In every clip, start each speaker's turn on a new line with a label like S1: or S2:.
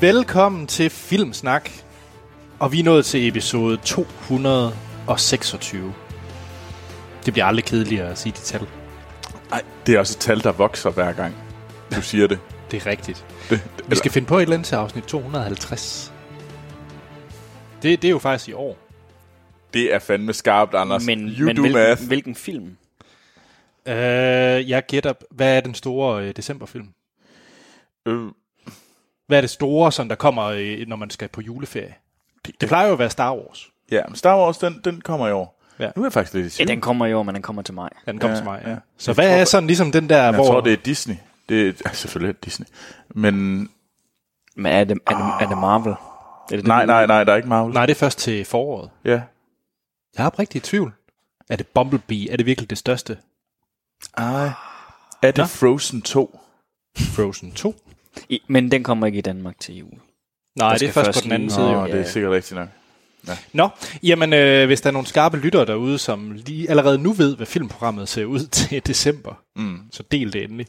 S1: Velkommen til Filmsnak. Og vi er nået til episode 226. Det bliver aldrig kedeligere at sige de tal.
S2: Nej, det er også et tal, der vokser hver gang, du siger det.
S1: Det er rigtigt.
S2: det,
S1: Vi
S2: det
S1: skal finde på et eller andet til afsnit 250. Det, det er jo faktisk i år.
S2: det er fandme skarpt, Anders.
S3: Men,
S2: you
S3: men
S2: do
S3: hvilken,
S2: math.
S3: hvilken film?
S1: Øh, jeg gætter, hvad er den store øh, decemberfilm?
S2: Øh,
S1: Hvad er det store, som der kommer, øh, når man skal på juleferie? Det plejer jo at være Star Wars.
S2: ja, men Star Wars, den, den kommer i år.
S1: Ja.
S2: Nu er jeg faktisk lidt i
S3: Ja,
S2: tvivl.
S3: den kommer i år, men den kommer til mig.
S1: Ja, den kom ja,
S2: Ja,
S1: til mig. Ja.
S2: ja.
S1: Så hvad er sådan ligesom den der,
S2: Jeg
S1: hvor...
S2: tror, det er Disney. Det er ja, selvfølgelig er det Disney. Men
S3: Men er det, er det, er det Marvel? Er det det,
S2: nej,
S3: du-
S2: nej, nej, der er ikke Marvel.
S1: Nej, det er først til foråret.
S2: Ja.
S1: Jeg er oprigtigt i tvivl. Er det Bumblebee? Er det virkelig det største?
S2: Ej. Er det Frozen 2?
S1: Frozen 2?
S3: I, men den kommer ikke i Danmark til jul.
S1: Nej,
S3: Der
S1: det
S3: skal
S1: er først på
S3: først
S1: den anden
S3: lige-
S1: side.
S2: Nå,
S1: Jo.
S3: Ja.
S2: det er sikkert rigtigt nok.
S1: Nå, jamen øh, hvis der er nogle skarpe lyttere derude, som lige allerede nu ved, hvad filmprogrammet ser ud til december,
S2: Mm.
S1: så del det endelig.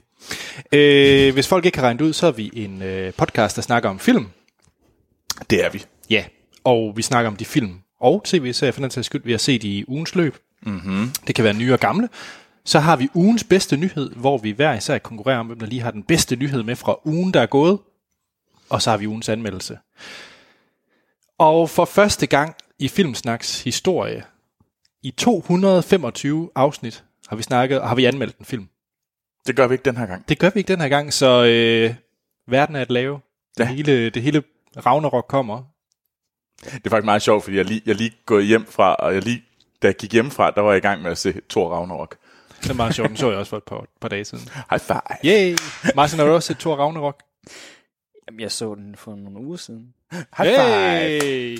S1: Øh, hvis folk ikke har regnet ud, så er vi en øh, podcast, der snakker om film.
S2: Det er vi.
S1: Ja, og vi snakker om de film og tv-serier, for den sags skyld, vi har set i ugens løb. Mm-hmm. Det kan være nye og gamle. Så har vi ugens bedste nyhed, hvor vi hver især konkurrerer om, hvem der lige har den bedste nyhed med fra ugen, der er gået. Og så har vi ugens anmeldelse. Og for første gang i Filmsnaks historie, i 225 afsnit, har vi snakket, har vi anmeldt en film.
S2: Det gør vi ikke den her gang.
S1: Det gør vi ikke den her gang, så øh, verden er at lave. Det,
S2: Ja.
S1: hele, det hele Ragnarok kommer.
S2: Det er faktisk meget sjovt, fordi jeg lige, jeg lige gået hjem fra, og jeg lige, da jeg gik hjem fra, der var jeg i gang med at se Thor Ragnarok.
S1: Det er meget sjovt, den så jeg også for et par, par dage siden.
S2: High five.
S1: Yay! Martin, har du også set Thor Ragnarok?
S3: Jamen, jeg så den for nogle uger siden.
S2: High five.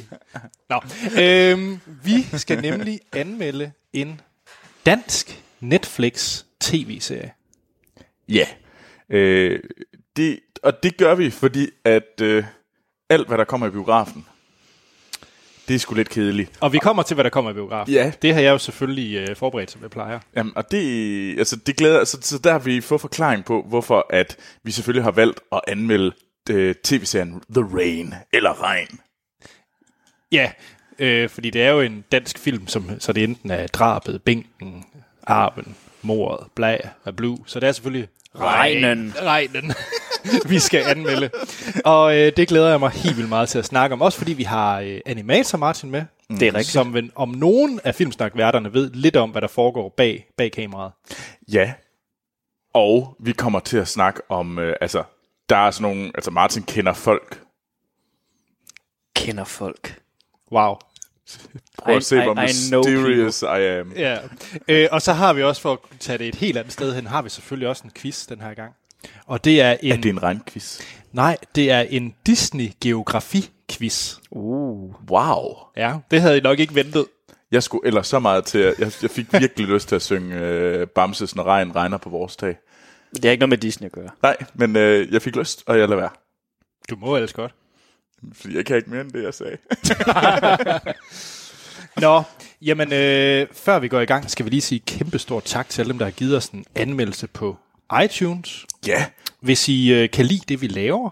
S1: Nå, øhm, vi skal nemlig anmelde en dansk Netflix tv-serie.
S2: Ja. Øh, det, og det gør vi, fordi at øh, alt, hvad der kommer i biografen, det er sgu lidt kedeligt.
S1: Og vi kommer til, hvad der kommer i biografen.
S2: Ja.
S1: Det har jeg jo selvfølgelig øh, forberedt, som jeg plejer.
S2: Jamen, og det, altså, det glæder, så, så der har vi fået forklaring på, hvorfor at vi selvfølgelig har valgt at anmelde øh, tv-serien The Rain, eller Regn.
S1: Ja, øh, fordi det er jo en dansk film, som, så det enten er drabet, bænken, arven, mordet, bla, og blue. Så det er selvfølgelig
S3: Regnen.
S1: regnen, vi skal anmelde. Og øh, det glæder jeg mig helt vildt meget til at snakke om. Også fordi vi har øh, animator Martin med.
S3: Mm. Det er rigtigt.
S1: Som vel, om nogen af filmsnakværterne ved lidt om, hvad der foregår bag, bag kameraet.
S2: Ja. Og vi kommer til at snakke om, øh, altså, der er sådan nogle, altså Martin kender folk.
S3: Kender folk.
S1: Wow.
S2: Prøv
S3: I-
S2: at se,
S3: I-
S2: hvor
S3: I know
S2: mysterious I am.
S1: Ja. Øh, og så har vi også, for at tage det et helt andet sted hen, har vi selvfølgelig også en quiz den her gang. Og det er en...
S2: Er det en regnquiz?
S1: Nej, det er en Disney-geografi-quiz.
S3: Uh.
S2: Wow.
S1: Ja, det havde I nok ikke ventet.
S2: Jeg skulle ellers så meget til, at jeg, jeg fik virkelig lyst til at synge øh, Bamses, når regn regner på vores tag.
S3: Det har ikke noget med Disney at gøre.
S2: Nej, men øh, jeg fik lyst, og jeg lader være.
S1: Du må ellers godt.
S2: Fordi jeg kan ikke mere end det, jeg sagde.
S1: Nå, jamen, øh, før vi går i gang, skal vi lige sige kæmpestort tak til alle dem, der har givet os en anmeldelse på iTunes.
S2: ja,
S1: Hvis I øh, kan lide det, vi laver,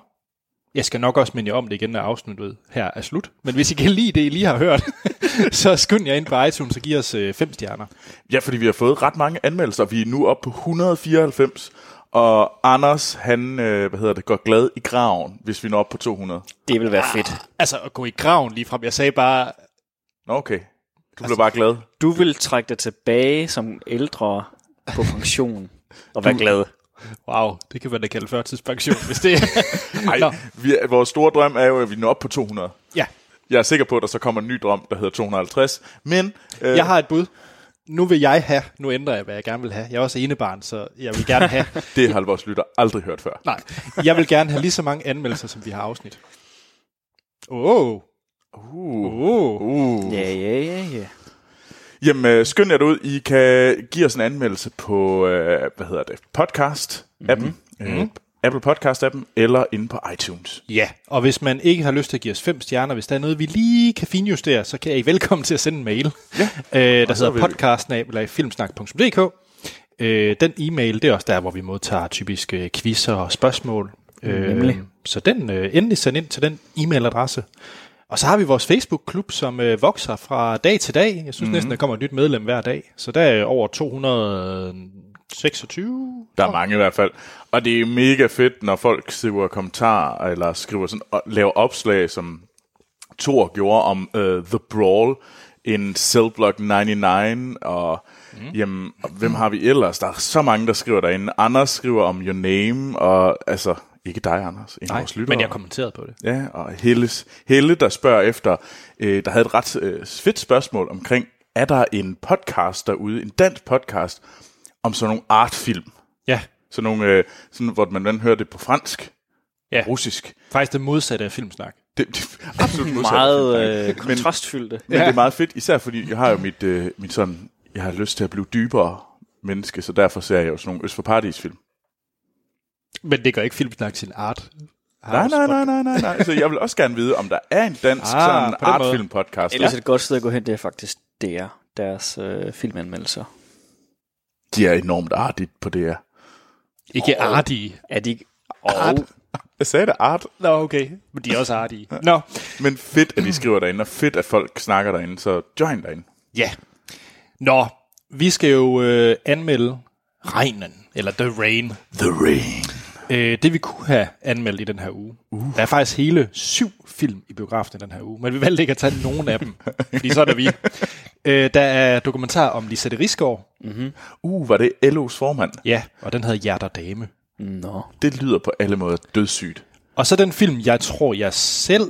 S1: jeg skal nok også minde jer om det igen, når afsnittet her er slut. Men hvis I kan lide det, I lige har hørt, så skynd jer ind på iTunes og giv os øh, fem stjerner.
S2: ja, fordi vi har fået ret mange anmeldelser. Vi er nu oppe på 194, og Anders, han, øh, hvad hedder det, går glad i graven, hvis vi når op på 200.
S3: Det vil være fedt.
S1: Altså, at gå i graven lige frem. Jeg sagde bare,
S2: Nå, okay. Du blev bare glad.
S3: Du vil trække dig tilbage som ældre på pension og være glad.
S1: wow, det kan man da kalde førtidspension, hvis det
S2: Ej,
S1: Nå.
S2: vi, er- vores store drøm er jo, at vi når op på 200.
S1: Ja,
S2: Jeg er sikker på, at der så kommer en ny drøm, der hedder 250, men... Øh,
S1: Jeg har et bud. Nu vil jeg have, nu ændrer jeg, hvad jeg gerne vil have. Jeg er også enebarn, så jeg vil gerne have,
S2: Det har vores lytter aldrig hørt før.
S1: nej, jeg vil gerne have lige så mange anmeldelser, som vi har afsnit. Åh, oh,
S2: Uh.
S1: oh.
S2: Uh.
S3: Ja, ja, ja, ja.
S2: Jamen, øh, skynd jer ud. I kan give os en anmeldelse på, øh, hvad hedder det, podcast-appen.
S1: Mhm.
S2: Mm-hmm. Øh, Apple Podcast-appen, eller inde på iTunes.
S1: Ja, og hvis man ikke har lyst til at give os fem stjerner, hvis der er noget, vi lige kan finjustere, så kan I velkommen til at sende en mail, ja. øh, der
S2: så
S1: hedder
S2: vil vi-
S1: podcastnabelagfilmsnak.dk. Øh, den e-mail, det er også der, hvor vi modtager typiske quizzer og spørgsmål. Øh, Så den øh, endelig send ind til den e-mailadresse. Og så har vi vores Facebook-klub, som øh, vokser fra dag til dag. Jeg synes mm-hmm. næsten, der kommer et nyt medlem hver dag. Så der er over 226.
S2: Der er mange i hvert fald. Og det er mega fedt, når folk skriver kommentarer, eller skriver sådan, og laver opslag, som Thor gjorde om øh, The Brawl, en Cellblock 99, og
S1: Mhm.
S2: mm. jamen, og hvem har vi ellers? Der er så mange, der skriver derinde. Anders skriver om Your Name, og altså, ikke dig, Anders, en af
S1: Nej,
S2: vores lyttere.
S1: men jeg kommenterede på det.
S2: Ja, og Helles, Helle, der spørger efter, øh, der havde et ret øh, fedt spørgsmål omkring, er der en podcast derude, en dansk podcast, om sådan nogle artfilm?
S1: Ja,
S2: Sådan nogle, øh, sådan, hvor man blandt hører det på fransk,
S1: Ja.
S2: russisk.
S1: faktisk det modsatte af filmsnak.
S2: Det, det er absolut modsatte.
S3: Meget øh,
S2: men,
S3: kontrastfyldte.
S2: men det er meget fedt, især fordi jeg har jo mit, øh, mit sådan, jeg har lyst til at blive dybere menneske, så derfor ser jeg jo sådan nogle Øst for Paradis-film.
S1: Men det gør ikke filmsnak sin art. Har
S2: Nej,
S1: du
S2: nej,
S1: spurgt-
S2: nej, nej, nej, nej. Så jeg vil også gerne vide, om der er en dansk
S1: Ah,
S2: ah, sådan
S1: på den måde.
S2: artfilm-podcast.
S3: Ellers et godt sted at gå hen, det er faktisk DR, deres øh, filmanmeldelser.
S2: De er enormt artigt på det her.
S1: Ikke artige.
S3: Er de ikke... Og
S2: Jeg sagde det art,
S1: Nå, okay. Men de er også artige. Nå.
S2: men fedt, at de skriver derinde, og fedt, at folk snakker derinde, så join derinde.
S1: Ja. Nå, vi skal jo øh, anmelde regnen, eller The Rain.
S2: The Rain.
S1: Øh, det vi kunne have anmeldt i den her uge. Uh. Der er faktisk hele syv film i biografen i den her uge, men vi valgte ikke at tage nogen af dem, fordi så er der vi. Øh, der er dokumentar om Lisette Rigsgaard,
S2: Uh, var det LO's formand?
S1: ja, og den hedder Hjerter Dame.
S3: Nå.
S2: Det lyder på alle måder dødssygt.
S1: Og så den film, jeg tror, jeg selv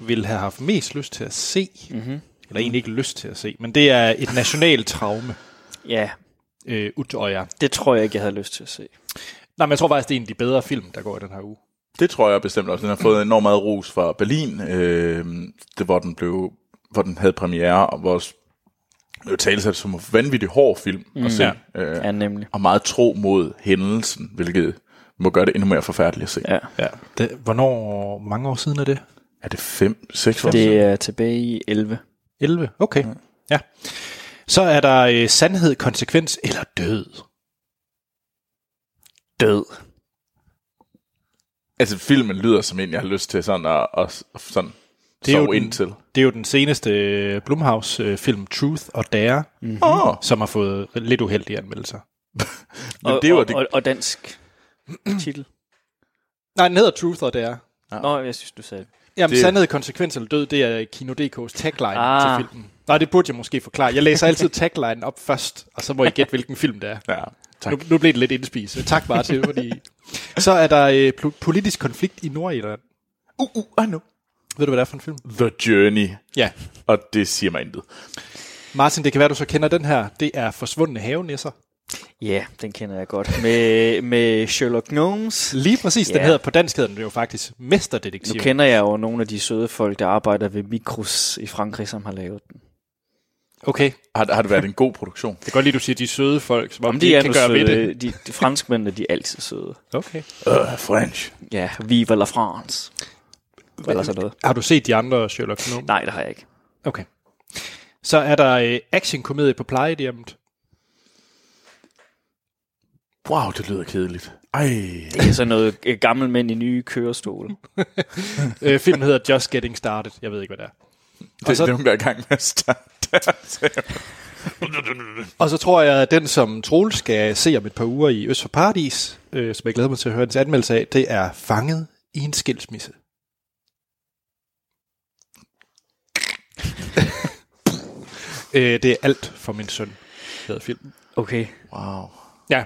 S1: ville have haft mest lyst til at se, mm-hmm. eller egentlig ikke lyst til at se, men det er et nationalt traume,
S3: Ja,
S1: øh, Utøya.
S3: det tror jeg ikke, jeg havde lyst til at se.
S1: Nej, men jeg tror faktisk, det er en af de bedre film, der går i den her uge.
S2: Det tror jeg bestemt også. Den har fået enormt meget ros fra Berlin, øh, det, hvor, den blev, hvor den havde premiere, og vores blev talsat som en vanvittig hård film mm. at se. Ja. Øh,
S3: Ja, nemlig.
S2: og meget tro mod hændelsen, hvilket må gøre det endnu mere forfærdeligt at se.
S3: Ja.
S1: Ja. Det, hvornår, hvor mange år siden er det?
S2: Er det 5, 6 år?
S3: Det er tilbage i 11.
S1: 11? Okay. Ja. ja. Så er der øh, sandhed, konsekvens eller død.
S3: Død.
S2: Altså filmen lyder som en, jeg har lyst til sådan at, at, at sådan
S1: Det er jo
S2: sove
S1: den-
S2: ind til.
S1: Det er jo den seneste øh, Blumhouse-film, Truth og Dare, mm.
S2: Åh, oh,
S1: som har fået lidt uheldige anmeldelser.
S2: men
S3: Og,
S2: det var
S3: og,
S2: det.
S3: og, og dansk titel.
S1: Nej, den hedder Truth og Dare.
S3: Nå, jeg synes, du sagde
S1: Jamen, det...
S2: Det-
S1: sandhed, konsekvens eller død, det er Kino.dk's tagline ah.
S3: Ah.
S1: til filmen. Nej, det burde jeg måske forklare. Jeg læser altid tagline op først, og så må I gætte, hvilken film det er.
S2: Ja, tak.
S1: Nu, nu blev det lidt indspist. Tak bare til, fordi... Så er der øh, pol- politisk konflikt i Nordirland.
S2: Uh, uh, I know.
S1: Ved du, hvad det er for en film?
S2: The Journey.
S1: Ja.
S2: Og det siger mig intet.
S1: Martin, det kan være, du så kender den her. Det er Forsvundne havenisser.
S3: Ja, den kender jeg godt. Med, med Sherlock Gnomes.
S1: Lige præcis, yeah. den
S3: Ja.
S1: hedder på dansk hedder den jo faktisk
S3: Nu
S1: Mesterdetektiv.
S3: kender jeg jo nogle af de søde folk, der arbejder ved Mikros i Frankrig, som har lavet den.
S1: Okay,
S2: Har, har det været en god produktion?
S1: det er godt lige, du siger, de søde folk, som om
S3: Jamen,
S1: de, de
S3: er
S1: ikke kan
S3: nu
S1: gøre ved det.
S3: søde. De, de franskmændene, de er altid søde.
S1: Okay.
S2: Uh, French.
S3: Ja, vive la France. Eller sådan noget.
S1: Har du set de andre Sherlock Gnomes?
S3: Nej, det har jeg ikke.
S1: Okay. Så er der øh, actionkomedie på plejehjemmet.
S2: Wow, det lyder kedeligt. Ej.
S3: Det er sådan noget øh, gammel mænd i nye kørestole.
S1: Øh, filmen hedder Just Getting Started. Jeg ved ikke, hvad det er.
S2: Det,
S1: så-
S2: så... det er nogen, der er i gang med at starte.
S1: Og så tror jeg, at den, som Troel skal se om et par uger i Øst for Paradis, øh, som jeg glæder mig til at høre hans anmeldelse af, det er Fanget i en skilsmisse. øh, det er alt for min søn, hedder filmen.
S3: Okay.
S2: Wow.
S1: Ja.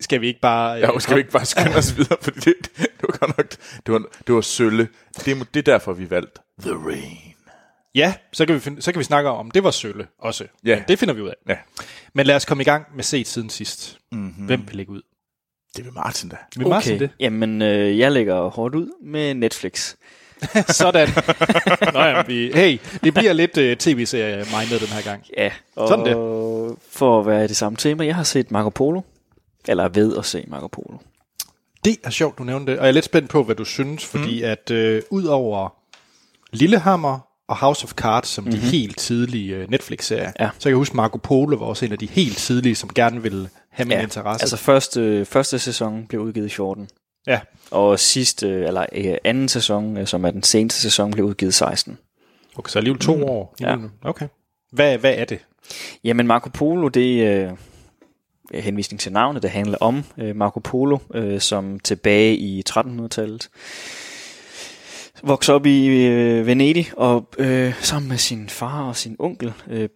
S1: Skal vi ikke bare... Øh,
S2: Ja, og skal vi ikke bare skynde os videre, fordi det, det var godt nok, det var, det var sølle. Det, er- det er derfor, vi valgte The Rain.
S1: Ja, så kan, vi finde, så kan vi snakke om, om det var Sølle også.
S2: Ja.
S1: Men Det finder vi ud af.
S2: Ja.
S1: Men lad os komme i gang med set siden sidst.
S3: Mhm.
S1: Mm-hmm. Hvem vil ligge ud?
S2: Det vil Martin da.
S1: Vil okay. Martin det?
S3: Jamen, øh, jeg lægger hårdt ud med Netflix.
S1: Sådan. Nå, jamen, vi, hey, det bliver lidt øh, tv-serie mindet den her gang.
S3: Ja, og
S1: Sådan
S3: for at være i det samme tema, jeg har set Marco Polo. Eller er ved at se Marco Polo.
S1: Det er sjovt, du nævnte det. Og jeg er lidt spændt på, hvad du synes,
S3: Mhm.
S1: fordi mm. at øh, ud over Lillehammer og House of Cards, som mm-hmm. de helt tidlige øh, Netflix-serier,
S3: Mhm. Ja.
S1: så kan jeg huske, Marco Polo var også en af de helt tidlige, som gerne ville have min interesse.
S3: altså første, første sæson blev udgivet i 14.
S1: Ja.
S3: Og sidste, eller øh, anden sæson, øh, som er den seneste sæson, blev udgivet 16.
S1: Okay, så alligevel to mm. år.
S3: Mhm. Ja.
S1: imellem. Okay. Hvad, hvad er det?
S3: Jamen Marco Polo, det er øh, henvisning til navnet, det handler om øh, Marco Polo, øh, som tilbage i 1300-tallet voksede op i øh, Venedig og øh, sammen med sin far og sin onkel øh,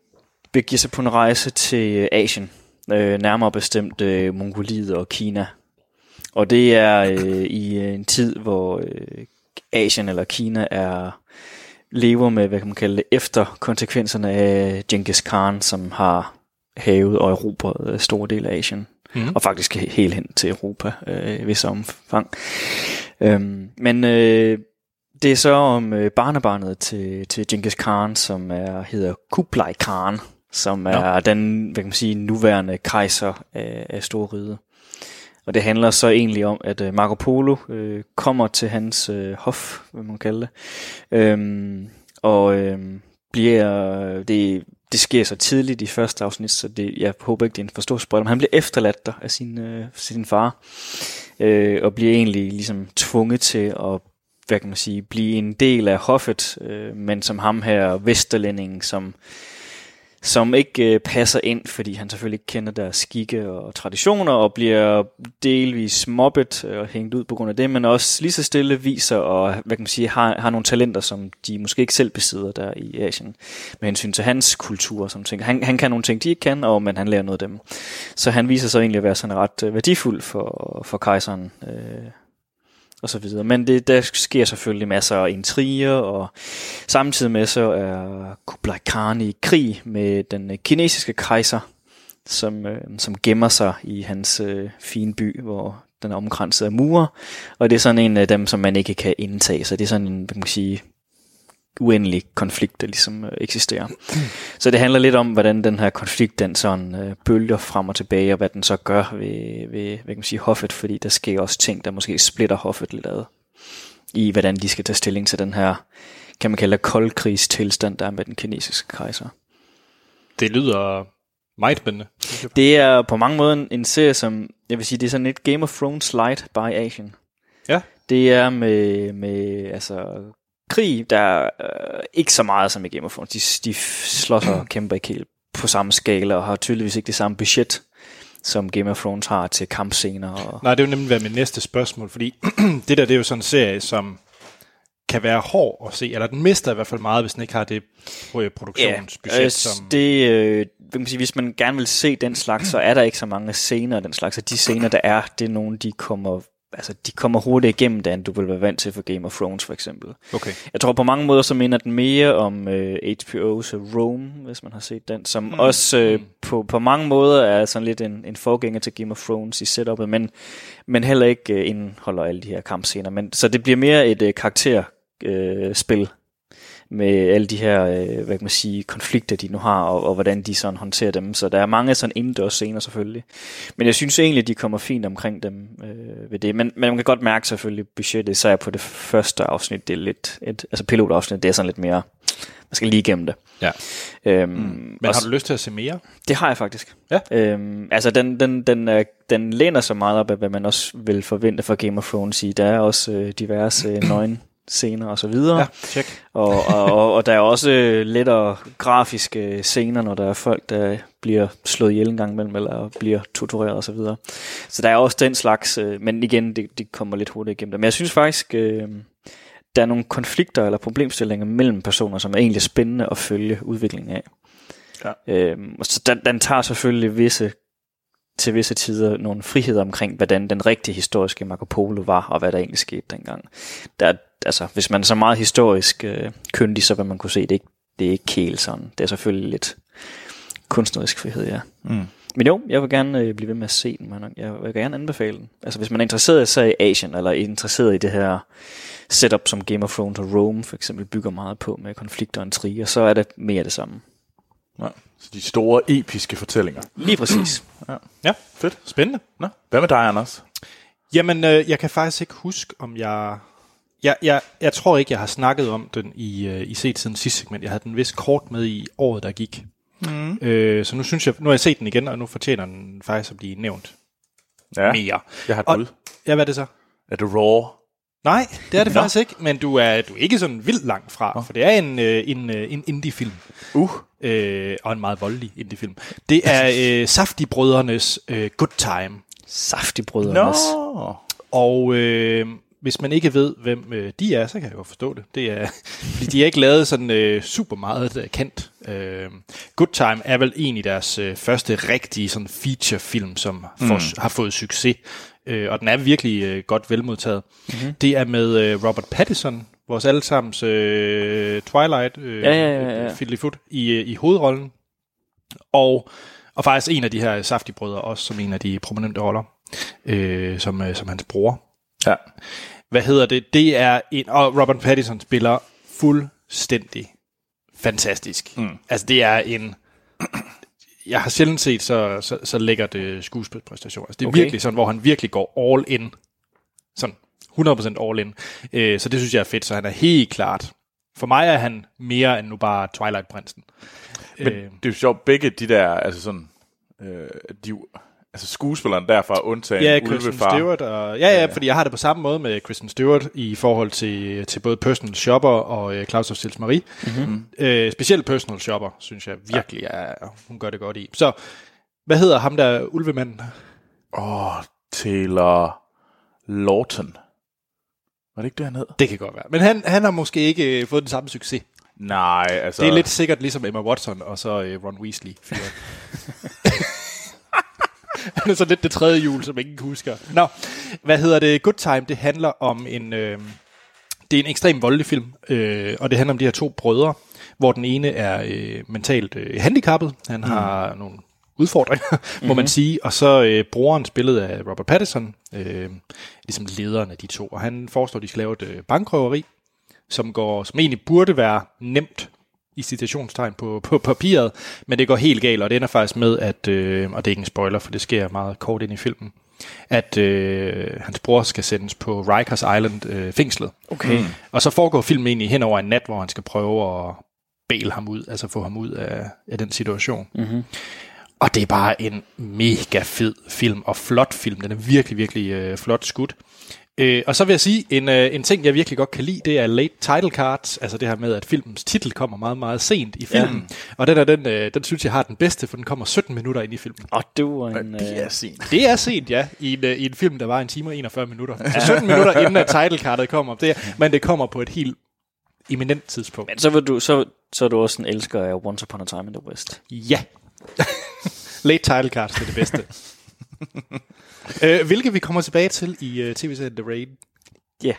S3: begiver sig på en rejse til øh, Asien, øh, nærmere bestemt øh, Mongoliet og Kina. Og det er øh, i øh, en tid, hvor øh, Asien eller Kina er lever med, hvad kan man kalde det, efter konsekvenserne af Genghis Khan, som har hævet og erobret øh, store del af Asien. Mm. Og faktisk he- helt hen til Europa øh, i vis omfang. Øhm, men øh, det er så om øh, barnebarnet til, til Genghis Khan, som er, hedder Kublai Khan, som er den hvad kan man sige, nuværende kejser af, af Storriget. Og det handler så egentlig om, at øh, Marco Polo øh, kommer til hans øh, hof, hvad man kalder det, Øhm, og øhm, bliver, det, det sker så tidligt i første afsnit, så det, jeg håber ikke, det er en for stor spoiler, men han bliver efterladt der af sin, øh, sin far, øh, og bliver egentlig ligesom tvunget til at hvad kan man sige, blive en del af hoffet, øh, men som ham her, Vesterlændingen, som, som ikke øh, passer ind, fordi han selvfølgelig ikke kender deres skikke og traditioner, og bliver delvis mobbet øh, og hængt ud på grund af det, men også lige så stille viser, og hvad kan man sige, har, har nogle talenter, som de måske ikke selv besidder der i Asien, med hensyn til hans kultur. Som ting. Han, han kan nogle ting, de ikke kan, og, men han lærer noget af dem. Så han viser sig egentlig at være sådan ret øh, værdifuld for, for kejseren. Øh, og så videre. Men det, der sker selvfølgelig masser af intriger, og samtidig med så er Kublai Khan i krig med den øh, kinesiske kejser, som, øh, som gemmer sig i hans øh, fine by, hvor den er omkranset af mure, og det er sådan en af dem, som man ikke kan indtage, så det er sådan en, hvad kan man sige, uendelig konflikt, der ligesom øh, eksisterer. Så det handler lidt om, hvordan den her konflikt, den sådan øh, bølger frem og tilbage, og hvad den så gør ved, ved hvad kan man sige, hoffet, fordi der sker også ting, der måske splitter hoffet lidt ad, i hvordan de skal tage stilling til den her, kan man kalde det koldkrigstilstand, der er med den kinesiske kejser.
S1: Det lyder meget spændende.
S3: Det er på mange måder en, en serie, som jeg vil sige, det er sådan lidt Game of Thrones light by Asian.
S1: Ja.
S3: Det er med, med altså, krig, der er øh, ikke så meget som i Game of Thrones. De, de slår sig og kæmper ikke helt på samme skala, og har tydeligvis ikke det samme budget, som Game of Thrones har til kampscener. Og,
S1: Nej, det vil nemlig være mit næste spørgsmål, fordi det der, det er jo sådan en serie, som kan være hård at se, eller den mister i hvert fald meget, hvis den ikke har det øh, produktionsbudget,
S3: øh,
S1: yeah,
S3: som...
S1: som...
S3: det, øh, hvad kan man sige, hvis man gerne vil se den slags, så er der ikke så mange scener af den slags, og de scener, der er, det er nogle, de kommer, altså, de kommer hurtigt igennem, det end du vil være vant til for Game of Thrones for eksempel.
S1: Okay.
S3: Jeg tror på mange måder, så minder den mere om øh, HBO's Rome, hvis man har set den, som mm. også øh, på, på mange måder er sådan lidt en, en forgænger til Game of Thrones i setupet, men, men heller ikke øh, indeholder alle de her kampscener. Men, så det bliver mere et øh, karakterspil øh, spil med alle de her øh, hvad kan man sige, konflikter, de nu har, og, og hvordan de sådan håndterer dem. Så der er mange sådan indendørs scener selvfølgelig. Men jeg synes egentlig, de kommer fint omkring dem øh, ved det. Men, men man kan godt mærke selvfølgelig, at budgettet, især på det første afsnit, det er lidt, et, altså pilotafsnit, det er sådan lidt mere, man skal lige igennem det.
S1: Ja.
S3: Øhm, mm.
S1: Men har du lyst til at se mere?
S3: Det har jeg faktisk.
S1: Ja.
S3: Øhm, altså, den, den, den, er, den læner så meget op af, hvad man også vil forvente fra Game of Thrones i. Der er også øh, diverse øh, nøgen scener og så videre.
S1: Ja, tjek.
S3: Og, og, og, og der er også øh, lettere grafiske øh, scener, når der er folk, der bliver slået ihjel en gang imellem, eller bliver tortureret osv. Så, videre. så der er også den slags, øh, men igen, det, det kommer lidt hurtigt igennem det. Men jeg synes faktisk, øh, der er nogle konflikter eller problemstillinger mellem personer, som er egentlig spændende at følge udviklingen af. Ja. Øh, så den, den tager selvfølgelig visse til visse tider nogle friheder omkring, hvordan den rigtige historiske Marco Polo var, og hvad der egentlig skete dengang. Der, altså, hvis man er så meget historisk øh, kyndig, så vil man kunne se, det er ikke, det er ikke helt sådan. Det er selvfølgelig lidt kunstnerisk frihed, ja.
S2: Mm.
S3: Men jo, jeg vil gerne øh, blive ved med at se den. men Jeg vil gerne anbefale den. Altså, hvis man er interesseret så i Asien, eller er interesseret i det her setup, som Game of Thrones og Rome for eksempel bygger meget på med konflikter og intriger, så er det mere det samme.
S2: Ja. Så de store, episke fortællinger.
S3: Lige præcis.
S1: Ja,
S2: Fedt.
S1: spændende.
S2: Nå, hvad med dig, Anders?
S1: Jamen, øh, jeg kan faktisk ikke huske, om jeg... Jeg, jeg, jeg tror ikke, jeg har snakket om den i, øh, i set siden sidste segment. Jeg havde den vist kort med i året, der gik. Mm. Øh, så nu synes jeg, nu har jeg set den igen, og nu fortjener den faktisk at blive nævnt
S2: Ja.
S1: mere.
S2: Jeg har et
S1: Og-
S2: bud.
S1: Ja, hvad er det så?
S2: Er det Raw?
S1: Nej, det er det
S2: Nå.
S1: faktisk ikke, men du er, du er ikke sådan vildt langt fra, for det er en, øh, en, øh, en indie-film.
S2: Uh.
S1: Øh, og en meget voldelig indie-film. Det er øh, Safti-brødrenes øh, Good Time.
S3: Saftig brødre
S2: Nå.
S3: også.
S1: Og øh, hvis man ikke ved, hvem øh, de er, så kan jeg godt forstå det. det er, fordi de har ikke lavet sådan øh, super meget øh, kendt. Øh, Good Time er vel en af deres øh, første rigtige sådan feature-film, som
S3: Mm.
S1: får, har fået succes. Øh, og den er virkelig øh, godt velmodtaget.
S3: Mhm.
S1: Mm-hmm. Det er med øh, Robert Pattinson, vores allesammens øh, Twilight øh,
S3: Ja, ja, ja, ja.
S1: øh, Fiddlyfoot, i, øh, i hovedrollen. Og, og faktisk en af de her saftige brødre også, som en af de prominente roller, øh, som, øh, som hans bror
S2: Ja.
S1: hvad hedder det, det er en, og Robert Pattinson spiller fuldstændig fantastisk. Mm. Altså det er en, jeg har sjældent set så, så, så lækkert øh, skuespilpræstation. Altså det er
S3: Okay.
S1: okay. virkelig sådan, hvor han virkelig går all in. Sådan 100% all in. Øh, så det synes jeg er fedt, så han er helt klart. For mig er han mere end nu bare Twilight-prinsen.
S2: Men
S1: Øh.
S2: det er jo sjovt, begge de der, altså sådan, øh, de, jo- altså skuespilleren derfra, undtagen
S1: Ja, Kristen
S2: Ulvefar.
S1: Stewart. Og, ja, ja, fordi jeg har det på samme måde med Kristen Stewart i forhold til, til både Personal Shopper og øh, Claus of Sils Marie. Mm-hmm. Øh, specielt Personal Shopper, synes jeg virkelig, er, hun gør det godt i. Så, hvad hedder ham der ulvemanden?
S2: Åh, oh, Taylor Lawton. Var det ikke det, han hed?
S1: Det kan godt være. Men han, han har måske ikke øh, fået den samme succes.
S2: Nej, altså...
S1: Det er lidt sikkert ligesom Emma Watson og så øh, Ron Weasley. fyren. Han er så lidt det tredje jul, som ingen husker. Nå, hvad hedder det? Good Time, det handler om en... Øh, det er en ekstrem voldelig film, øh, og det handler om de her to brødre, hvor den ene er øh, mentalt øh, handicappet. Han mm. har nogle udfordringer, må mm-hmm. man sige. Og så øh, broren spillet af Robert Pattinson, øh, ligesom lederen af de to. Og han foreslår, at de skal lave et øh, bankrøveri, som, går, som egentlig burde være nemt i citationstegn på, på papiret, men det går helt galt, og det ender faktisk med, at, øh, og det er ikke en spoiler, for det sker meget kort ind i filmen, at øh, hans bror skal sendes på Rikers Island øh, fængslet.
S3: Okay. Mm.
S1: Og så foregår filmen egentlig hen over en nat, hvor han skal prøve at bæle ham ud, altså få ham ud af, af den situation.
S3: Mhm.
S1: Og det er bare en mega fed film, og flot film. Den er virkelig, virkelig øh, flot skudt. Øh, og så vil jeg sige, en, øh, en ting, jeg virkelig godt kan lide, det er late title cards, altså det her med, at filmens titel kommer meget, meget sent i filmen. Ja. Og den er den, øh, den synes jeg har den bedste, for den kommer 17 minutter ind i filmen.
S3: Og det var en...
S2: Det
S3: Øh,
S2: er sent.
S1: Det er sent, ja, i en, øh, i en film, der var en time og 41 minutter. Så 17 minutter inden, at title cardet kommer. Det er, men det kommer på et helt eminent tidspunkt.
S3: men så, vil du, så, så er du også en elsker af Once Upon a Time in the West.
S1: Ja. Late title cards er det bedste. øh, hvilket vi kommer tilbage til i uh, tv-serien The Raid.
S3: Ja.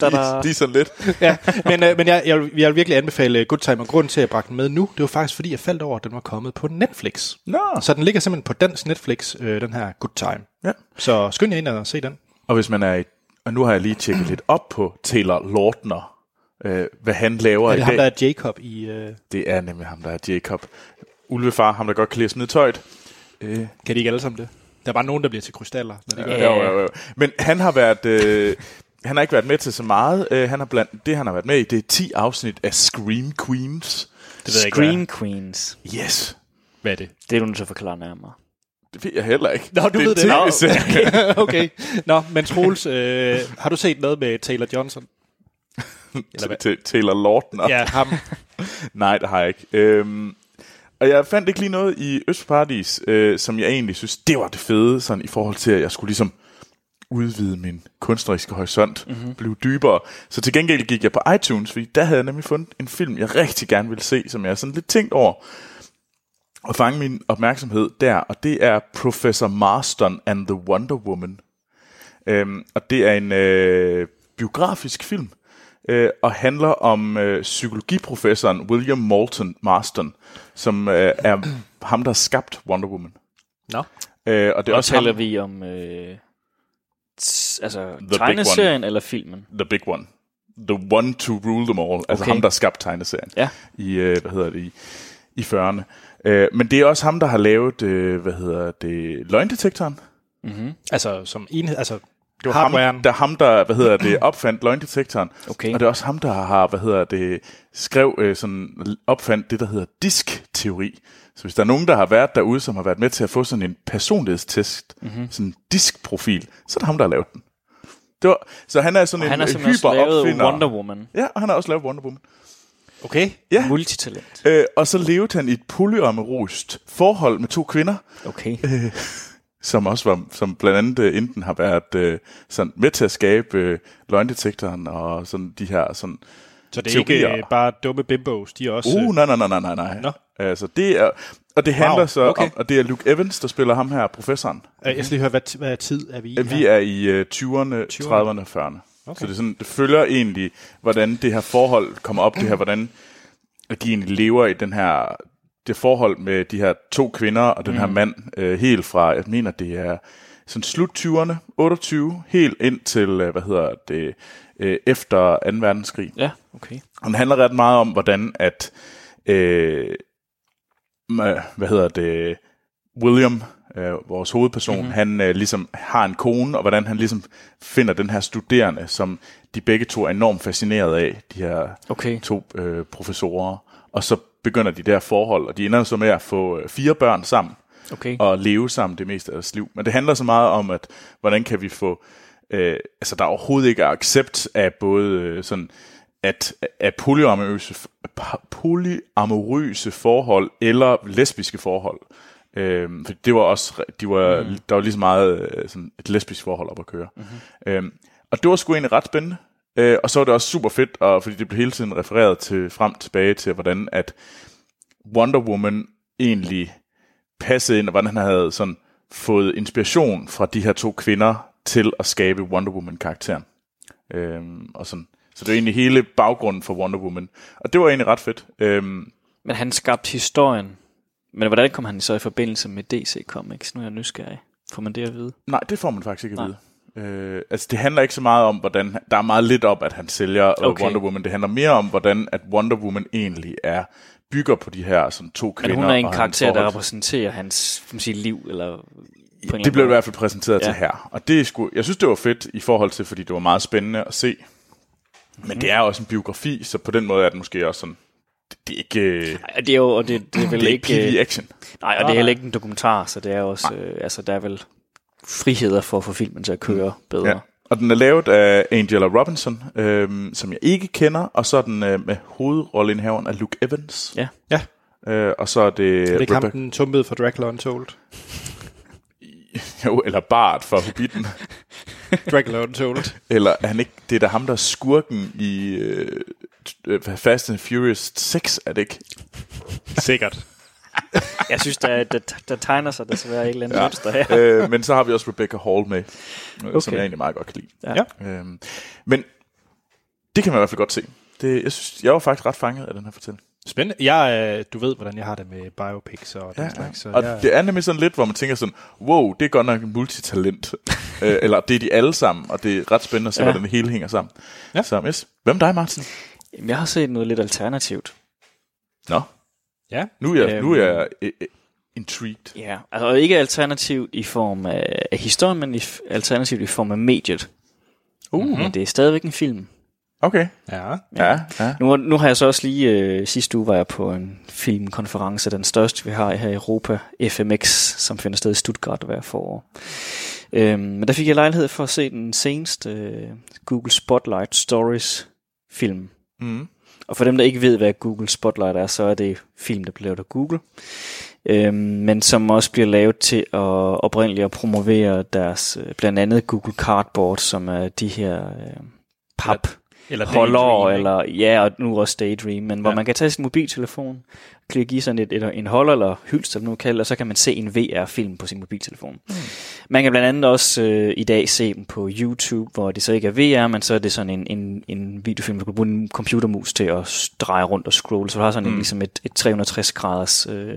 S2: De,
S3: Da-da.
S2: de er sådan lidt.
S1: ja, men, øh, men jeg, jeg, vil, jeg vil virkelig anbefale øh, Good Time, og grunden til, at jeg bragte den med nu, det var faktisk, fordi jeg faldt over, at den var kommet på Netflix.
S2: Nå.
S1: Så den ligger simpelthen på dansk Netflix, øh, den her Good Time.
S2: Ja.
S1: Så skynd jer ind og se den.
S2: Og hvis man er i, og nu har jeg lige tjekket lidt op på Taylor Lautner, øh, hvad han laver
S1: Er
S2: i
S1: det
S2: dag.
S1: ham, der er Jacob i... Øh,
S2: Det er nemlig ham, der er Jacob. Ulvefar, ham der godt kan lide at smide tøjet. Øh,
S1: kan de ikke alle sammen det? Der er bare nogen, der bliver til krystaller. Når de gør.
S3: Ja.
S2: jo, jo, jo. Men han har været... Øh, han har ikke været med til så meget. Øh, han har blandt, det, han har været med i, det er 10 afsnit af Scream Queens.
S1: Det ved jeg ikke, hvad
S3: Scream Queens.
S2: Yes.
S1: Hvad er det?
S3: Det er du nødt til at forklare nærmere.
S2: Det ved jeg heller ikke.
S1: Nå, du
S2: er
S1: ved det.
S2: en
S1: Nå,
S2: tv-serie.
S1: okay. Nå, men Troels, øh, har du set noget med Taylor Johnson? Eller hvad?
S2: Til- Taylor Lautner.
S1: Ja, ham.
S2: Nej, det har jeg ikke. Øhm, og jeg fandt ikke lige noget i Østparadis, øh, som jeg egentlig synes, det var det fede, sådan i forhold til, at jeg skulle ligesom udvide min kunstneriske horisont, mm-hmm. blive dybere. Så til gengæld gik jeg på iTunes, fordi der havde jeg nemlig fundet en film, jeg rigtig gerne ville se, som jeg er sådan lidt tænkt over at fange min opmærksomhed der, og det er Professor Marston and the Wonder Woman. Øhm, og det er en øh, biografisk film, øh, og handler om øh, psykologiprofessoren William Moulton Marston, som øh, er ham, der har skabt Wonder Woman.
S1: Nå.
S2: Øh, og det er
S3: Og
S2: også
S3: taler
S2: ham,
S3: vi om... Øh, t- altså,
S2: Big
S3: tegneserien eller filmen?
S2: the big one. The one to rule them all. Okay. Altså
S3: Okay.
S2: ham, der skabte tegneserien.
S3: Ja.
S2: i, øh, hvad hedder det, i, i 40'erne. Øh, men det er også ham, der har lavet, øh, hvad hedder det, løgndetektoren.
S1: Altså, som enhed, altså, det
S2: Det
S1: var
S2: var
S1: hardwaren.
S2: ham, der, ham, der hvad hedder det, opfandt løgndetektoren.
S3: Okay.
S2: Og det er også ham, der har, hvad hedder det, skrev, øh, sådan, opfandt det, der hedder diskteori. Så hvis der er nogen, der har været derude, som
S3: Mhm.
S2: har været med til at få sådan en personlighedstest, mm-hmm. sådan en diskprofil, så er det ham, der har lavet den. Det var, så han er sådan
S3: Og
S2: en
S3: han har
S2: øh,
S3: simpelthen også lavet
S2: hyperopfinder.
S3: Wonder Woman.
S2: Ja, og han har også lavet Wonder Woman.
S1: Okay.
S2: Ja.
S3: Multitalent.
S2: Øh, og så levede han i et polyamorost forhold med to kvinder,
S3: Okay.
S2: som også var, som blandt andet øh, enten har været øh, sådan med til at skabe øh, løgndetektoren og sådan de her sådan...
S1: Så det er ikke
S2: Teorier.
S1: øh, bare dumme bimbos, de er også...
S2: Uh, nej, nej, nej, nej, nej, nej.
S1: Nå.
S2: Altså, det er, og det handler så
S1: okay.
S2: om, og det er Luke Evans, der spiller ham her, professoren.
S1: øh, jeg skal lige høre, hvad, t- hvad tid er vi i
S2: Ja.
S1: her?
S2: Vi er i øh, 20'erne, 30'erne og 40'erne. Okay. Så det, er sådan, det følger egentlig, hvordan det her forhold kommer op, det her, hvordan at de egentlig lever i den her, det forhold med de her to kvinder og den her mand, øh, helt fra, jeg mener, det er sådan slut 20'erne, 28, helt ind til, øh, hvad hedder det, øh, efter 2. verdenskrig.
S3: Ja, okay.
S2: Og Den handler ret meget om, hvordan at, øh, ma- hvad hedder det, William, øh, vores hovedperson, mm-hmm. han øh, ligesom har en kone, og hvordan han ligesom finder den her studerende, som de begge to er enormt fascineret af, de her
S3: Okay.
S2: to øh, professorer. Og så begynder de der forhold, og de ender så med at få øh, fire børn sammen
S3: Okay.
S2: og leve sammen det meste af deres liv. Men det handler så meget om, at hvordan kan vi få... Øh, altså, der er overhovedet ikke accept af både øh, sådan, at, at polyamorøse, pa- polyamorøse forhold eller lesbiske forhold. Øh, for det var også, re- de var, mm. der var lige så meget øh, sådan et lesbisk forhold op at køre. Mm-hmm. Øh, og det var sgu egentlig ret spændende. Øh, og så var det også super fedt, og, fordi det blev hele tiden refereret til, frem tilbage til, hvordan at Wonder Woman egentlig passede ind, og hvordan han havde sådan fået inspiration fra de her to kvinder til at skabe Wonder Woman-karakteren. Øhm, og sådan. Så det var egentlig hele baggrunden for Wonder Woman. Og det var egentlig ret fedt. Øhm,
S3: Men han skabte historien. Men hvordan kom han så i forbindelse med DC Comics? Nu er jeg nysgerrig. Får man det at vide?
S2: nej, det får man faktisk ikke at vide. Øh, altså, det handler ikke så meget om, hvordan... Der er meget lidt om, at han sælger okay.
S3: Okay.
S2: Wonder Woman. Det handler mere om, hvordan at Wonder Woman egentlig er bygger på de her sådan, to kvinder.
S3: Men hun er
S2: og
S3: en
S2: hans
S3: karakter, der
S2: forhold.
S3: repræsenterer hans kan man sige, liv, eller på en eller
S2: Det
S3: anden
S2: blev i
S3: måde.
S2: hvert fald præsenteret ja. til her. Og det er sgu, jeg synes, det var fedt i forhold til, fordi det var meget spændende at se.
S3: Mhm.
S2: Men det er også en biografi, så på den måde er det måske også sådan, det, det er ikke, øh,
S3: Ej, og det er jo og det, det er
S2: det
S3: vel
S2: er ikke
S3: ikke...
S2: PG
S3: øh,
S2: action.
S3: Nej, og det er heller ikke en dokumentar, så det er jo også... Øh, altså, der er vel friheder for at få filmen til at køre bedre.
S2: Mm. Ja. Og den er lavet af Angela Robinson, øhm, som jeg ikke kender, og så er den øh, med hovedrolleindhaveren af Luke Evans.
S3: Ja.
S1: Ja,
S2: Øh, og så er det,
S1: det er ikke ham,
S2: Rebecca-
S1: den tumpede for Dracula Untold.
S2: jo, eller Bart fra Hobbiten.
S1: Dracula Untold.
S2: eller er han ikke, det er da ham, der er skurken i øh, t- øh, Fast and Furious 6, er det ikke?
S1: Sikkert.
S3: Jeg synes, der, der, der tegner sig desværre et eller andet ja. mønster her.
S2: øh, men så har vi også Rebecca Hall med, okay. som
S3: Okay.
S2: jeg egentlig meget godt kan lide.
S3: Ja.
S1: Ja.
S2: Øhm, men det kan man i hvert fald godt se. Det, jeg, synes, jeg var faktisk ret fanget af den her fortælling.
S1: Spændende. Jeg, øh, du ved, hvordan jeg har det med biopics og den slags. Så
S2: Og
S1: jeg,
S2: det er nemlig sådan lidt, hvor man tænker sådan, wow, det er godt nok en multitalent. øh, eller det er de alle sammen, og det er ret spændende at se, ja.
S3: Ja.
S2: hvordan det hele hænger sammen.
S1: Ja.
S2: Så yes. Hvem er dig, Martin?
S3: Jamen, Jeg har set noget lidt alternativt.
S2: Nå,
S1: ja.
S2: nu er jeg,
S3: Øhm.
S2: nu er jeg øh, øh, intrigued.
S3: Ja, altså og ikke alternativt i form af, af historien, men i, f- alternativt i form af mediet.
S2: Uh.
S3: Men det er stadigvæk en film.
S2: Okay,
S1: Mhm. ja.
S2: ja, ja.
S3: Nu, nu har jeg så også lige, øh, sidste uge var jeg på en filmkonference, den største vi har her i Europa, FMX, som finder sted i Stuttgart hver forår. Øhm, men der fik jeg lejlighed for at se den seneste øh, Google Spotlight Stories film.
S2: Mm.
S3: Og for dem, der ikke ved, hvad Google Spotlight er, så er det film, der bliver lavet af Google. Øhm, men som også bliver lavet til at oprindeligt at promovere deres, øh, blandt andet Google Cardboard, som er de her øh, pap
S1: Eller
S3: holder,
S1: Daydream, ikke?
S3: eller ja, og nu også Daydream, men hvor
S1: Ja.
S3: man kan tage sin mobiltelefon, klikke i sådan et, et, en holder eller hylst, eller nu kalder, og så kan man se en VR-film på sin mobiltelefon. Mm. Man kan blandt andet også øh, i dag se dem på YouTube, hvor det så ikke er VR, men så er det sådan en, en, en videofilm, du kan bruge en computermus til at dreje rundt og scrolle, så du har sådan mm. en, ligesom et, et 360-graders øh,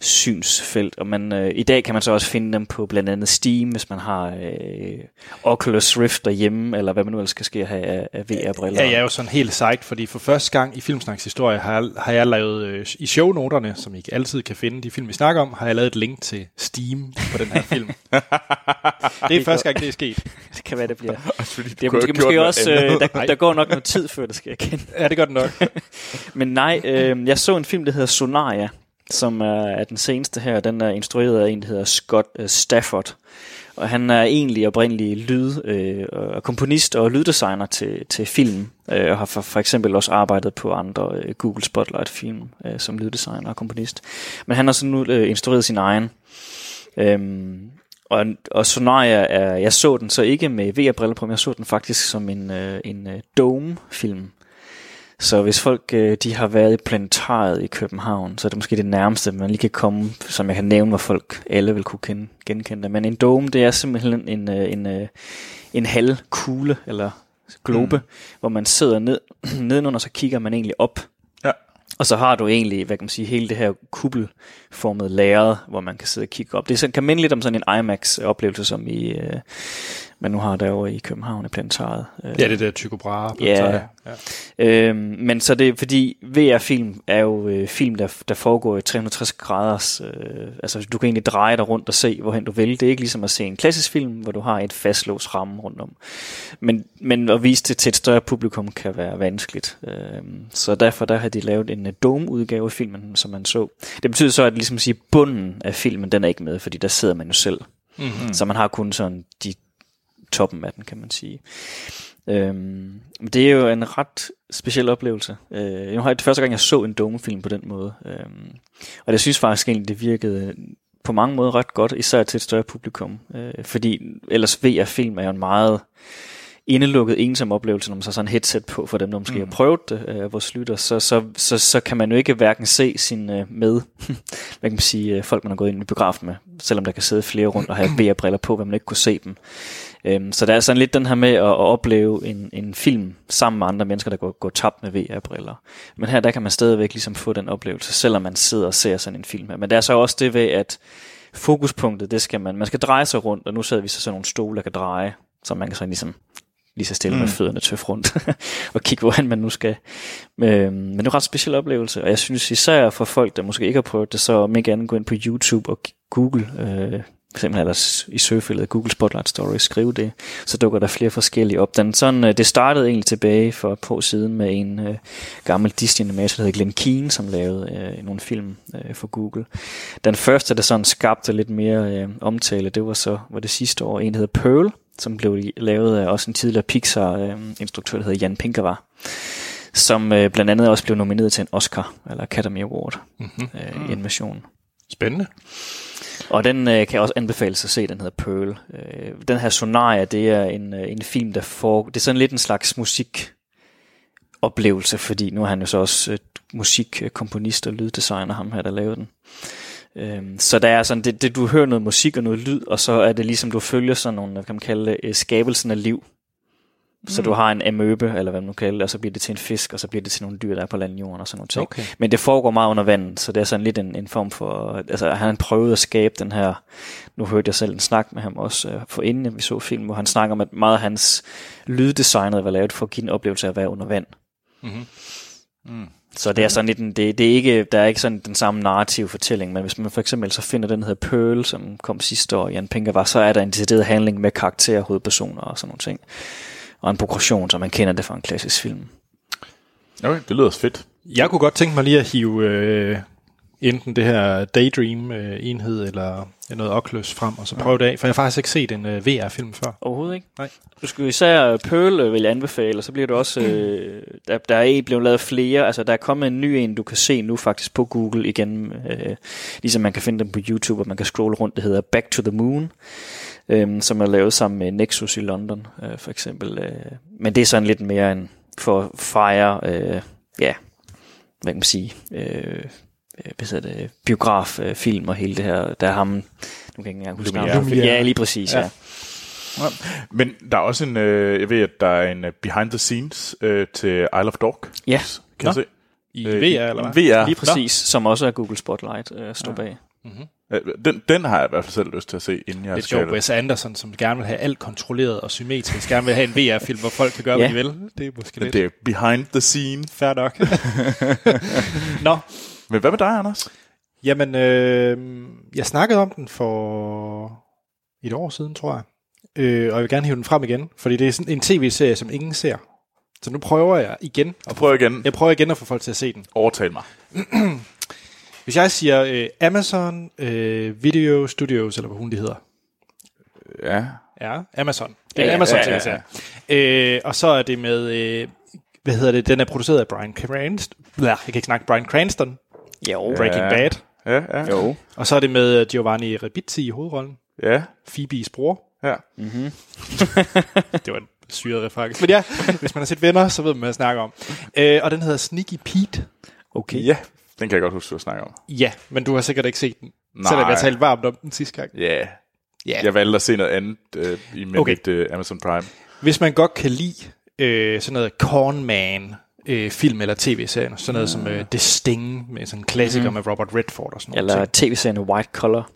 S3: synsfelt, og man, øh, i dag kan man så også finde dem på blandt andet Steam, hvis man har øh, Oculus Rift derhjemme, eller hvad man nu ellers skal ske have af, af VR-briller.
S1: Ja, jeg er jo sådan helt sejt, fordi for første gang i Filmsnaks historie har jeg, har jeg lavet, øh, i shownoterne, som I ikke altid kan finde de film, vi snakker om, har jeg lavet et link til Steam på den her film. det er første gang, det er sket.
S3: Det kan være, det bliver.
S2: Fordi du
S3: Det er
S2: kunne
S3: måske,
S2: have gjort
S3: måske
S2: noget
S3: også,
S2: andet.
S3: øh, der,
S1: Nej.
S3: der går nok noget tid, før det skal jeg kende.
S1: Ja, det gør det nok.
S3: Men nej, øh, jeg så en film, der hedder Sonaria, som er, er den seneste her. Den er instrueret af en, der hedder Scott øh, Stafford. Og han er egentlig oprindelig lyd, øh, og komponist og lyddesigner til, til film, øh, og har for, for eksempel også arbejdet på andre øh, Google Spotlight-film øh, som lyddesigner og komponist. Men han har så nu øh, instrueret sin egen. Øhm, og, og Sonaria, er, jeg så den så ikke med VR-briller på, men jeg så den faktisk som en, øh, en øh, Dome-film. Så hvis folk øh, de har været i planetariet i København, så er det måske det nærmeste, man lige kan komme, som jeg kan nævne, hvor folk alle vil kunne kende, genkende det. Men en dome, det er simpelthen en, øh, en, øh, en halvkugle, eller globe, mm. hvor man sidder ned, nedenunder, så kigger man egentlig op.
S2: Ja.
S3: Og så har du egentlig, hvad kan man sige, hele det her kuppelformede lærred, hvor man kan sidde og kigge op. Det er sådan, kan minde lidt om sådan en IMAX-oplevelse, som i, øh, man nu har derovre i København i planetariet. Øh,
S1: Ja, det der Tycho Brahe.
S3: Ja.
S1: planetarium. ja.
S3: Øhm, men så det er fordi VR-film er jo øh, film, der, der foregår i 360 graders... Øh, altså du kan egentlig dreje dig rundt og se, hvorhen du vil. Det er ikke ligesom at se en klassisk film, hvor du har et fastlåst ramme rundt om. Men, men at vise det til et større publikum kan være vanskeligt. Øhm, så derfor der har de lavet en øh, dome-udgave af filmen, som man så. Det betyder så, at ligesom at sige, bunden af filmen, den er ikke med, fordi der sidder man jo selv.
S1: Mhm.
S3: Mm. Så man har kun sådan de toppen af den, kan man sige. Øhm, men det er jo en ret speciel oplevelse. Øh, nu har jeg det er første gang, jeg så en domefilm på den måde. Øhm, og jeg synes faktisk egentlig, det virkede øh, på mange måder ret godt, især til et større publikum. Øh, fordi ellers VR-film er jo en meget indelukket, ensom oplevelse, når man så har sådan en headset på, for dem, der måske mm. har prøvet det, øh, vores lytter, så, så, så, så kan man jo ikke hverken se sin øh, med, hvad kan man sige, øh, folk, man har gået ind i biografen med, selvom der kan sidde flere rundt og have VR-briller på, men man ikke kunne se dem. Øhm, så der er sådan lidt den her med at, at opleve en, en film sammen med andre mennesker, der går, går tabt med VR-briller. Men her, der kan man stadigvæk ligesom få den oplevelse, selvom man sidder og ser sådan en film her. Men der er så også det ved, at fokuspunktet, det skal man, man skal dreje sig rundt, og nu sidder vi så sådan nogle stole, der kan dreje, så man kan sådan ligesom lige så stille mm. med fødderne tøf rundt, og kigge, hvordan man nu skal. Øhm, men det er en ret speciel oplevelse, og jeg synes især for folk, der måske ikke har prøvet det, så om ikke andet gå ind på YouTube og g- google, øh, simpelthen ellers i søgefeltet Google Spotlight Stories, skrive det, så dukker der flere forskellige op. Den sådan, øh, det startede egentlig tilbage for på siden med en øh, gammel Disney-animator, der hedder Glenn Keane, som lavede øh, nogle film øh, for Google. Den første, der sådan skabte lidt mere øh, omtale, det var så var det sidste år, en hedder Pearl, som blev lavet af også en tidligere Pixar-instruktør, der hedder Jan Pinkava, som øh, blandt andet også blev nomineret til en Oscar, eller Academy Award, mm-hmm. øh, i animation.
S1: Mhm. Spændende.
S3: Og den øh, kan jeg også anbefales at se, den hedder Pearl. Øh, den her Sonaria, det er en, øh, en film, der får... Det er sådan lidt en slags musik oplevelse, fordi nu er han jo så også øh, musikkomponist og lyddesigner, ham her, der lavede den. Øhm, så der er sådan, det, det, du hører noget musik og noget lyd, og så er det ligesom, du følger sådan nogle, hvad kan man kalde det, øh, skabelsen af liv. Så du har en amøbe, eller hvad man nu kalder det, og så bliver det til en fisk, og så bliver det til nogle dyr, der er på landjorden og sådan noget. ting.
S1: Okay.
S3: Men det foregår meget under vandet, så det er sådan lidt en, en form for... Altså, han prøvede at skabe den her... Nu hørte jeg selv en snak med ham også øh, for inden at vi så film, hvor han snakker om, at meget af hans lyddesignet var lavet for at give en oplevelse af at være under vand.
S1: Mhm.
S2: Mm.
S3: Så det er sådan lidt en, det, det er ikke, der er ikke sådan den samme narrative fortælling, men hvis man for eksempel så finder den, der hedder Pearl, som kom sidste år, Jan Pinker var, så er der en decideret handling med karakterer, hovedpersoner og sådan nogle ting. Og en progression, så man kender det fra en klassisk film.
S2: Okay, det lyder fedt.
S1: Jeg kunne godt tænke mig lige at hive øh, enten det her Daydream-enhed eller noget Oculus frem, og så prøve det af, for jeg har faktisk ikke set en øh, VR-film før.
S3: Overhovedet ikke?
S1: Nej.
S3: Du skal jo især Pearl øh, vil jeg anbefale, og så bliver du også... Øh, der, der er egentlig blevet lavet flere. Altså, der er kommet en ny en, du kan se nu faktisk på Google igen. Øh, ligesom man kan finde dem på YouTube, og man kan scrolle rundt. Det hedder Back to the Moon, øh, som er lavet sammen med Nexus i London, øh, for eksempel. Øh. Men det er sådan lidt mere en for at fejre... Øh, ja, hvad kan man sige... Øh, øh, hvad hedder det, biograf, øh, film og hele det her, der er ham, nu kan jeg ikke engang huske
S1: Lumière.
S3: ham. Ja, lige præcis, ja.
S1: Ja.
S3: ja.
S2: Ja. Men der er også en, øh, jeg ved, at der er en øh, behind the scenes øh, til Isle of Dog.
S3: Ja.
S2: Kan jeg
S1: Nå.
S2: se?
S1: I
S2: Øh,
S1: øh, VR, eller hvad?
S2: VR.
S3: Lige præcis, Nå. som også er Google Spotlight øh, står ja. bag.
S2: Nå, øh, Den, den har jeg i hvert fald selv lyst til at se, inden jeg
S1: Det er
S2: skal.
S1: sjovt, Wes Anderson, som gerne vil have alt kontrolleret og symmetrisk, gerne vil have en VR-film, hvor folk kan gøre,
S3: Ja.
S1: hvad de vil. Det er måske lidt
S2: Det er behind the scene.
S1: fair nok. Nå,
S2: Men hvad med dig, Anders?
S1: Jamen, øh, jeg snakkede om den for et år siden, tror jeg. Øh, og jeg vil gerne hive den frem igen, fordi det er sådan en tv-serie, som ingen ser. Så nu prøver jeg igen.
S2: Og prøv igen.
S1: Jeg prøver igen at få folk til at se den.
S2: Overtal mig.
S1: Hvis jeg siger øh, Amazon øh, Video Studios, eller hvad hun det hedder.
S2: Ja.
S1: Ja, Amazon. Det er
S3: Ja,
S1: ja, en
S3: ja,
S1: amazon
S2: ja,
S1: ja, ja, ja. Øh, Og så er det med, øh, hvad hedder det, den er produceret af Brian Cranston. Blah, jeg kan ikke snakke Brian Cranston,
S3: Jo.
S1: Breaking
S2: Ja.
S1: ja. Bad.
S2: Ja, ja.
S3: Jo.
S1: Og så er det med øh, Giovanni Ribisi i hovedrollen.
S2: Ja,
S1: Phoebe's bror.
S2: ja.
S1: Det var en syret reference. Men ja, hvis man har set venner, så ved man, hvad jeg snakker om. Øh, og den hedder Sneaky Pete.
S3: Okay.
S2: Ja, den kan jeg godt huske, du har snakket om.
S1: Ja, men du har sikkert ikke set den.
S2: Nej.
S1: Selvom jeg talte varmt om den sidste gang.
S2: Ja.
S1: Ja.
S2: Jeg valgte at se noget andet øh, i okay.
S1: Okay.
S2: mit øh, Amazon Prime.
S1: Hvis man godt kan lide øh, sådan noget Corn Man, øh, film eller tv-serien, sådan noget som øh, The Sting, med sådan en klassiker mm. med Robert Redford og sådan noget.
S3: Eller tv-serien White Collar.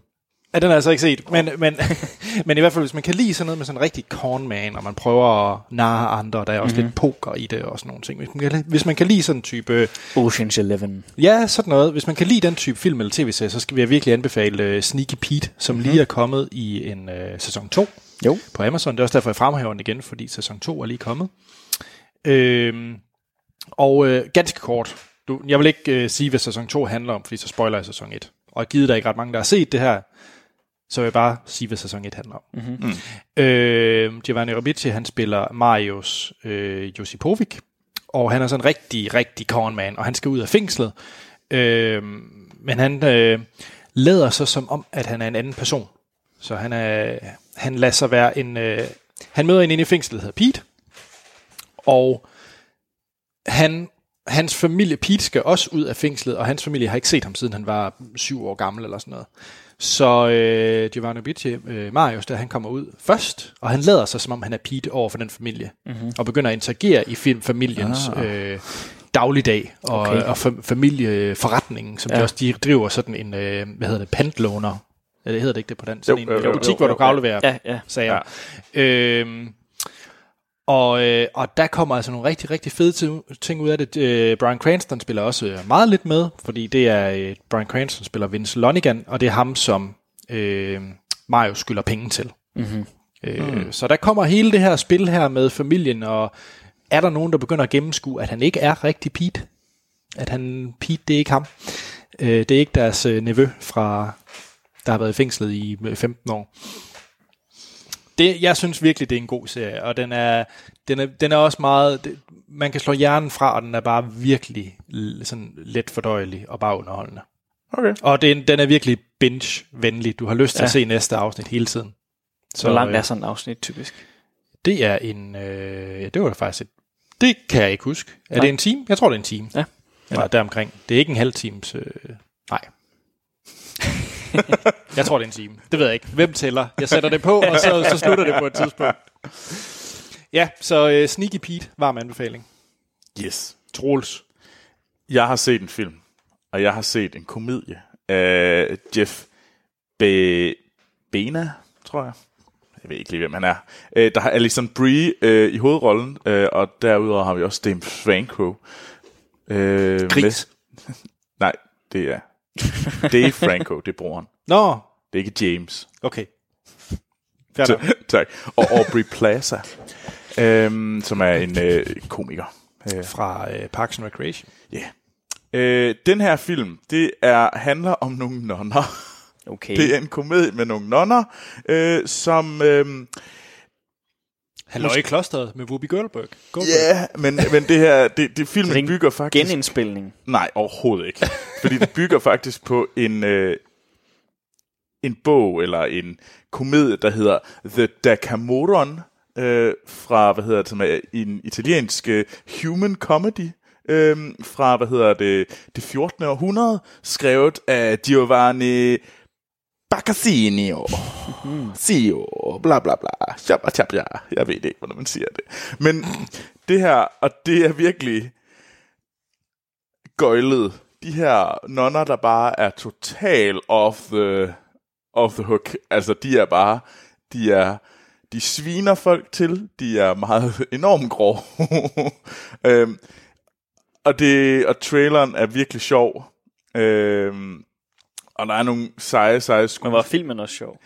S1: Ja, den har jeg så ikke set, men, men, men i hvert fald, hvis man kan lide sådan noget med sådan en rigtig cornman, og man prøver at narre andre, og der er også mm-hmm. lidt poker i det og sådan nogle ting. Hvis man, kan, hvis man kan lide sådan en type,
S3: Ocean's Eleven.
S1: ja, sådan noget, hvis man kan lide den type film eller tv-serie, så skal vi virkelig anbefale uh, Sneaky Pete, som mm-hmm. lige er kommet i en uh, sæson 2
S3: Jo.
S1: på Amazon. Det er også derfor, jeg fremhæver den igen, fordi sæson 2 er lige kommet. Øhm, og øh, ganske kort. Du, jeg vil ikke øh, sige, hvad sæson 2 handler om, fordi så spoiler jeg sæson 1. Og givet der ikke ret mange, der har set det her, så vil jeg bare sige, hvad sæson 1 handler om. Mm-hmm. Mm. Øh, Giovanni Ribisi, han spiller Marius øh, Josipovic, og han er sådan en rigtig, rigtig kornmand, og han skal ud af fængslet. Øh, men han øh, lader sig som om, at han er en anden person. Så han, er, han lader sig være en... Øh, han møder en inde i fængslet, der hedder Pete, og han, hans familie, Pete, skal også ud af fængslet, og hans familie har ikke set ham, siden han var syv år gammel eller sådan noget. Så øh, Giovanni Bici, øh, Marius, der han kommer ud først, og han lader sig, som om han er Pete over for den familie, mm-hmm. og begynder at interagere i film, familiens ah. øh, dagligdag og, okay. og fam- familieforretningen, som ja. de også de driver sådan en, øh, hvad hedder det, pantlåner. Ja, det hedder det ikke det på den. Sådan
S2: Jo,
S1: en,
S2: jo,
S1: en
S2: jo,
S1: butik,
S2: jo,
S1: hvor
S2: jo,
S1: du kan
S2: jo.
S1: aflevere
S3: Ja, ja.
S1: sager. Ja. Øhm, og, øh, og der kommer altså nogle rigtig, rigtig fede ti- ting ud af det. Øh, Brian Cranston spiller også øh, meget lidt med, fordi det er, øh, Brian Cranston spiller Vince Lonigan, og det er ham, som øh, Mario skylder penge til. Mm-hmm. Øh, Så der kommer hele det her spil her med familien, og er der nogen, der begynder at gennemskue, at han ikke er rigtig Pete? At han, Pete, det er ikke ham. Øh, det er ikke deres øh, nevø fra, der har været i fængslet i øh, 15 år det, jeg synes virkelig, det er en god serie, og den er, den er, den er også meget, det, man kan slå hjernen fra, og den er bare virkelig l- sådan let fordøjelig og bare underholdende.
S2: Okay.
S1: Og den, den er virkelig binge-venlig. Du har lyst til ja. at se næste afsnit hele tiden. Så
S3: Hvor langt
S1: øh,
S3: er sådan et afsnit typisk?
S1: Det er en, øh, ja, det var faktisk et, det kan jeg ikke huske. Er Nej. det en time? Jeg tror, det er en time.
S3: Ja.
S1: Eller deromkring. Det er ikke en halv times, øh, nej. jeg tror, det er en time. Det ved jeg ikke. Hvem tæller? Jeg sætter det på, og så, så slutter det på et tidspunkt. Ja, så øh, Sneaky Pete, varm anbefaling.
S2: Yes.
S1: Troels.
S2: Jeg har set en film, og jeg har set en komedie af Jeff Be- Bena, tror jeg. Jeg ved ikke lige, hvem han er. Øh, der har Alison Brie øh, i hovedrollen, øh, og derudover har vi også James Franco. Øh,
S1: Gris.
S2: med- Nej, det er Dave Franco, det er broren.
S1: Nå,
S2: Det er ikke James.
S1: okay. Færdig.
S2: tak. Og Aubrey Plaza, øhm, som er en øh, komiker. Øh,
S1: Fra øh, Parks and Recreation.
S2: Ja. Øh, den her film, det er handler om nogle nonner.
S3: Okay.
S2: Det er en komedie med nogle nonner, øh, som... Øh,
S1: Han lå i klosteret med Whoopi Goldberg. Goldberg.
S2: ja, men, men det her, det, det
S3: det er
S2: filmen
S3: ikke
S2: bygger faktisk...
S3: Genindspilning.
S2: Nej, overhovedet ikke. Fordi det bygger faktisk på en, øh, en bog eller en komedie, der hedder The Decameron, øh, fra, hvad hedder det, som er en italiensk øh, human comedy, øh, fra, hvad hedder det, det 14. århundrede, skrevet af Giovanni Baccasinio.
S3: Hmm.
S2: Sio, bla bla bla, shabba shabba. Jeg ved ikke, hvordan man siger det. Men det her, og det er virkelig gøjlet. De her nonner, der bare er total off the, off the hook. Altså, de er bare... De er de sviner folk til. De er meget enormt grove. øhm, og, det, og traileren er virkelig sjov. Øhm, og der er nogle seje, seje
S3: Men
S2: skud.
S3: var filmen også sjov?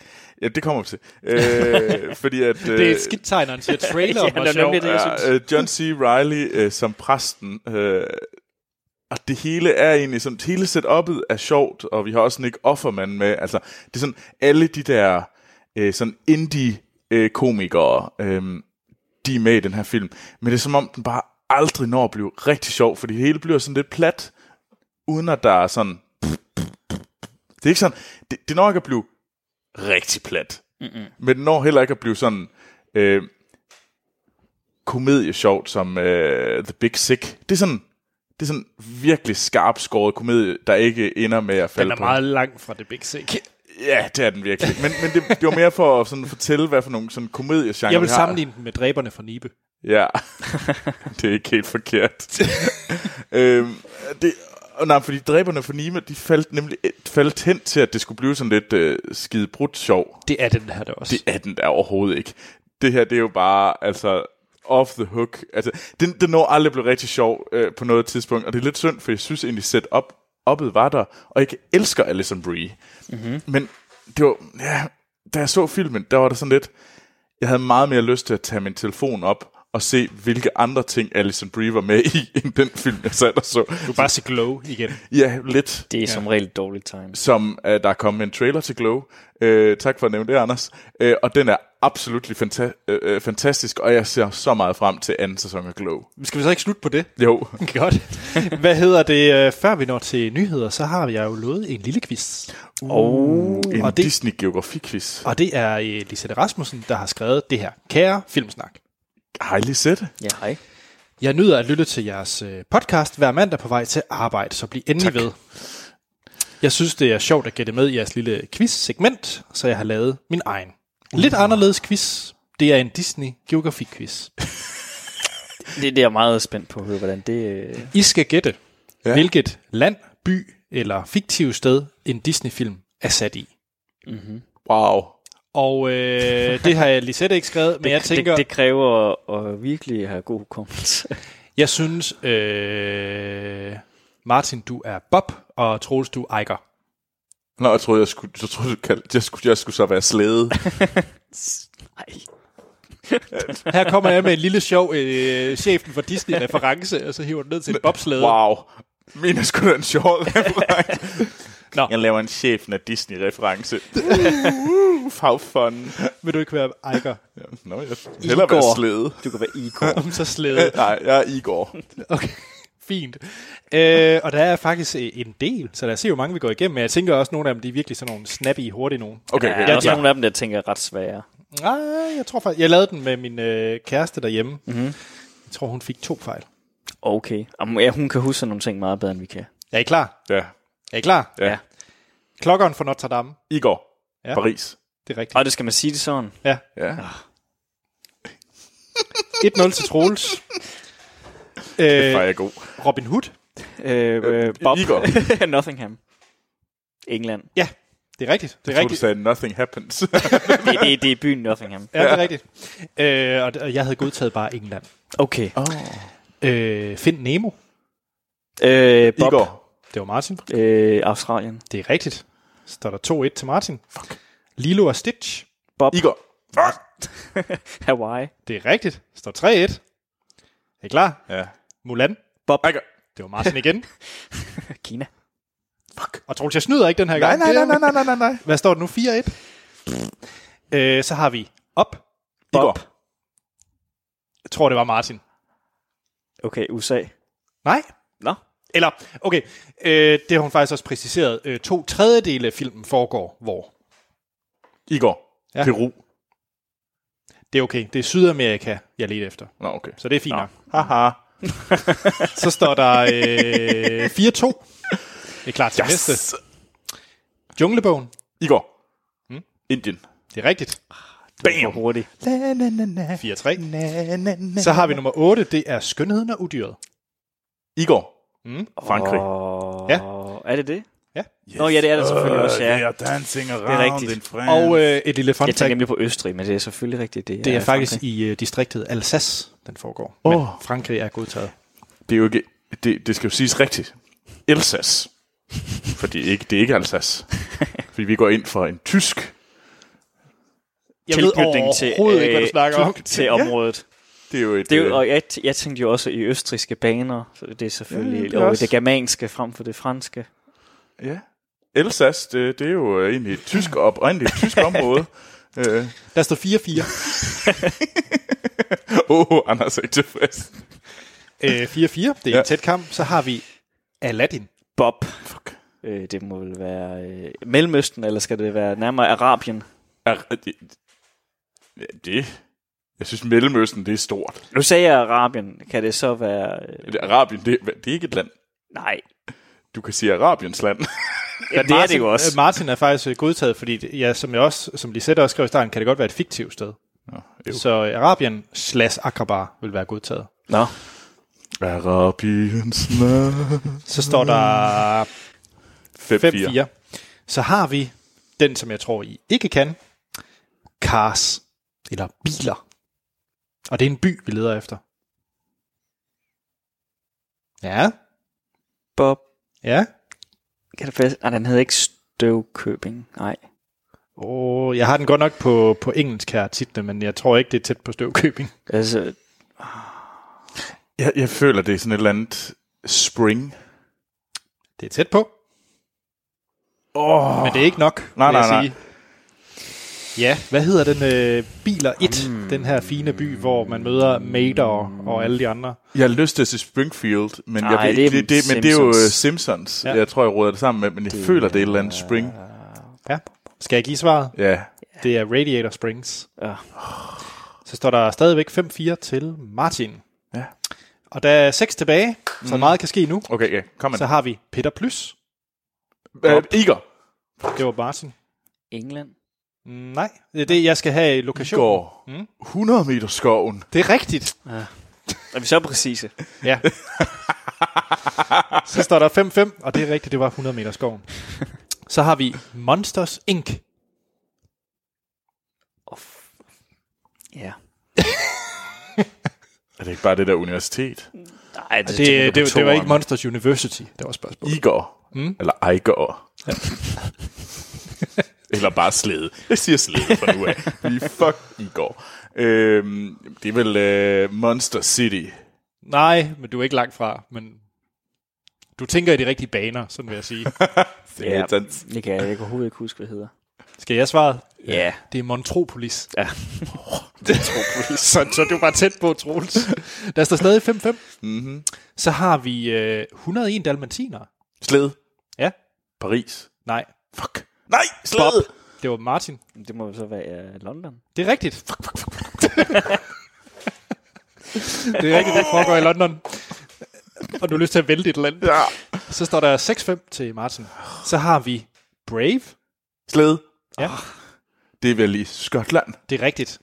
S2: Ja, det kommer vi til. Øh, øh, fordi at...
S1: Det er et skidt tegn, når han siger trailer.
S3: Ja,
S1: ja,
S3: det er nemlig
S1: det.
S3: det. jeg
S2: Ja, øh, John C. Reilly øh, som præsten, øh, og det hele er egentlig sådan, hele setup'et er sjovt, og vi har også Nick Offerman med. Altså, det er sådan, alle de der øh, sådan indie-komikere, øh, de er med i den her film. Men det er som om, den bare aldrig når at blive rigtig sjov, fordi det hele bliver sådan lidt plat, uden at der er sådan... Det er ikke sådan... Det, det når ikke at blive rigtig plat. Mm-mm. Men det når heller ikke at blive sådan... Øh, komediesjovt som øh, The Big Sick. Det er sådan... Det er sådan virkelig skarp skåret komedie, der ikke ender med at falde
S1: Den er
S2: på.
S1: meget langt fra det big sick.
S2: Ja, det er den virkelig. Men, men det, det var mere for at sådan fortælle, hvad for nogle sådan komediegenre
S1: Jeg vil
S2: vi har.
S1: sammenligne den med dræberne fra Nibe.
S2: Ja, det er ikke helt forkert. øhm, det, og nej, fordi dræberne for Nima, de faldt nemlig faldt hen til, at det skulle blive sådan lidt øh, skide brudt sjov.
S1: Det er den her der også.
S2: Det er den der overhovedet ikke. Det her, det er jo bare, altså, off the hook. Altså, den, den når aldrig blive rigtig sjov øh, på noget tidspunkt, og det er lidt synd, for jeg synes egentlig, set op, oppet var der, og jeg elsker Alison Brie. Mm-hmm. Men det var, ja, da jeg så filmen, der var der sådan lidt, jeg havde meget mere lyst til at tage min telefon op, og se, hvilke andre ting Alison Brie var med i, end den film, jeg sad og så.
S1: Du kan bare se glow igen.
S2: Ja, lidt
S3: Det er som regel et dårligt tegn.
S2: som uh, der er kommet en trailer til Glow. Uh, tak for at nævne det, Anders. Uh, og den er absolut fanta- uh, fantastisk, og jeg ser så meget frem til anden sæson af Glow.
S1: Skal vi så ikke slutte på det?
S2: Jo,
S1: Godt. Hvad hedder det? øh, Før vi når til nyheder, så har jeg jo lovet en lille quiz.
S2: Uh, en
S1: og
S2: og
S1: det-
S2: Disney-geografikvis.
S1: Og det er øh, Lisette Rasmussen, der har skrevet det her. Kære Filmsnak.
S2: Hej, Lisette.
S3: Ja, hej.
S1: Jeg nyder at lytte til jeres øh, podcast hver mandag på vej til arbejde, så bliv endelig tak. ved. Jeg synes, det er sjovt at gætte med i jeres lille quiz-segment, så jeg har lavet min egen. Lidt anderledes quiz. Det er en Disney-geografi-quiz.
S3: Det, det er jeg meget spændt på at høre, hvordan det... Øh...
S1: I skal gætte, ja.
S2: Ja.
S1: hvilket land, by eller fiktivt sted en Disney-film er sat i.
S2: Wow.
S1: Og øh, det har jeg Lisette ikke skrevet, men jeg tænker,
S3: det, det kræver at, at virkelig have god hukommelse.
S1: jeg synes, øh, Martin, du er Bob, og Troels, du er Iker.
S2: Nå, jeg troede, jeg skulle, jeg, troede, du kaldte, jeg, skulle, jeg skulle så være slæde.
S3: Nej.
S1: Her kommer jeg med en lille sjov øh, chefen for Disney-reference, og så hiver den ned til en bobslæde.
S2: Wow. Min er sgu da en sjov reference.
S1: Nå.
S2: Jeg laver en chefen af Disney-reference. Fagfonden.
S1: Vil du ikke være Iker?
S2: Ja, Uh. nå, jeg hellere
S3: Igor.
S2: være slæde.
S3: Du kan være Igor.
S1: Om så slæde.
S2: Nej, jeg er Igor.
S1: Okay, fint. Øh, og der er faktisk øh, en del, så lad os se, hvor mange vi går igennem. Men jeg tænker også, at nogle af dem de er virkelig sådan nogle snappy, hurtige nogen.
S2: Okay,
S3: Ja,
S2: okay.
S3: der er også
S1: ja.
S3: nogle af dem, der tænker er ret svære.
S1: Nej, jeg tror faktisk... Jeg lavede den med min øh, kæreste derhjemme.
S2: Mhm.
S1: Mm-hmm. Jeg tror, hun fik to fejl.
S3: Okay. Jamen, ja, hun kan huske sådan nogle ting meget bedre, end vi kan.
S1: Er I klar?
S2: Ja.
S1: Er I klar?
S2: Ja.
S1: Klokkeren fra Notre Dame.
S2: Igor.
S1: Ja.
S2: Ja. Paris.
S1: Det er rigtigt.
S3: Og det skal man sige det sådan.
S1: Ja.
S2: Ja.
S1: 1-0 til Troels.
S2: Det var
S1: Øh,
S2: jeg god.
S1: Robin Hood.
S3: Øh, øh, Bob.
S2: Igor.
S3: Nottingham. England.
S1: Ja, det er rigtigt. Det er
S2: Jeg tror, du
S1: rigtigt.
S2: sagde, nothing happens.
S3: Det, det, det er byen Nottingham.
S1: Ja, det er rigtigt. Øh, og, og jeg havde godtaget bare England.
S3: Okay.
S1: Øh, Find Nemo.
S3: Øh, Bob.
S2: Igor.
S1: Det var Martin.
S3: Øh, Australien.
S1: Det er rigtigt. Står der 2-1 til Martin. Fuck. Lilo og Stitch.
S3: Bob.
S2: Igor. Fuck.
S3: Hawaii.
S1: Det er rigtigt. Står 3-1. Er I klar?
S2: Ja.
S1: Mulan.
S3: Bob.
S2: Igor.
S1: Det var Martin igen.
S3: Kina.
S1: Og Troels, jeg snyder ikke den her
S2: Nej,
S1: gang.
S2: nej,
S1: Det er-
S2: nej, nej, nej, nej, nej, nej.
S1: Hvad står det nu? 4-1? Øh, så har vi op.
S2: Igor.
S3: Bob.
S1: Jeg tror, det var Martin.
S3: Okay, USA.
S1: Nej?
S3: Nå.
S1: Eller, okay, øh, det har hun faktisk også præciseret. Øh, to tredjedele af filmen foregår hvor?
S2: Igor.
S1: Ja.
S2: Peru.
S1: Det er okay. Det er Sydamerika, jeg leder efter.
S2: Nå, okay.
S1: Så det er fint nok.
S2: Haha.
S1: Så står der øh, 4-2. Det er klar til yes. næste. Junglebogen.
S2: Igor. Indien.
S1: Det er rigtigt.
S3: Bam. For hurtigt.
S1: 4-3. Så har vi nummer 8. Det er Skønheden og Udyret. Mm.
S2: Igor. Frankrig.
S3: Og...
S1: Ja.
S3: Er det det?
S1: Ja.
S3: Yes. Nå, ja, det er det selvfølgelig
S2: Uh,
S3: også, ja.
S2: they are dancing
S3: Det er
S2: around
S3: rigtigt.
S2: in France.
S1: Og øh, et lille fun
S3: Jeg tænker
S1: fact.
S3: nemlig på Østrig, men det er selvfølgelig rigtigt. Det,
S1: Det er faktisk
S3: Frankrig.
S1: i øh, distriktet Alsace, den foregår. Men
S2: Åh.
S1: Frankrig er godtaget.
S2: Det er jo ikke... Det, det skal jo siges rigtigt. Elsass. Fordi ikke, det er ikke Alsace. Fordi vi går ind for en tysk.
S1: Jeg ved
S3: Tilknytning til,
S1: overhovedet ikke, hvad du snakker om.
S3: Til området.
S2: Det er jo et...
S3: Det er jo,
S2: øh,
S3: og jeg, jeg tænkte jo også i østriske baner, så det er selvfølgelig
S2: Ja,
S3: ja,
S2: det
S3: det
S2: er
S3: og i
S2: også-
S3: det germanske frem for det franske.
S2: ja. Elsass, det, det er jo øh, egentlig et tysk oprindeligt et tysk område. Øh,
S1: Der står 4-4.
S2: Åh, oh, Anders er ikke tilfreds.
S1: Øh, 4-4, det er
S2: Ja.
S1: ja. en tæt kamp. Så har vi Aladdin.
S3: Bob. Fuck. Øh, det må vel være øh, Mellemøsten, eller skal det være nærmere Arabien?
S2: Er, det, ja, det... Jeg synes, Mellemøsten, det er stort.
S3: Nu sagde jeg Arabien. Kan det så være... Øh,
S2: Arabien, det, det er ikke et land.
S3: nej.
S2: Du kan sige Arabiens land.
S3: Ja, det er det jo
S1: øh,
S3: også.
S1: Martin er faktisk øh, godtaget, fordi det- ja, som jeg også, som Lisette også skrev i starten, kan det godt være et fiktivt sted.
S3: Uh.
S2: Nå,
S1: Jo.
S2: jo.
S1: Så øh, Arabien slash Akrabar vil være godtaget.
S3: Nå.
S2: Arabiens land.
S1: Så står
S3: Mm.
S1: der
S2: 5-4.
S1: 5-4. Så har vi den, som jeg tror, I ikke kan. Cars. Eller biler. Og det er en by, vi leder efter. Ja,
S3: Bob.
S1: ja.
S3: Kan det passe? Nej, den hedder ikke Støvkøbing. Nej.
S1: Oh, jeg har den godt nok på, på engelsk her titlen, men jeg tror ikke, det er tæt på Støvkøbing.
S3: Altså,
S2: Jeg, jeg føler, det er sådan et eller andet spring.
S1: Det er tæt på,
S2: Åh, oh,
S1: men det er ikke nok,
S2: Nej,
S1: vil jeg
S2: nej, nej.
S1: sige. Ja, hvad hedder den øh, Biler 1, mm. den her fine by, hvor man møder Mader og alle de andre?
S2: jeg har lyst til at sige Springfield, men,
S3: Nej,
S2: jeg, ved
S3: det er
S2: ikke- det, men det er jo øh,
S3: Simpsons.
S2: Simpsons, ja.
S1: Ja.
S2: jeg tror, jeg råder det sammen med, men jeg det, føler, det er et eller andet spring.
S3: øh,
S1: Ja. Skal jeg give svaret?
S2: Ja,
S1: Det er Radiator Springs.
S3: Ja.
S1: Så står der stadigvæk 5-4 til Martin.
S2: Ja.
S1: Og der er 6 tilbage, så meget kan ske nu.
S2: okay, ja, kom
S1: Så
S2: an.
S1: har vi Peter Plus.
S2: Øh, Iger.
S1: Det var Martin.
S3: England.
S1: Mm, Nej, det er det, jeg skal have i lokation.
S2: Går
S1: Mm.
S2: 100 meter skoven.
S1: Det er rigtigt.
S3: Er vi så præcise?
S1: Ja. så står der 5-5, og det er rigtigt, det var 100 meter skoven. Så har vi Monsters Inc. Altså,
S3: Ja.
S2: Er det ikke bare det der universitet?
S3: Nej, det,
S1: Det, det, det, det var ikke Monsters University, det var spørgsmålet. Hmm?
S2: Igor. Mm. Eller Igor. Eller bare slæde. Jeg siger slæde for nu af. Vi er fuck Igor. Øhm, det er vel øh, Monster City.
S1: Nej, men du er ikke langt fra, men du tænker i de rigtige baner, sådan vil jeg sige.
S3: Ja,
S2: Satans.
S3: det kan jeg, jeg kan overhovedet ikke huske, hvad det hedder.
S1: Skal jeg svare?
S3: Ja.
S1: Det er Montropolis.
S3: Ja.
S1: så, så du var tæt på, Troels. Der står stadig 5-5. Mm-hmm.
S2: Mhm.
S1: Så har vi øh, 101 dalmatiner.
S2: Slæde.
S1: Ja.
S2: Paris.
S1: Nej.
S2: Fuck. Nej, slæde.
S1: Det var Martin.
S3: Det må jo så være øh, London.
S1: Det er rigtigt. Fuck, fuck, fuck. det er rigtigt, det foregår i London. Og du har lyst til at vælte et land.
S2: Ja.
S1: Så står der 6-5 til Martin. Så har vi Brave.
S2: Slæde.
S1: Ja.
S2: Ah. Det er vel i Skotland.
S1: Det er rigtigt.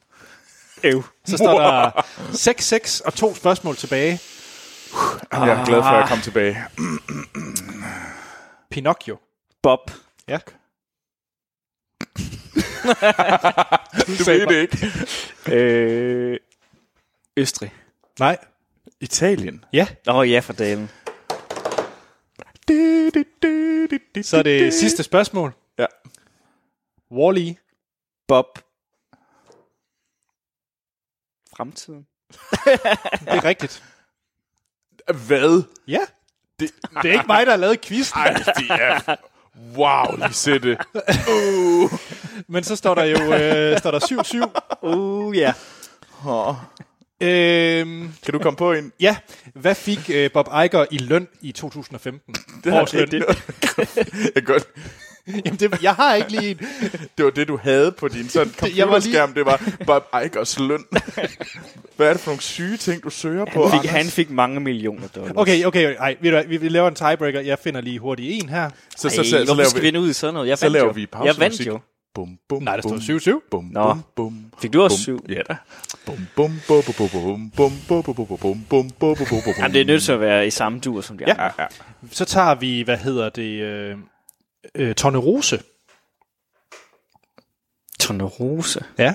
S3: Øv.
S1: Så står der 6-6 og to spørgsmål tilbage.
S2: Jamen, Jeg er glad for, at jeg kom tilbage.
S1: Pinocchio.
S3: Bob.
S1: Ja.
S2: Du ved det
S1: Ah.
S2: ikke.
S3: Øh, Østrig.
S1: Nej.
S2: Italien.
S1: Ja.
S3: Åh oh, ja, for dalen.
S1: Så er det sidste spørgsmål.
S2: Ja.
S1: Wall-E.
S3: Bob. Fremtiden.
S1: Det er rigtigt.
S2: Hvad?
S1: Ja.
S2: Det,
S1: Det er ikke mig, der har lavet quiz.
S2: ej, det er... Wow, Lisette. Uh.
S1: Men så står der jo øh, står der 7-7.
S3: Uh, ja.
S2: Oh.
S1: Øhm,
S2: Kan du komme på en?
S1: ja. Hvad fik øh, Bob Iger i løn i 2015?
S2: Det
S1: Års løn.
S2: det, jeg godt.
S1: Jamen, det, jeg har ikke lige en.
S2: det var det, du havde på din sådan
S1: jeg var lige-
S2: computerskærm. Det var Bob Igers løn. Hvad er det for nogle syge ting, du søger på,
S3: Han fik,
S2: Anders?
S3: han fik mange millioner dollars.
S1: Okay, okay. Ej, ved du, hvad, vi, vi laver en tiebreaker. Jeg finder lige hurtigt en her.
S2: Så,
S3: Ej, hvorfor skal vi nu ud i sådan noget? Jeg
S2: så
S3: vandt
S2: laver
S3: jo.
S2: vi
S3: Jeg
S2: pausemusik.
S3: vandt jo.
S2: Bum, bum,
S1: Nej, der står
S2: bum,
S1: 7-7.
S2: Bum,
S3: Nå.
S2: bum, bum.
S3: Fik du også
S2: bum.
S3: syv?
S2: Ja da. Bum, bum, bum, bum, bum, bum, bum, bum, bum, bum, bum, bum, bum, bum, bum, bum, bum.
S3: Jamen, det er nødt til at være i samme dur som de andre.
S2: Ja, ja.
S1: Så tager vi, hvad hedder det, øh, øh, Tone Rose.
S3: Tornerose.
S1: Ja.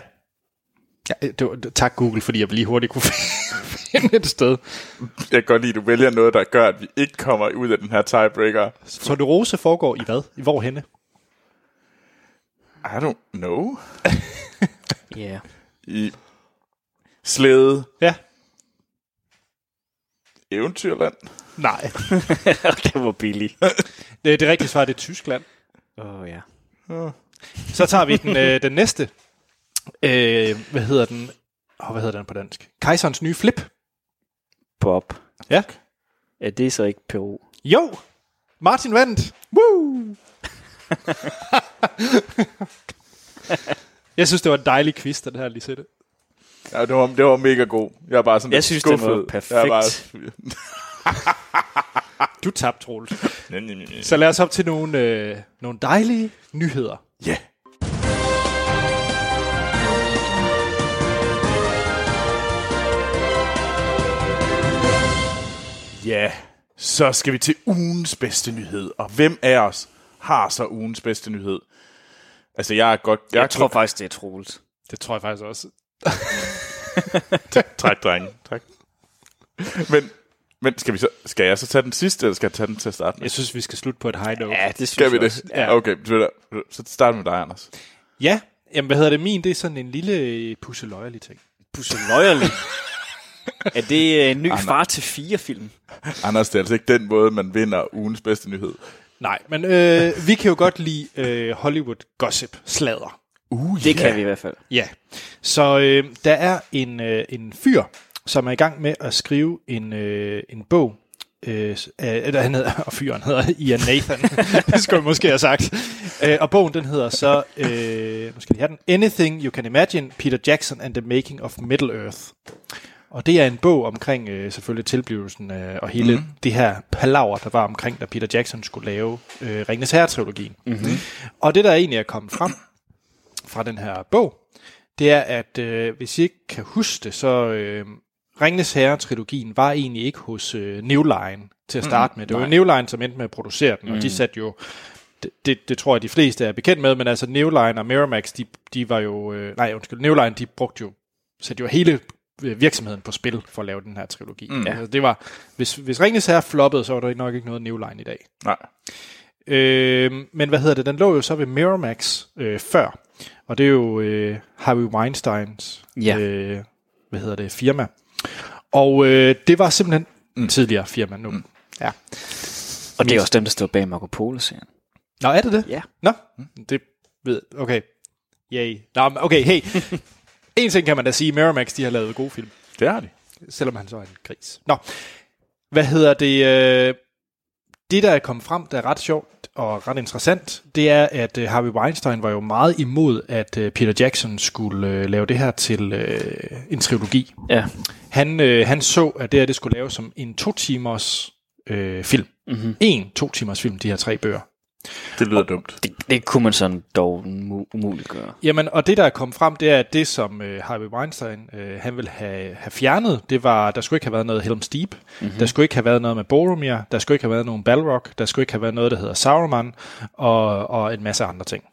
S1: ja øh, det var, tak Google, fordi jeg lige hurtigt kunne finde et sted.
S2: Jeg kan godt lide, at du vælger noget, der gør, at vi ikke kommer ud af den her tiebreaker.
S1: Tone Rose foregår i hvad? I hvorhenne?
S2: I don't know.
S3: Ja. Yeah.
S2: I slæde.
S1: Ja.
S2: Eventyrland.
S1: Nej.
S3: det var billigt.
S1: Det, det rigtige svar det er Tyskland.
S3: Åh oh, ja.
S1: Så tager vi den, øh, den næste. Øh, hvad hedder den? Oh, hvad hedder den på dansk? Kejserens nye flip.
S3: Bob.
S1: Ja.
S3: Ja, det er så ikke Peru.
S1: Jo! Martin vandt! Woo! jeg synes, det var en dejlig quiz, den her Lisette.
S2: Ja, det var, det var mega god. Jeg er bare sådan
S3: Jeg
S2: lidt
S3: synes, den var
S2: skuffet.
S3: perfekt.
S2: Jeg er bare...
S1: Du tabte, Troels. Så lad os op til nogle, øh, nogle dejlige nyheder.
S2: Ja. Ja, så skal vi til ugens bedste nyhed. Og hvem af os har så ugens bedste nyhed? Altså, jeg er godt... Jeg,
S3: Jeg tror faktisk, det er Troels.
S1: Det tror jeg faktisk også.
S2: Træk, drenge. Tak. Men, men skal, vi så, skal jeg så tage den sidste, eller skal jeg tage den til at starte med?
S1: Jeg synes, vi skal slutte på et high note.
S3: Ja, det synes
S2: Skal vi
S3: jeg
S2: det?
S3: også.
S2: Ja. Okay, ved du hvad, så start med dig, Anders.
S1: Ja, jamen hvad hedder det? Min, det er sådan en lille pusseløjerlig ting.
S3: Pusseløjerlig. er det øh, en ny
S2: Ah,
S3: far til fire film?
S2: Anders, det er altså ikke den måde, man vinder ugens bedste nyhed.
S1: Nej, men øh, vi kan jo godt lide øh, Hollywood gossip sladder.
S2: Uh,
S3: Det kan vi i hvert fald.
S1: Ja, så øh, der er en, øh, en fyr, som er i gang med at skrive en, øh, en bog. Øh, s- øh, eller han hedder, og fyren hedder Ian Nathan, det skulle jeg måske have sagt. Øh, og bogen den hedder så, øh, nu skal jeg have den, Anything You Can Imagine, Peter Jackson and the Making of Middle Earth. Og det er en bog omkring øh, selvfølgelig tilblivelsen øh, og hele mm-hmm. det her palaver, der var omkring, da Peter Jackson skulle lave øh, Ringnes Herre-trilogien. Mm-hmm. Og det, der egentlig er kommet frem fra den her bog, det er, at øh, hvis I ikke kan huske det, så øh, Ringnes Herre-trilogien var egentlig ikke hos øh, New Line til at starte mm, med. Det var jo New Line, som endte med at producere den, mm. og de satte jo det, det, det tror jeg, de fleste er bekendt med, men altså New Line og Miramax, de, de var jo... Øh, nej, undskyld, New Line, de brugte jo... Satte jo hele øh, virksomheden på spil for at lave den her trilogi. Mm, ja. altså, det var, hvis, hvis Ringnes Herre floppede, så var der nok ikke noget New Line i dag.
S2: Nej.
S1: Øh, men hvad hedder det? Den lå jo så ved Miramax øh, før, og det er jo øh, Harvey Weinsteins
S3: Ja.
S1: øh, hvad hedder det, firma. Og øh, det var simpelthen mm. tidligere firma nu. Mm. Ja.
S3: Og det er også dem, der står bag Marco Polo-serien.
S1: Nå, er det det?
S3: Ja. Mm.
S1: Nå, det ved Okay. Yay. Nå, men okay, hey. en ting kan man da sige, Miramax, de har lavet gode film.
S2: Det har de.
S1: selvom han så er en gris. Nå, hvad hedder det? øh, Det, der er kommet frem, der er ret sjovt og ret interessant, det er, at øh, Harvey Weinstein var jo meget imod, at øh, Peter Jackson skulle øh, lave det her til øh, en trilogi.
S3: Ja.
S1: Han, øh, han så, at det her det skulle laves som en to-timers øh, film. Mm-hmm. En to-timers film, de her tre bøger.
S2: Det lyder dumt.
S3: Det, det kunne man sådan dog umu- umuligt gøre.
S1: Jamen, og det, der er kommet frem, det er, at det, som øh, Harvey Weinstein øh, han ville have, have fjernet, det var, der skulle ikke have været noget Helm's Deep,
S3: Mhm.
S1: mm-hmm.
S3: Mm.
S1: der skulle ikke have været noget med Boromir, der skulle ikke have været nogen Balrog, der skulle ikke have været noget, der hedder Sauron, og, og en masse andre ting.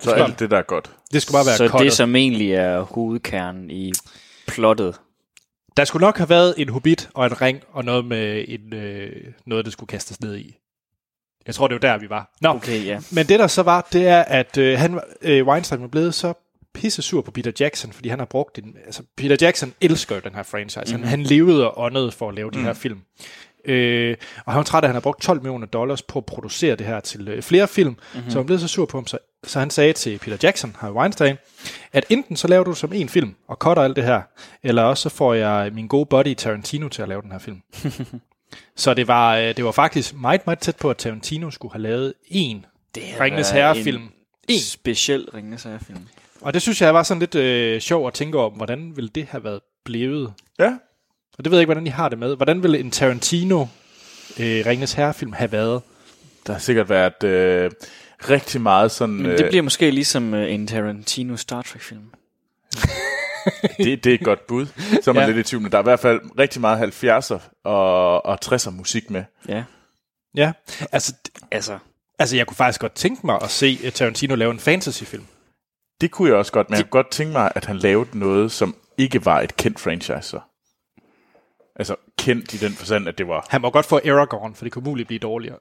S2: Så alt det, der er godt.
S1: Det skulle bare være
S3: Så
S1: cuttet.
S3: det, som egentlig er hovedkernen i plottet.
S1: Der skulle nok have været en hobbit og en ring, og noget med en, øh, noget, der skulle kastes ned i. Jeg tror, det var der, vi var. Nå,
S3: Okay, ja.
S1: Men det der så var, det er, at øh, han, var- øh, Weinstein var blevet så pisse sur på Peter Jackson, fordi han har brugt den. Altså, Peter Jackson elsker jo den her franchise. Mm. Han, han levede og åndede for at lave
S3: Mm.
S1: de her film. Øh, og han var træt af, at han har brugt 12 millioner dollars på at producere det her til øh, flere film,
S3: Mhm.
S1: mm-hmm. så han blev så sur på ham, så, så han sagde til Peter Jackson, Harvey Weinstein, at enten så laver du det som en film og cutter alt det her, eller også så får jeg min gode buddy Tarantino til at lave den her film. så det var, øh, det var faktisk meget, meget tæt på, at Tarantino skulle have lavet en
S3: Det
S1: Ringenes Herre-film.
S3: En
S1: En.
S3: speciel Ringenes Herre-film.
S1: Og det synes jeg var sådan lidt øh, sjovt at tænke over, hvordan ville det have været blevet?
S2: Ja.
S1: Og det ved jeg ikke, hvordan I har det med. Hvordan ville en Tarantino øh, Ringens Herre-film have været?
S2: Der har sikkert været øh, rigtig meget sådan...
S3: Men det bliver måske ligesom øh, en Tarantino Star Trek-film.
S2: det, det er et godt bud. Så er man
S1: Ja.
S2: ja. lidt i tvivl. men Der er i hvert fald rigtig meget 70'er og, og 60'er musik med.
S3: Ja.
S1: Ja, altså, d-
S3: Altså,
S1: altså jeg kunne faktisk godt tænke mig at se øh, Tarantino lave en fantasyfilm.
S2: Det kunne jeg også godt, men jeg kunne godt tænke mig, at han lavede noget, som ikke var et kendt franchise. Så. Altså kendt i den forstand, at det var
S1: Han må godt få Aragorn, for det kunne muligt blive dårligere.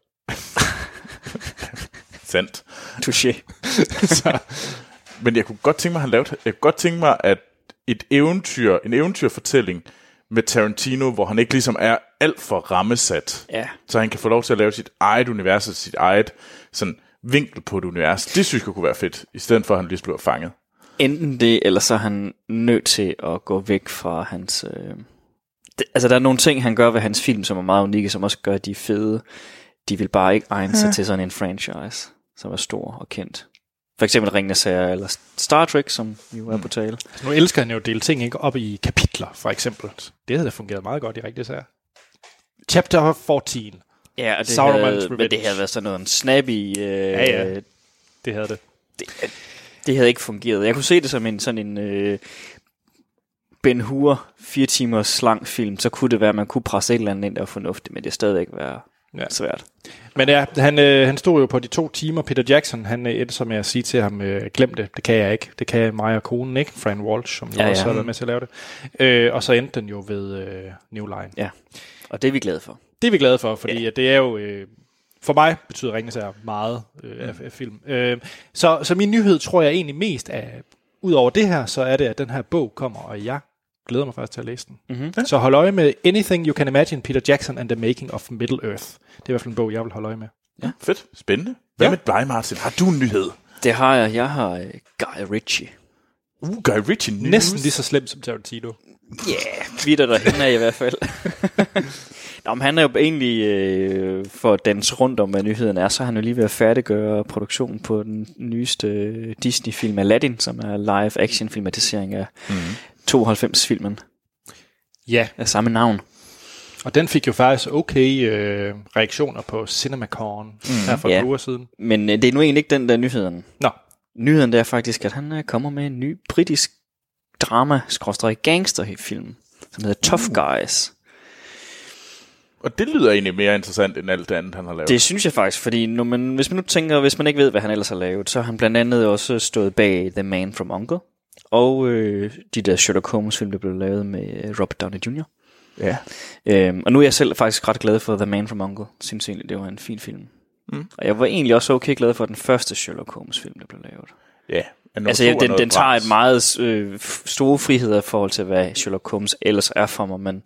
S2: sandt.
S3: touché.
S1: så,
S2: Men jeg kunne godt tænke mig, at han lavede, jeg kunne godt tænke mig, at et eventyr, en eventyrfortælling med Tarantino, hvor han ikke ligesom er alt for rammesat.
S3: Ja.
S2: Så han kan få lov til at lave sit eget univers og sit eget sådan, vinkel på et univers. Det synes jeg kunne være fedt, i stedet for at han lige bliver fanget.
S3: Enten det, eller så er han nødt til at gå væk fra hans... Øh... Det, altså, der er nogle ting, han gør ved hans film, som er meget unikke, som også gør, at de er fede. De vil bare ikke egne sig til sådan en franchise, som er stor og kendt. For eksempel Ringende Sager, eller Star Trek, som vi jo er på tale.
S1: Altså, Nu elsker han jo at dele ting ikke op i kapitler, for eksempel. Det havde da fungeret meget godt i rigtig sager. Chapter 14.
S3: Ja, og det,
S1: Sauron's
S3: havde, men det
S1: Revenge.
S3: havde været sådan noget en snappy... Øh,
S1: Ja, ja. Det havde det.
S3: Det havde ikke fungeret. Jeg kunne se det som en sådan en øh, Ben Hur, fire timers lang film, så kunne det være, at man kunne presse et eller andet ind, der var fornuftigt, men det stadigvæk være
S1: Ja.
S3: ja. svært.
S1: Men ja, han, øh, han stod jo på de to timer. Peter Jackson, han øh, endte så med at sige til ham, øh, glem det, det kan jeg ikke. Det kan mig og konen ikke. Fran Walsh, som jo
S3: Ja,
S1: ja,
S3: ja.
S1: også har været med til at lave det. Øh, og så endte den jo ved øh, New Line.
S3: Ja, og det er vi glade for.
S1: Det er vi glade for, fordi ja. det er jo... Øh, for mig betyder Ringens Herre meget øh, af, af film. Øh, så, så min nyhed tror jeg egentlig mest af... Udover det her, så er det, at den her bog kommer, og jeg glæder mig faktisk til at læse den.
S3: Mhm.
S1: Ja. Så hold øje med Anything You Can Imagine, Peter Jackson and the Making of Middle Earth. Det er i hvert fald en bog, jeg vil holde øje med.
S2: Fedt. Spændende. Hvad
S1: Ja.
S2: ja. med dig, Martin? Har du en nyhed?
S3: Det har jeg. Jeg har øh, Guy Ritchie.
S2: Uh, Guy Ritchie News.
S1: Næsten lige så slemt som Tarantino.
S3: Ja, yeah, vi er der derhen af i hvert fald. Nå, men han er jo egentlig, øh, for at danse rundt om, hvad nyheden er, så er han jo lige ved at færdiggøre produktionen på den nyeste øh, Disney-film Aladdin, som er live-action-filmatisering af mm-hmm. 92-filmen
S1: Ja,
S3: af samme navn.
S1: og den fik jo faktisk okay øh, reaktioner på CinemaCon mm. her for yeah.
S3: Ja.
S1: et par uger siden.
S3: Men øh, det er nu egentlig ikke den der nyheden.
S1: Nå,
S3: Nyheden det er faktisk, at han øh, kommer med en ny britisk drama gangsterfilm som hedder Tough Guys.
S2: Og det lyder egentlig mere interessant end alt det andet, han har lavet.
S3: Det synes jeg faktisk, fordi når man, hvis man nu tænker, hvis man ikke ved, hvad han ellers har lavet, så har han blandt andet også stået bag The Man from Uncle, og øh, de der Sherlock Holmes film, der blev lavet med øh, Robert Downey Jr.
S2: Ja.
S3: Øhm, og nu er jeg selv faktisk ret glad for The Man from Uncle. Synes egentlig, det var en fin film. Mm. Og jeg var egentlig også okay glad for den første Sherlock Holmes film, der blev lavet.
S2: Ja. Men nummer
S3: Altså,
S2: to
S3: jeg,
S2: er
S3: den,
S2: noget
S3: den tager
S2: bras.
S3: et meget øh, f- store friheder i forhold til, hvad Sherlock Holmes ellers er for mig, men,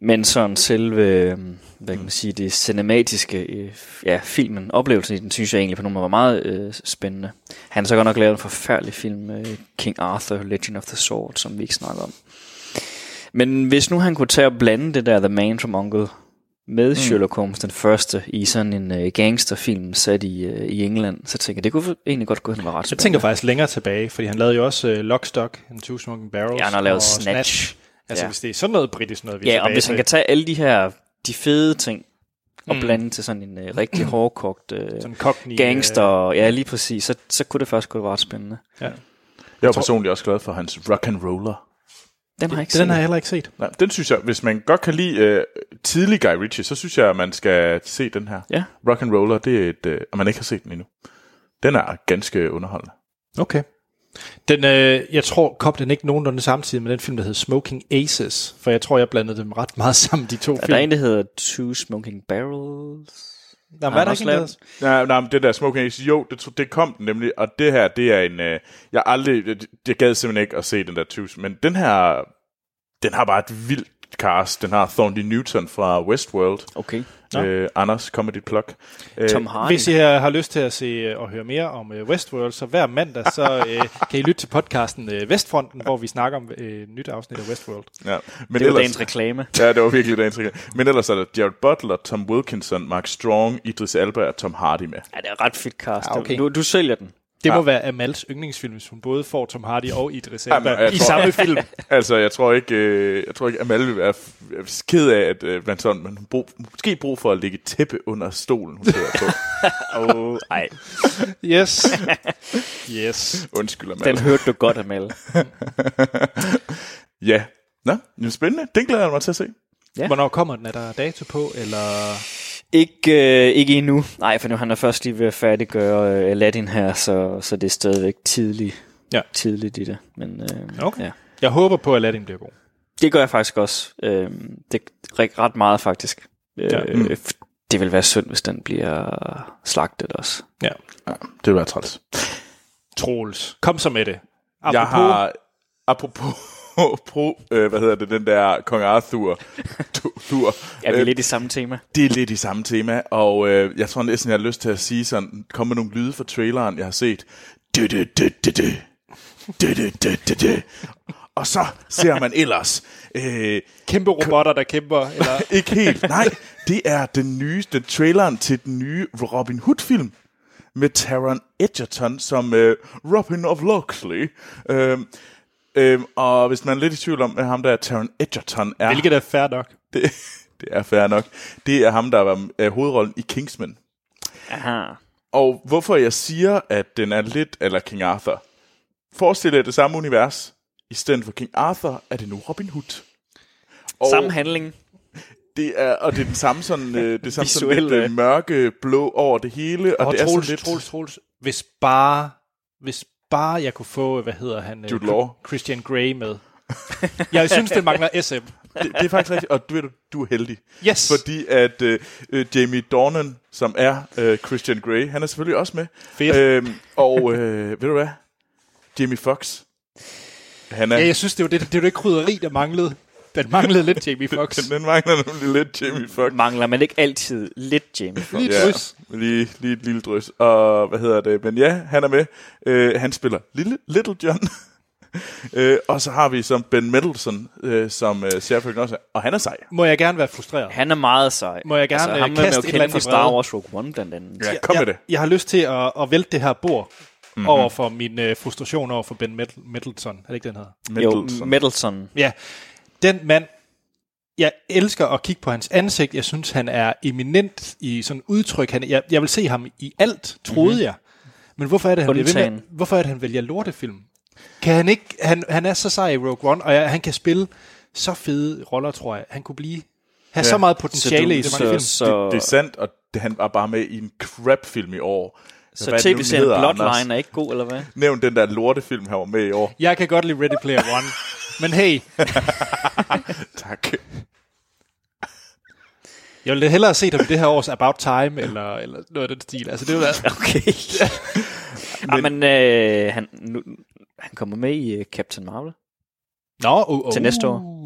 S3: men sådan selve, øh, hvad kan man sige, det cinematiske, øh, f- ja, filmen, oplevelsen i den, synes jeg egentlig på nogen måde var meget øh, spændende. Han har så godt nok lavet en forfærdelig film, øh, King Arthur, Legend of the Sword, som vi ikke snakker om. Men hvis nu han kunne tage og blande det der The Man from Uncle med Sherlock Holmes, den første, i sådan en øh, gangsterfilm sat i, øh, i England, så tænker jeg, det kunne egentlig godt gå hen og være ret
S1: jeg
S3: spændende.
S1: tænker faktisk længere tilbage, fordi han lavede jo også øh, Lockstock, and Two Smoking Barrels.
S3: Ja, han har lavet
S1: og
S3: Snatch.
S1: Altså,
S3: Ja.
S1: hvis det er sådan noget britisk noget, vi er
S3: Ja, og
S1: tilbage
S3: hvis han
S1: til,
S3: kan tage alle de her, de fede ting,
S1: Mm.
S3: og mm. blande til sådan en øh, rigtig hårdkogt øh,
S1: sådan cockney,
S3: gangster, ja lige præcis, så, så kunne det faktisk gå være ret spændende.
S1: Øh, ja.
S2: Jeg er
S1: tror-
S2: personligt også glad for hans rock and roller.
S3: Den har jeg ikke
S1: Den
S3: set.
S1: har jeg heller ikke set.
S2: Nej, den synes jeg, hvis man godt kan lide øh, tidlig Guy Ritchie, så synes jeg, at man skal se den her.
S3: Ja.
S2: Rock and Roller, det er et, øh, og man ikke har set den endnu. Den er ganske underholdende.
S1: Okay. Den, øh, jeg tror, kom den ikke nogenlunde samtidig med den film, der hed Smoking Aces, for jeg tror, jeg blandede dem ret meget sammen, de to
S3: Er
S1: film.
S3: der en, der hedder Two Smoking Barrels?
S1: Nå, men
S3: har
S1: er
S3: han
S1: der
S3: også
S1: ikke en, der
S3: lavet-
S1: hedder-
S2: Nej, nej, men det der Smoking Ace, jo, det, tro- det kom den nemlig, og det her, det er en, øh, jeg aldrig, jeg, jeg gad simpelthen ikke at se den der tus, men den her, den har bare et vildt cast. Den har Thornton Newton fra Westworld.
S3: Okay.
S1: Nå.
S2: Øh, Anders, kom med dit plug. Øh,
S3: Tom Hardy.
S1: Hvis I øh, har lyst til at se øh, og høre mere om øh, Westworld, så hver mandag så øh, kan I lytte til podcasten øh, Vestfronten, hvor vi snakker om øh, et nyt afsnit af Westworld.
S2: Ja, men
S3: det er jo
S2: ellers-
S3: dagens reklame.
S2: Ja, det var virkelig dagens reklame. Men ellers er der Jared Butler, Tom Wilkinson, Mark Strong, Idris Elba og Tom Hardy med.
S3: Ja, det er ret fedt cast.
S1: Ja, okay.
S3: du, du sælger den.
S1: Det må være Amals yndlingsfilm, hvis hun både får Tom Hardy og Idris Elba
S2: Jamen, jeg
S1: i
S2: tror-
S1: samme film.
S2: Altså, jeg tror ikke, øh, jeg tror ikke Amal vil være f- f- ked af, at øh, man, sådan, man har brug, måske brug for at lægge et tæppe under stolen, hun sidder på.
S3: Oh, ej,
S1: Yes. Yes.
S2: Undskyld, Amal.
S3: den hørte du godt, Amal.
S2: Ja. Nå, jamen, spændende. Den glæder jeg mig til at se.
S1: Hvornår kommer den? Er der dato på, eller...
S3: Ikke, øh, ikke endnu. Nej, for nu han er først lige ved at færdiggøre øh, Aladdin her, så, så det er stadigvæk tidligt,
S1: Ja.
S3: tidligt i det. Men, øh,
S1: Okay.
S3: ja.
S1: Jeg håber på, at Aladdin bliver god.
S3: Det gør jeg faktisk også. Øh, det ret, ret meget faktisk. Øh,
S1: Ja.
S3: ja. mm. Det vil være synd, hvis den bliver slagtet også.
S1: Ja.
S2: Ja, det vil være træls.
S1: Troels, kom så med det. Apropos,
S2: Jeg har... Apropos... pro, øh, hvad hedder det, den der Kong Arthur. Du, du,
S3: Er vi
S2: øh,
S3: lidt i samme tema?
S2: det er lidt i samme tema, og øh, jeg tror næsten, jeg har lyst til at sige sådan, komme med nogle lyde fra traileren, jeg har set. Du, du, du, du, du. Du, du, du, du, du. Og så ser man ellers, øh,
S1: Kæmpe robotter, der kæmper. Eller,
S2: ikke helt, nej, det er den nye, den traileren til den nye Robin Hood-film med Taron Edgerton som øh, Robin of Locksley. Øhm, øhm, og hvis man er lidt i tvivl om, hvad ham der Taron Edgerton er,
S1: hvilket er fair nok.
S2: det, det er fair nok, det er ham, der var øh, hovedrollen i Kingsman.
S3: Aha.
S2: Og hvorfor jeg siger, at den er lidt eller King Arthur. Forestil jer det samme univers. I stedet for King Arthur er det nu Robin Hood. Og
S3: Samme handling.
S2: det er, og det er den samme sådan, øh, det samme sådan lidt
S3: Visuelle.
S2: øh, mørke blå over det hele. Og,
S1: Og
S2: det er
S1: Troels,
S2: sådan lidt...
S1: Troels, Troels, hvis bare, hvis bare jeg kunne få, hvad hedder han? øh,
S2: Jude Law.
S1: Christian Grey med. jeg synes, det mangler SM.
S2: Det, det er faktisk rigtigt, og du, ved, du, du er heldig.
S1: Yes.
S2: Fordi at øh, øh, Jamie Dornan, som er øh, Christian Grey, han er selvfølgelig også med.
S1: Fedt.
S2: Øhm, og øh, ved du hvad? Jamie Fox. Han er,
S1: Ja, jeg synes, det var det, det, var det krydderi, der manglede. Den manglede lidt Jamie Fox.
S2: den, den mangler nemlig lidt Jamie Fox.
S3: Mangler man ikke altid lidt Jamie Foxx?
S1: Lige et drys.
S2: lige, lige et lille drys. Og hvad hedder det? Men ja, han er med. Øh, han spiller Lille, Little John. øh, og så har vi som Ben Mendelsohn, øh, som øh, særfølgelig også er. Og han er sej.
S1: Må jeg gerne være frustreret?
S3: Han er meget sej.
S1: Må jeg gerne, øh,
S3: altså, ham er
S1: kaste
S3: man
S1: et
S3: jo
S1: eller
S3: kendt
S1: andet
S3: fra
S1: i
S3: Star
S1: vrede?
S3: Wars Rogue One blandt andet.
S2: Ja, kom
S1: jeg,
S2: med det. Mhm.
S1: Jeg har lyst til at, at vælte det her bord mm-hmm. over for min øh, frustration over for Ben Mid- Middleton. Er det ikke den hedder?
S3: Jo,
S2: Mendelsohn.
S3: Middleton.
S1: Ja, den mand, jeg elsker at kigge på hans ansigt. Jeg synes, han er eminent i sådan udtryk. Han, jeg, jeg vil se ham i alt, troede mm-hmm. jeg. Men hvorfor er det, han bliver ved med,
S3: Mhm. Undtagen.
S1: hvorfor er det, han vælger lortefilm? Kan han ikke, han, han er så sej i Rogue One, og jeg, han kan spille så fede roller, tror jeg. Han kunne blive, have ja. så meget potentiale i så mange film.
S3: så, så,
S2: Det er sandt, og det, han var bare med i en crap-film i år. Hvad er
S3: så
S2: det nu, den
S3: tv-serien
S2: hedder,
S3: Bloodline
S2: Anders?
S3: er ikke god, eller hvad?
S2: Nævn den der lortefilm, han var med i år.
S1: Jeg kan godt lide Ready Player One, men hey,
S2: Tak.
S1: jeg ville hellere se dem i det her års About Time, eller, eller noget af den stil. Altså, det er jo
S3: Okay. men, ah, men øh, han, nu, han kommer med i øh, Captain Marvel,
S1: Nå, oh, oh.
S3: Til næste år.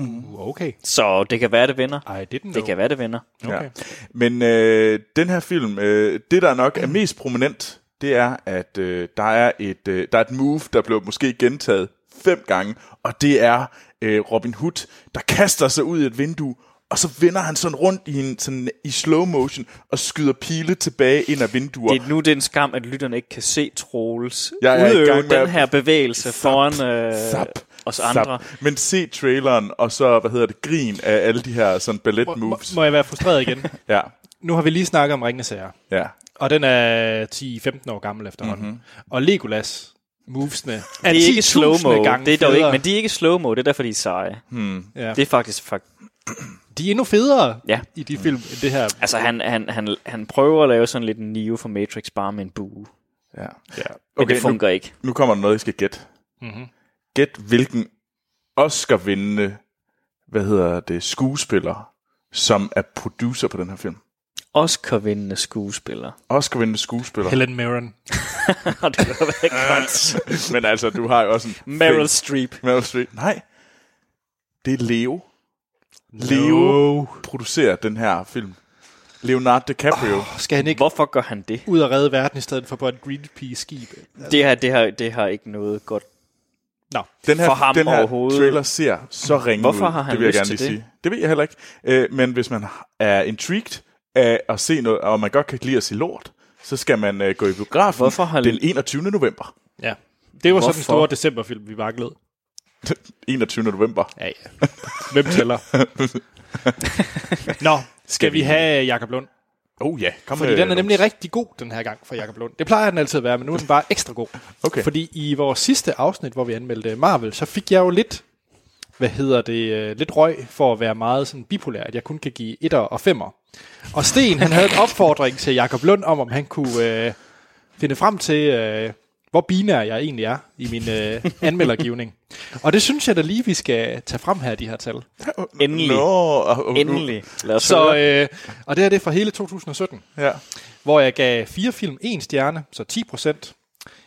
S1: Okay.
S3: så det kan være, det vinder.
S1: I didn't know.
S3: Det kan være, det vinder.
S1: Okay.
S2: Ja. Men øh, den her film, øh, det der nok er mest prominent, det er, at øh, der, er et, øh, der er et move, der blev måske gentaget fem gange, og det er øh, Robin Hood, der kaster sig ud i et vindue, og så vender han sådan rundt i, en, sådan, i slow motion og skyder pile tilbage ind af vinduer.
S3: Det er nu det er en skam, at lytterne ikke kan se Troels
S2: Jeg er i
S3: udøve
S2: gang med
S3: den
S2: at-
S3: her bevægelse
S2: Zap,
S3: foran øh,
S2: Zap.
S3: os
S2: Zap.
S3: andre.
S2: Men se traileren, og så, hvad hedder det, grin af alle de her sådan ballet
S1: Må, må,
S2: moves.
S1: må jeg være frustreret igen?
S2: Ja,
S1: nu har vi lige snakket om Ringende Sager,
S2: ja.
S1: og den er 10-15 år gammel efterhånden. Mm-hmm. Og Legolas movesene er,
S3: Det er ikke slow-mo,
S1: gange
S3: det er dog ikke,
S1: federe.
S3: men de er ikke slow-mo, det er derfor, de er seje.
S2: Hmm.
S1: ja.
S3: Det er faktisk, fakt,
S1: de er endnu federe
S3: Ja.
S1: i de film, end det her.
S3: Altså, han, han, han, han prøver at lave sådan lidt en Neo fra Matrix, bare med en bue.
S2: ja.
S1: Ja.
S3: Men okay, det
S2: nu,
S3: fungerer nu... ikke.
S2: nu kommer der noget, I skal gætte.
S1: Mm-hmm.
S2: Gæt, hvilken Oscar-vindende, hvad hedder det, skuespiller, som er producer på den her film.
S3: Oscar-vindende skuespiller.
S2: Oscar-vindende skuespiller.
S1: Helen Mirren.
S3: Og det var være godt.
S2: Men altså, du har jo også en...
S3: Meryl Streep.
S2: Meryl Streep. Nej, det er Leo. Leo producerer den her film. Leonardo DiCaprio. Oh.
S1: Skal han ikke
S3: Hvorfor gør han det?
S1: ud og redde verden i stedet for på et Greenpeace-skib?
S3: Det her, det her, det har ikke noget godt.
S1: Nå,
S2: Den her,
S3: For ham
S2: den her
S3: overhovedet. Mm.
S2: trailer ser så ringe
S3: Hvorfor
S2: ud.
S3: har han
S2: det vil jeg
S3: lyst
S2: gerne
S3: til
S2: lige
S3: det?
S2: sige. Det ved jeg heller ikke. Øh, men hvis man er intrigued af at se noget, og man godt kan lide at se lort, så skal man øh, gå i biografen
S3: Hvorfor har-
S2: den 21. november.
S1: ja. Det var så den
S3: Hvorfor?
S1: store decemberfilm, vi manglede.
S2: 21. november.
S1: Ja, ja. Hvem tæller? Nå, skal vi have Jakob Lund?
S2: Oh ja, kom
S1: Fordi
S2: med,
S1: den er nemlig
S2: Lars.
S1: rigtig god den her gang for Jakob Lund. Det plejer den altid at være, men nu er den bare ekstra god.
S2: Okay.
S1: Fordi i vores sidste afsnit, hvor vi anmeldte Marvel, så fik jeg jo lidt, hvad hedder det, øh, lidt røg for at være meget sådan bipolær, at jeg kun kan give etter og femmer. Og Sten, han havde en opfordring til Jakob Lund om, om han kunne øh, finde frem til, øh, hvor binær jeg egentlig er i min øh, anmeldergivning. Og det synes jeg da lige, vi skal tage frem her, de her tal.
S3: Endelig.
S2: Nå, ah, oh, og- og-
S3: Endelig. Lad os
S1: Så,
S3: høre.
S1: øh, og det her det er fra hele 2017
S2: Ja.
S1: hvor jeg gav fire film en stjerne, så 10 procent.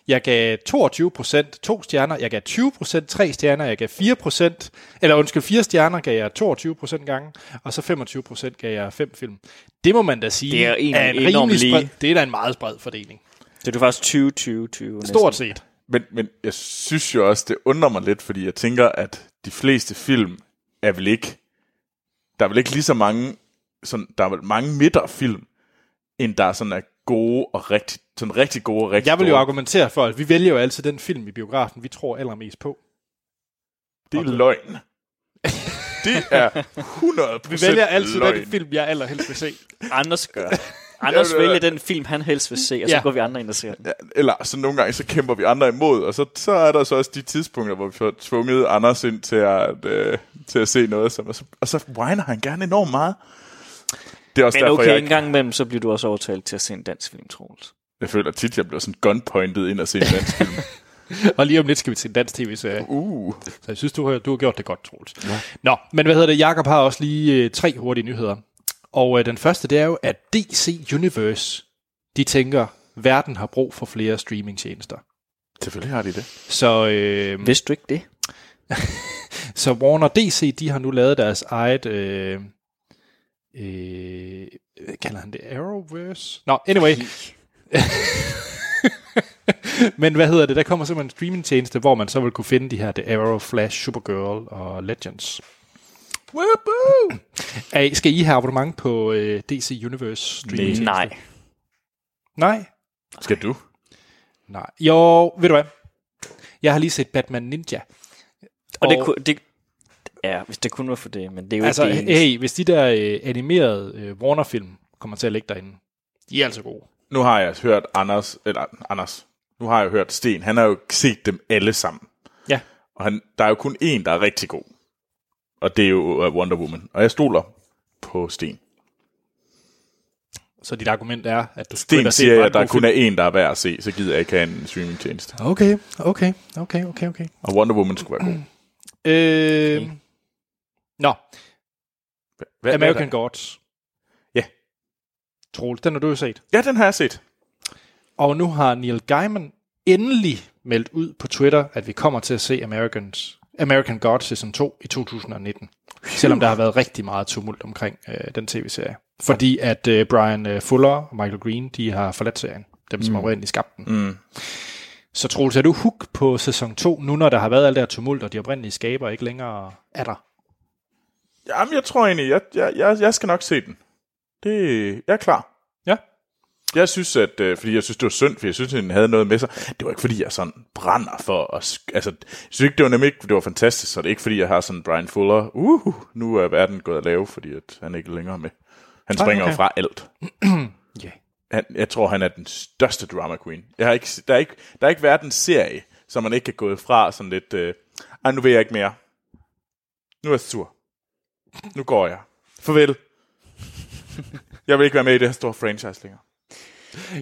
S1: Jeg gav 22 procent to stjerner. Jeg gav 20 procent tre stjerner. Jeg gav 4 procent, eller undskyld, fire stjerner gav jeg 22 procent gange. Og så 25 procent gav jeg fem film. Det må man da sige
S3: Det er en
S1: rimelig
S3: enorm lige.
S1: spred, Det er da en meget bred fordeling.
S3: Det er du faktisk 20, 20, 20. næsten.
S1: Stort set.
S2: Men, men jeg synes jo også, det undrer mig lidt, fordi jeg tænker, at de fleste film er vel ikke... Der er vel ikke lige så mange... Sådan, der er vel mange midterfilm, end der sådan er gode og rigtig, sådan rigtig gode og rigtig
S1: Jeg vil jo
S2: dårlige.
S1: argumentere for, at vi vælger jo altid den film i biografen, vi tror allermest på.
S2: Det er løgn. Det er 100
S1: Vi vælger altid
S2: løgn.
S1: den film, jeg allerhelst vil se.
S3: Anders gør.
S2: Jamen,
S3: Anders
S2: det er-
S3: vælger den film, han helst vil se, og så
S1: Ja.
S3: går vi andre ind og ser den.
S2: Ja, eller så nogle gange, så kæmper vi andre imod, og så, så er der så også de tidspunkter, hvor vi får tvunget Anders ind til at, øh, til at se noget, som, og, så, og så whiner han gerne enormt meget. Det er også
S3: Men
S2: derfor,
S3: okay,
S2: jeg,
S3: en
S2: ikke,
S3: gang imellem, så bliver du også overtalt til at se en dansk film, Troels.
S2: jeg føler tit, jeg bliver sådan gunpointet ind og se en dansk film.
S1: Og lige om lidt skal vi til en dansk tv-serie.
S2: Uh.
S1: Så jeg synes, du har, du har gjort det godt, Troels. Ja. Nå, men hvad hedder det? Jakob har også lige øh, tre hurtige nyheder. Og øh, den første, det er jo, at DC Universe, de tænker, verden har brug for flere streamingtjenester.
S2: Selvfølgelig har de det.
S1: Så, øh,
S3: Vidste du ikke det?
S1: så Warner DC, de har nu lavet deres eget... Øh, øh, kalder han det Arrowverse? Nå, anyway. Men hvad hedder det? Der kommer simpelthen en streamingtjeneste, hvor man så vil kunne finde de her The Arrow, Flash, Supergirl og Legends.
S2: Woohoo!
S1: Hey, skal I have abonnement på øh, DC Universe streaming?
S3: Nej.
S1: Nej?
S2: Skal du?
S1: Nej. Jo, ved du hvad? Jeg har lige set Batman Ninja.
S3: Og, det, kunne, det, ja, hvis det kun var for det, men det er jo
S1: Altså,
S3: ikke det eneste.
S1: hey, hvis de der øh, animerede øh, Warner-film kommer til at ligge derinde, de er altså gode.
S2: Nu har jeg hørt Anders, eller Anders, nu har jeg hørt Sten, han har jo set dem alle sammen.
S1: Ja.
S2: Og han, der er jo kun én, der er rigtig god. Og det er jo øh, Wonder Woman. Og jeg stoler på Sten.
S1: Så dit argument er, at du skulle ind
S2: Sten
S1: og se
S2: siger,
S1: en
S2: jeg,
S1: ret
S2: at der
S1: god
S2: kun
S1: film.
S2: er en, der er værd at se, så gider jeg ikke have en streamingtjeneste.
S1: Okay, okay, okay, okay, okay.
S2: Og Wonder Woman skulle være god.
S1: Øh,
S3: Okay.
S1: Nå,
S2: Hvad,
S1: American Gods.
S2: Ja.
S1: Troels, den har du jo set.
S2: Ja, den har jeg set.
S1: Og nu har Neil Gaiman endelig meldt ud på Twitter, at vi kommer til at se Americans, American God Season 2 i 2019. Selvom der har været rigtig meget tumult omkring øh, den tv-serie. Fordi at øh, Brian øh, Fuller og Michael Green, de har forladt serien. Dem, som mm. oprindeligt skabte den.
S2: Mm.
S1: Så Troels, er du hook på sæson 2, nu når der har været alt det her tumult, og de oprindelige skaber ikke længere er der?
S2: Jamen, jeg tror egentlig, jeg, jeg, jeg, jeg skal nok se den. Det, jeg er klar.
S1: Ja.
S2: Jeg synes, at, øh, fordi jeg synes, det var synd, for jeg synes, at den havde noget med sig. Det var ikke, fordi jeg sådan brænder for at... sk- Altså, jeg synes ikke, det var nemlig ikke, det var fantastisk, så det er ikke, fordi jeg har sådan Brian Fuller. Uh, nu er verden gået at lave, fordi at han ikke er længere med. Han
S1: Nej,
S2: springer jo
S1: okay.
S2: fra alt.
S1: Ja.
S2: Han, jeg tror, han er den største drama queen. Jeg har ikke, der, er ikke, der er ikke verdens serie, som man ikke kan gå fra sådan lidt... Øh, Ej, nu vil jeg ikke mere. Nu er jeg sur. Nu går jeg. Farvel. Jeg vil ikke være med i det her store franchise længere.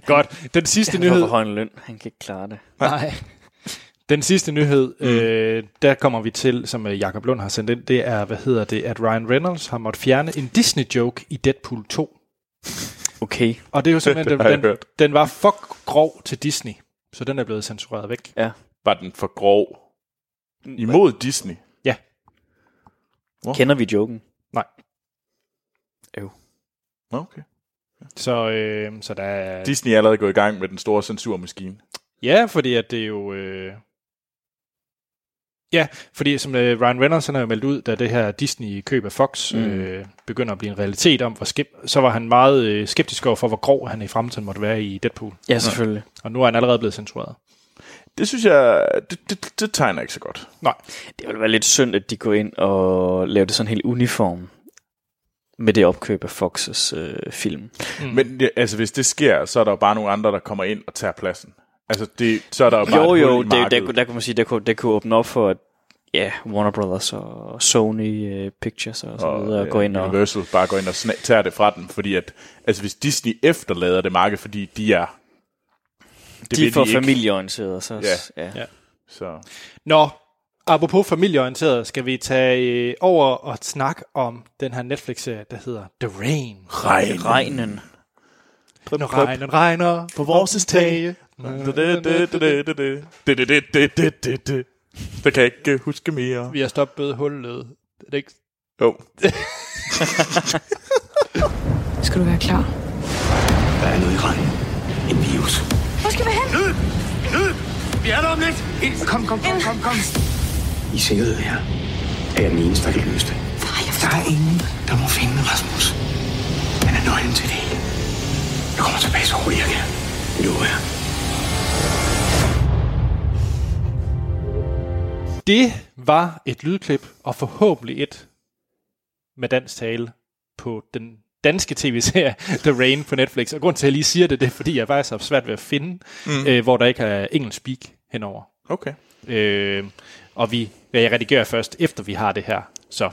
S1: Godt. Den sidste
S3: Han får
S1: nyhed.
S3: for høj en løn. Han kan ikke klare det.
S1: Nej. Den sidste nyhed, mm. øh, der kommer vi til, som øh, Jakob Lund har sendt ind, det er, hvad hedder det, at Ryan Reynolds har måttet fjerne en Disney-joke i Deadpool 2.
S3: Okay.
S1: Og det er jo simpelthen,
S2: Det har jeg
S1: den, den,
S2: hørt.
S1: den var for grov til Disney, så den er blevet censureret væk.
S2: Var den for grov? Imod Disney?
S3: Kender vi joken?
S2: Nå, Okay.
S1: Så, øh, så der er...
S2: Disney er allerede gået i gang med den store censurmaskine.
S1: Ja, fordi at det er jo... Øh... Ja, fordi som øh, Ryan Reynolds han har jo meldt ud, da det her Disney-køb af Fox
S3: Mm.
S1: mm. øh, begynder at blive en realitet om, hvor skep- så var han meget øh, skeptisk over for, hvor grov han i fremtiden måtte være i Deadpool.
S3: Ja, selvfølgelig.
S1: Og nu er han allerede blevet censureret.
S2: Det synes jeg, det, det, det tegner ikke så godt.
S3: Det ville være lidt synd, at de går ind og laver det sådan helt uniform med det opkøb af Fox's øh, film.
S1: Mm.
S2: Men det, altså, hvis det sker, så er der jo bare nogle andre, der kommer ind og tager pladsen. Altså, det, så er der jo bare
S3: jo,
S2: et
S3: jo,
S2: hul i
S3: det, der,
S2: markedet.
S3: der, der kunne man sige, der kunne, der kunne åbne op for, at ja, Warner Brothers og Sony øh, Pictures og så videre, og
S2: øh,
S3: gå ind og...
S2: Universal bare går ind og sna- tager det fra dem, fordi at, altså hvis Disney efterlader det marked, fordi de er... Det
S3: de
S2: vil
S3: er for
S2: ikke,
S3: familieorienterede, så...
S2: Ja.
S3: ja.
S1: Ja.
S2: Så.
S1: Nå, apropos familieorienteret, skal vi tage øh, over og snakke om den her Netflix-serie, der hedder The Rain.
S2: Regn.
S3: Regnen.
S1: Når regnen regner
S2: På vores tage, Det kan jeg ikke øh, huske mere.
S1: Vi har stoppet hullet. Er det ikke?
S2: Jo.
S4: Skal du være klar?
S5: Der er noget i randen. En virus.
S4: Hvor skal vi hen?
S5: I sikkerhed her er jeg den eneste, der kan løse det. Der er ingen, der må finde Rasmus. Han er nøglen til det hele. Jeg kommer tilbage så hurtigt jeg kan. Det lover jeg.
S1: Det var et lydklip, og forhåbentlig et med dansk tale på den danske tv-serie The Rain på Netflix. Og grund til, at jeg lige siger det, det er, fordi jeg faktisk har haft svært ved at finde, mm. øh, hvor der ikke er engelsk speak henover.
S2: Okay.
S1: Øh, og vi, jeg redigerer først, efter vi har det her. Så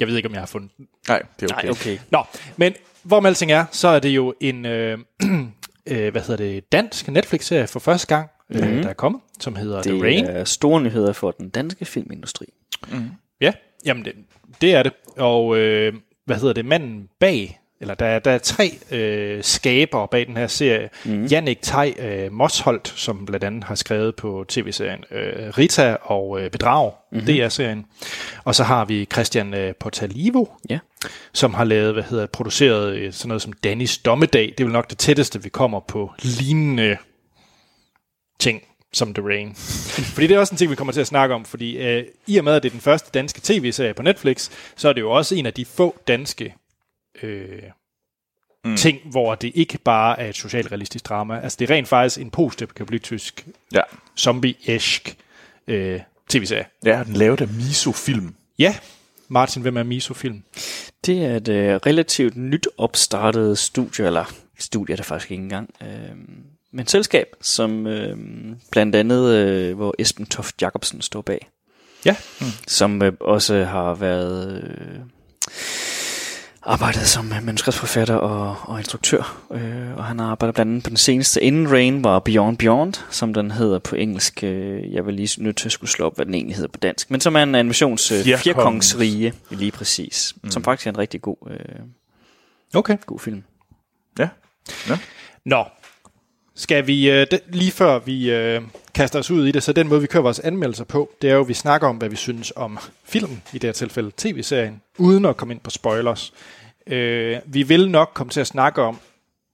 S1: jeg ved ikke, om jeg har fundet den.
S2: Nej, det er okay.
S3: Nej, okay.
S1: Nå, men hvor med alting er, så er det jo en, øh, øh, hvad hedder det, dansk Netflix-serie for første gang, mm. øh, der er kommet, som hedder The Rain.
S3: Mhm. Det er store nyheder for den danske filmindustri.
S1: Ja, jamen det, det er det. Og øh, hvad hedder det, manden bag, eller der, er- der er tre øh, skaber bag den her serie. Mm. Jannik Tej øh, Mosholdt, som blandt andet har skrevet på tv-serien øh, Rita og øh, Bedrag, mm-hmm. det er serien. Og så har vi Christian øh, Portalivo,
S3: Ja.
S1: som har lavet, hvad hedder, produceret øh, sådan noget som Dannys Dommedag. Det er vel nok det tætteste, vi kommer på lignende ting som The Rain. fordi det er også en ting, vi kommer til at snakke om, fordi øh, i og med, at det er den første danske tv-serie på Netflix, så er det jo også en af de få danske øh, mm. ting, hvor det ikke bare er et socialrealistisk drama. Altså det er rent faktisk en post-apokalyptisk
S2: Ja.
S1: zombie-esk øh, tv-serie.
S2: Ja, den lavede af misofilm.
S1: Ja, Martin, hvem er Miso-film?
S3: Det er et øh, relativt nyt opstartet studie, eller studie er det faktisk ikke engang, øh, men et selskab, som øh, blandt andet, øh, hvor Esben Toft Jacobsen står bag,
S1: Ja,
S3: som øh, også har været øh, arbejdet som øh, manuskriptforfatter og, og instruktør, øh, og han har arbejdet blandt andet på den seneste, inden Rain var Beyond Beyond, som den hedder på engelsk. Øh, jeg vil lige nødt til at skulle slå op, hvad den egentlig hedder på dansk, men som er en animations øh,
S2: Fjerkongens-
S3: firkongsrige, lige præcis, mm. som faktisk er en rigtig god... Øh,
S1: okay.
S3: God film.
S2: Ja. ja.
S1: Nå, skal vi, øh, de, lige før vi øh, kaster os ud i det, så den måde, vi kører vores anmeldelser på, det er jo, at vi snakker om, hvad vi synes om filmen, i det her tilfælde tv-serien, uden at komme ind på spoilers. Øh, vi vil nok komme til at snakke om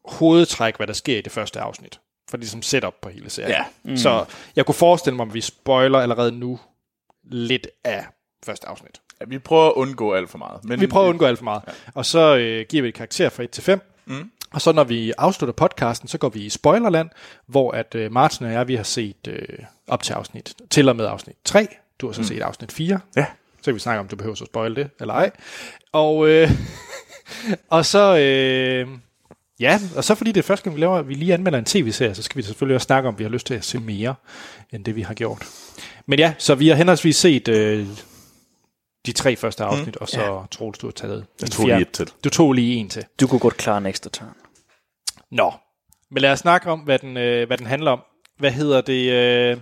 S1: hovedtræk, hvad der sker i det første afsnit, for det er som setup på hele serien.
S2: Ja.
S1: Mm. Så jeg kunne forestille mig, at vi spoiler allerede nu lidt af første afsnit.
S2: ja. Vi prøver at undgå alt for meget. Men
S1: Vi prøver at undgå alt for meget. Ja. Og så øh, giver vi et karakter fra 1 til 5. Mm. Og så når vi afslutter podcasten, så går vi i spoilerland, hvor at øh, Martin og jeg, vi har set øh, op til afsnit, til og med afsnit 3. Du har så mm. set afsnit 4.
S2: Ja.
S1: Så kan vi snakke om, du behøver at spoil det, eller ej. Og, øh, og så... Øh, Ja, og så fordi det er første gang, vi laver, at vi lige anmelder en tv-serie, så skal vi selvfølgelig også snakke om, at vi har lyst til at se mere, end det vi har gjort. Men ja, så vi har henholdsvis set øh, de tre første afsnit, mm. og så ja. Troels, du har taget Jeg
S2: tog lige et til.
S1: Du tog lige en til.
S3: Du kunne godt klare en ekstra turn.
S1: Nå, men lad os snakke om, hvad den, øh, hvad den handler om. Hvad hedder det? Øh,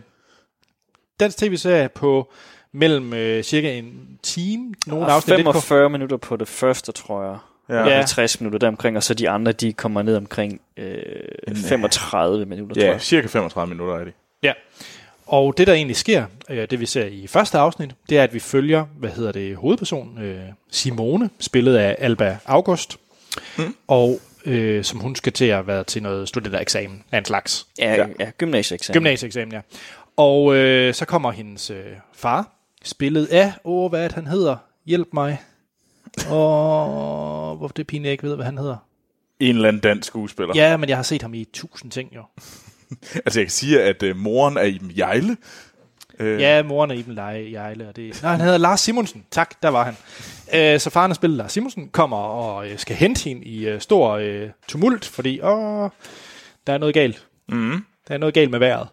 S1: dansk tv-serie på mellem øh, cirka en time, nogle
S3: Der er
S1: afsnit lidt på.
S3: 45 minutter på det første, tror jeg.
S2: Ja.
S3: Ja.
S1: Ja.
S3: 50 minutter deromkring, og så de andre, de kommer ned omkring øh, 35 minutter, tror
S2: Ja,
S3: jeg.
S2: cirka 35 minutter er det.
S1: Ja. Og det, der egentlig sker, øh, det vi ser i første afsnit, det er, at vi følger, hvad hedder det, hovedpersonen øh, Simone, spillet af Alba August, mm. og øh, som hun skal til at være til noget studentereksamen af en slags.
S3: Ja, ja gymnasieeksamen.
S1: Gymnasieeksamen, ja. Og øh, så kommer hendes øh, far, spillet af, åh, hvad er det, han hedder? Hjælp mig. Og hvorfor det er pinligt, jeg ikke ved, hvad han hedder.
S2: En eller anden dansk skuespiller.
S1: Ja, men jeg har set ham i tusind ting, jo.
S2: Altså, jeg kan sige, at uh, moren er Iben Jejle.
S1: Ja, moren er Iben Leje, Jejle, og det... Nej, han hedder Lars Simonsen. Tak, der var han. Øh, så faren har spillet Lars Simonsen, kommer og øh, skal hente hende i øh, stor øh, tumult, fordi åh, der er noget galt. Mm. Der er noget galt med vejret.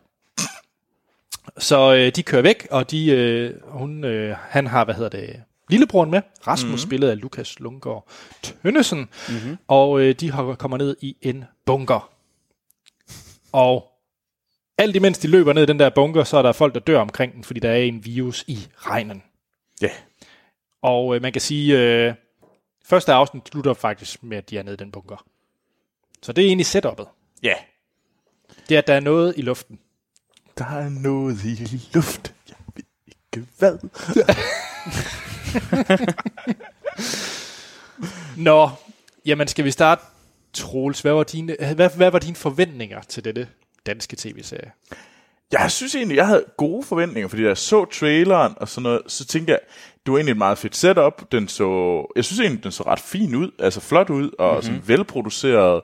S1: Så øh, de kører væk, og de, øh, hun, øh, han har, hvad hedder det, lillebroren med. Rasmus, mm-hmm. spillet af Lukas Lundgaard Tønnesen. Mm-hmm. Og øh, de hopper- kommer ned i en bunker. Og alt imens de løber ned i den der bunker, så er der folk, der dør omkring den, fordi der er en virus i regnen.
S2: Ja.
S1: Og øh, man kan sige, øh, første afsnit slutter faktisk med, at de er nede i den bunker. Så det er egentlig setup'et.
S2: Ja.
S1: Det er, at der er noget i luften.
S2: Der er noget i luft. Jeg ved ikke hvad.
S1: Nå, jamen skal vi starte, Troels? Hvad var dine, hvad, hvad var dine forventninger til denne danske tv-serie?
S2: Jeg synes egentlig, jeg havde gode forventninger, fordi da jeg så traileren og sådan noget, så tænkte jeg, det var egentlig et meget fedt setup. Den så, jeg synes egentlig, den så ret fin ud, altså flot ud og
S1: Mhm.
S2: mm-hmm. sådan velproduceret.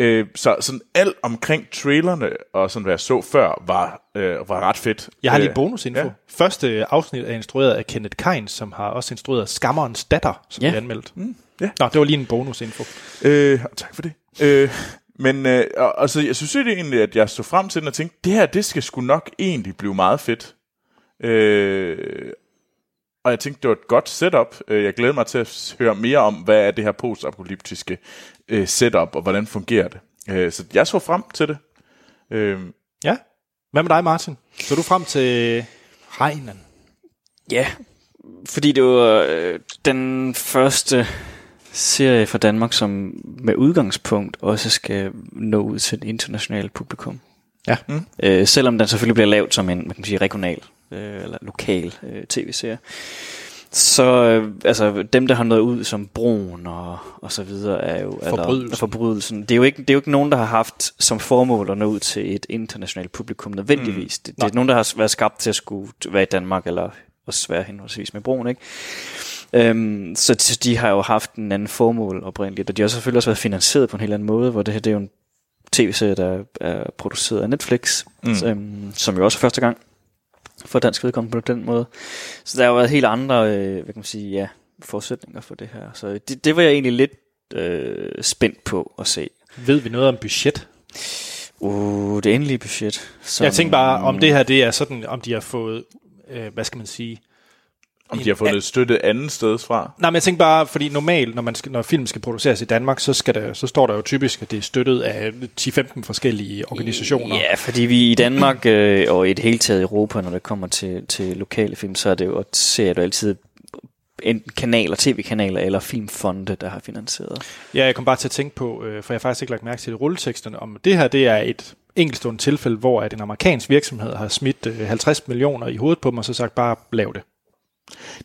S2: Øh, så sådan alt omkring trailerne og sådan, hvad jeg så før, var, øh, var ret fedt.
S1: Jeg har lige
S2: Øh,
S1: bonusinfo.
S2: ja.
S1: Ja. Første afsnit er instrueret af Kenneth Kain, som har også instrueret Skammerens datter, som
S3: Ja.
S1: ja. vi anmeldte. Mm.
S2: ja.
S1: Nå, det var lige en bonusinfo.
S2: Øh, tak for det. Øh, men øh, og, altså, jeg synes det egentlig, at jeg så frem til den og tænkte, det her, det skal sgu nok egentlig blive meget fedt. Øh, og jeg tænkte, det var et godt setup. Øh, Jeg glæder mig til at s- høre mere om, hvad er det her postapokalyptiske øh, setup, og hvordan fungerer det. Øh, så jeg så frem til det. Øh,
S1: Ja. Hvad med dig, Martin? Så er du frem til regnen.
S3: Ja, fordi det var øh, den første serie fra Danmark, som med udgangspunkt også skal nå ud til et internationalt publikum.
S1: Ja.
S3: Mm. Øh, selvom den selvfølgelig bliver lavet som en man kan sige, regional øh, eller lokal øh, tv-serie. Så øh, altså, dem, der har nået ud som Broen og, og så videre, er jo...
S1: Forbrydelsen.
S3: forbrydelsen. Det er, jo ikke, det er jo ikke nogen, der har haft som formål at nå ud til et internationalt publikum nødvendigvis. Mm. Det, det er nogen, der har været skabt til at skulle være i Danmark eller også være henholdsvis med broen, ikke? Øhm, så de, så de har jo haft en anden formål oprindeligt, og de har selvfølgelig også været finansieret på en helt anden måde, hvor det her det er jo en tv-serie, der er produceret af Netflix, mm. øhm, som jo også er første gang for dansk vedkommende på den måde. Så der har jo været helt andre øh, hvad kan man sige, ja, forudsætninger for det her. Så det, det var jeg egentlig lidt øh, spændt på at se.
S1: Ved vi noget om budget?
S3: Uh, det endelige budget. Som,
S1: Jeg tænker bare, om det her det er sådan, om de har fået, øh, hvad skal man sige,
S2: om de har fået noget støtte andet sted fra.
S1: Nej, men jeg tænker bare, fordi normalt, når, man skal, når film skal produceres i Danmark, så, skal der, så står der jo typisk, at det er støttet af 10-15 forskellige organisationer.
S3: Ja, fordi vi i Danmark øh, og i det hele taget Europa, når det kommer til, til lokale film, så er det jo, ser du altid enten kanaler, tv-kanaler eller filmfonde, der har finansieret.
S1: ja, jeg kom bare til at tænke på, øh, for jeg har faktisk ikke lagt mærke til rulleteksterne, om det her det er et enkeltstående tilfælde, hvor at en amerikansk virksomhed har smidt øh, 50 millioner i hovedet på dem, og så sagt, bare lav det.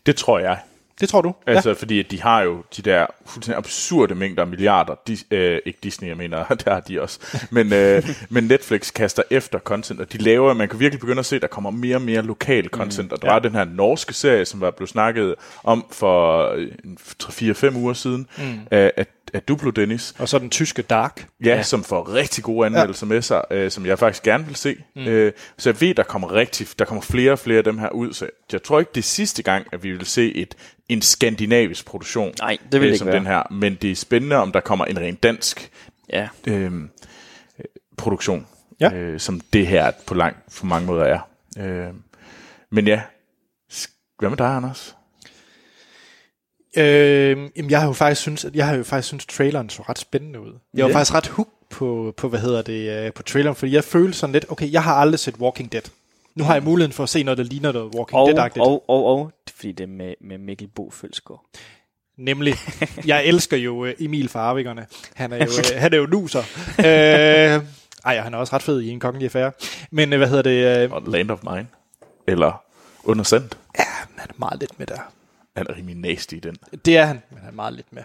S2: Det tror jeg.
S1: Det tror du?
S2: Altså, ja. fordi at de har jo de der fuldstændig absurde mængder af milliarder. Dis, øh, ikke Disney, jeg mener, der har de også. Men, øh, men Netflix kaster efter content, og de laver, man kan virkelig begynde at se, at der kommer mere og mere lokal content. Mm, og der ja. var den her norske serie, som var blevet snakket om for øh, en 4-5 uger siden, mm. af, af, af Duplo Dennis.
S1: Og så den tyske Dark.
S2: Ja, ja, som får rigtig gode anmeldelser ja. med sig, øh, som jeg faktisk gerne vil se. Mm. Øh, så jeg ved, der kommer rigtig, der kommer flere og flere af dem her ud. Så jeg tror ikke, det er sidste gang, at vi vil se et en skandinavisk produktion. øh,
S3: Nej, det vil det ikke
S2: som
S3: være.
S2: den her. Men det er spændende, om der kommer en ren dansk
S3: Ja.
S2: øh, øh, produktion,
S1: Ja.
S2: øh, som det her på, lang, på mange måder er. Øh, men ja, Sk- hvad med dig, Anders?
S1: Øh, jamen, jeg har jo faktisk synes, jeg har jo faktisk synes traileren så ret spændende ud. Jeg var
S2: Ja.
S1: faktisk ret hooked på, på hvad hedder det øh, på traileren, fordi jeg følte sådan lidt, okay, jeg har aldrig set Walking Dead. Nu har jeg muligheden for at se noget, der ligner noget Walking
S3: Og,
S1: Dead-agtigt.
S3: og, og, og, fordi det er med, med Mikkel Bo Følsgaard.
S1: Nemlig, jeg elsker jo øh, Emil fra Arvingerne. Han er jo, øh, han er jo nuser. Øh, ej, og han er også ret fed i en kongelig affære. Men øh, hvad hedder det? Øh,
S2: Og Land of Mine? Eller Undersandt?
S1: ja, han er meget lidt med der.
S2: Han er rimelig nasty i den.
S1: Det er han, men han er meget lidt med.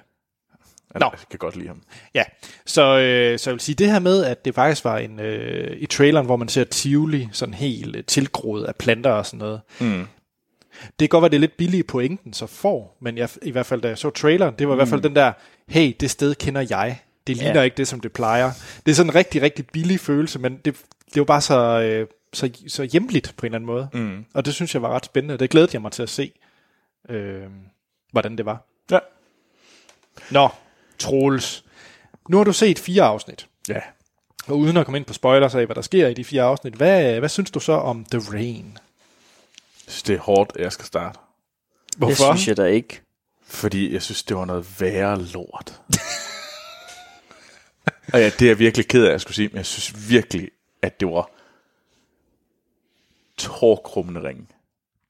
S2: Han,
S1: Nå.
S2: Jeg kan godt lide ham.
S1: Ja, så, øh, så jeg vil sige det her med, at det faktisk var en øh, i traileren, hvor man ser Tivoli sådan helt øh, tilgroet af planter og sådan noget. Mm. Det kan godt være, det er lidt billige pointen så får, men jeg, i hvert fald da jeg så traileren, det var i hvert fald den der, hey, det sted kender jeg. Det ligner
S3: Ja.
S1: ikke det, som det plejer. Det er sådan en rigtig, rigtig billig følelse, men det, det var bare så, øh, så, så hjemligt på en eller anden måde. Mm. Og det synes jeg var ret spændende. Det glædede jeg mig til at se, øh, hvordan det var.
S2: Ja.
S1: Nå, Troels. Nu har du set fire afsnit.
S2: Ja.
S1: Og uden at komme ind på spoilers af, hvad der sker i de fire afsnit, hvad, hvad synes du så om The Rain?
S2: Jeg synes, det er hårdt, at jeg skal starte.
S3: Det
S1: Hvorfor?
S3: synes jeg da ikke.
S2: Fordi jeg synes, det var noget værre lort. og ja, det er jeg virkelig ked af, at jeg skulle sige, men jeg synes virkelig, at det var tårkrummende ringe.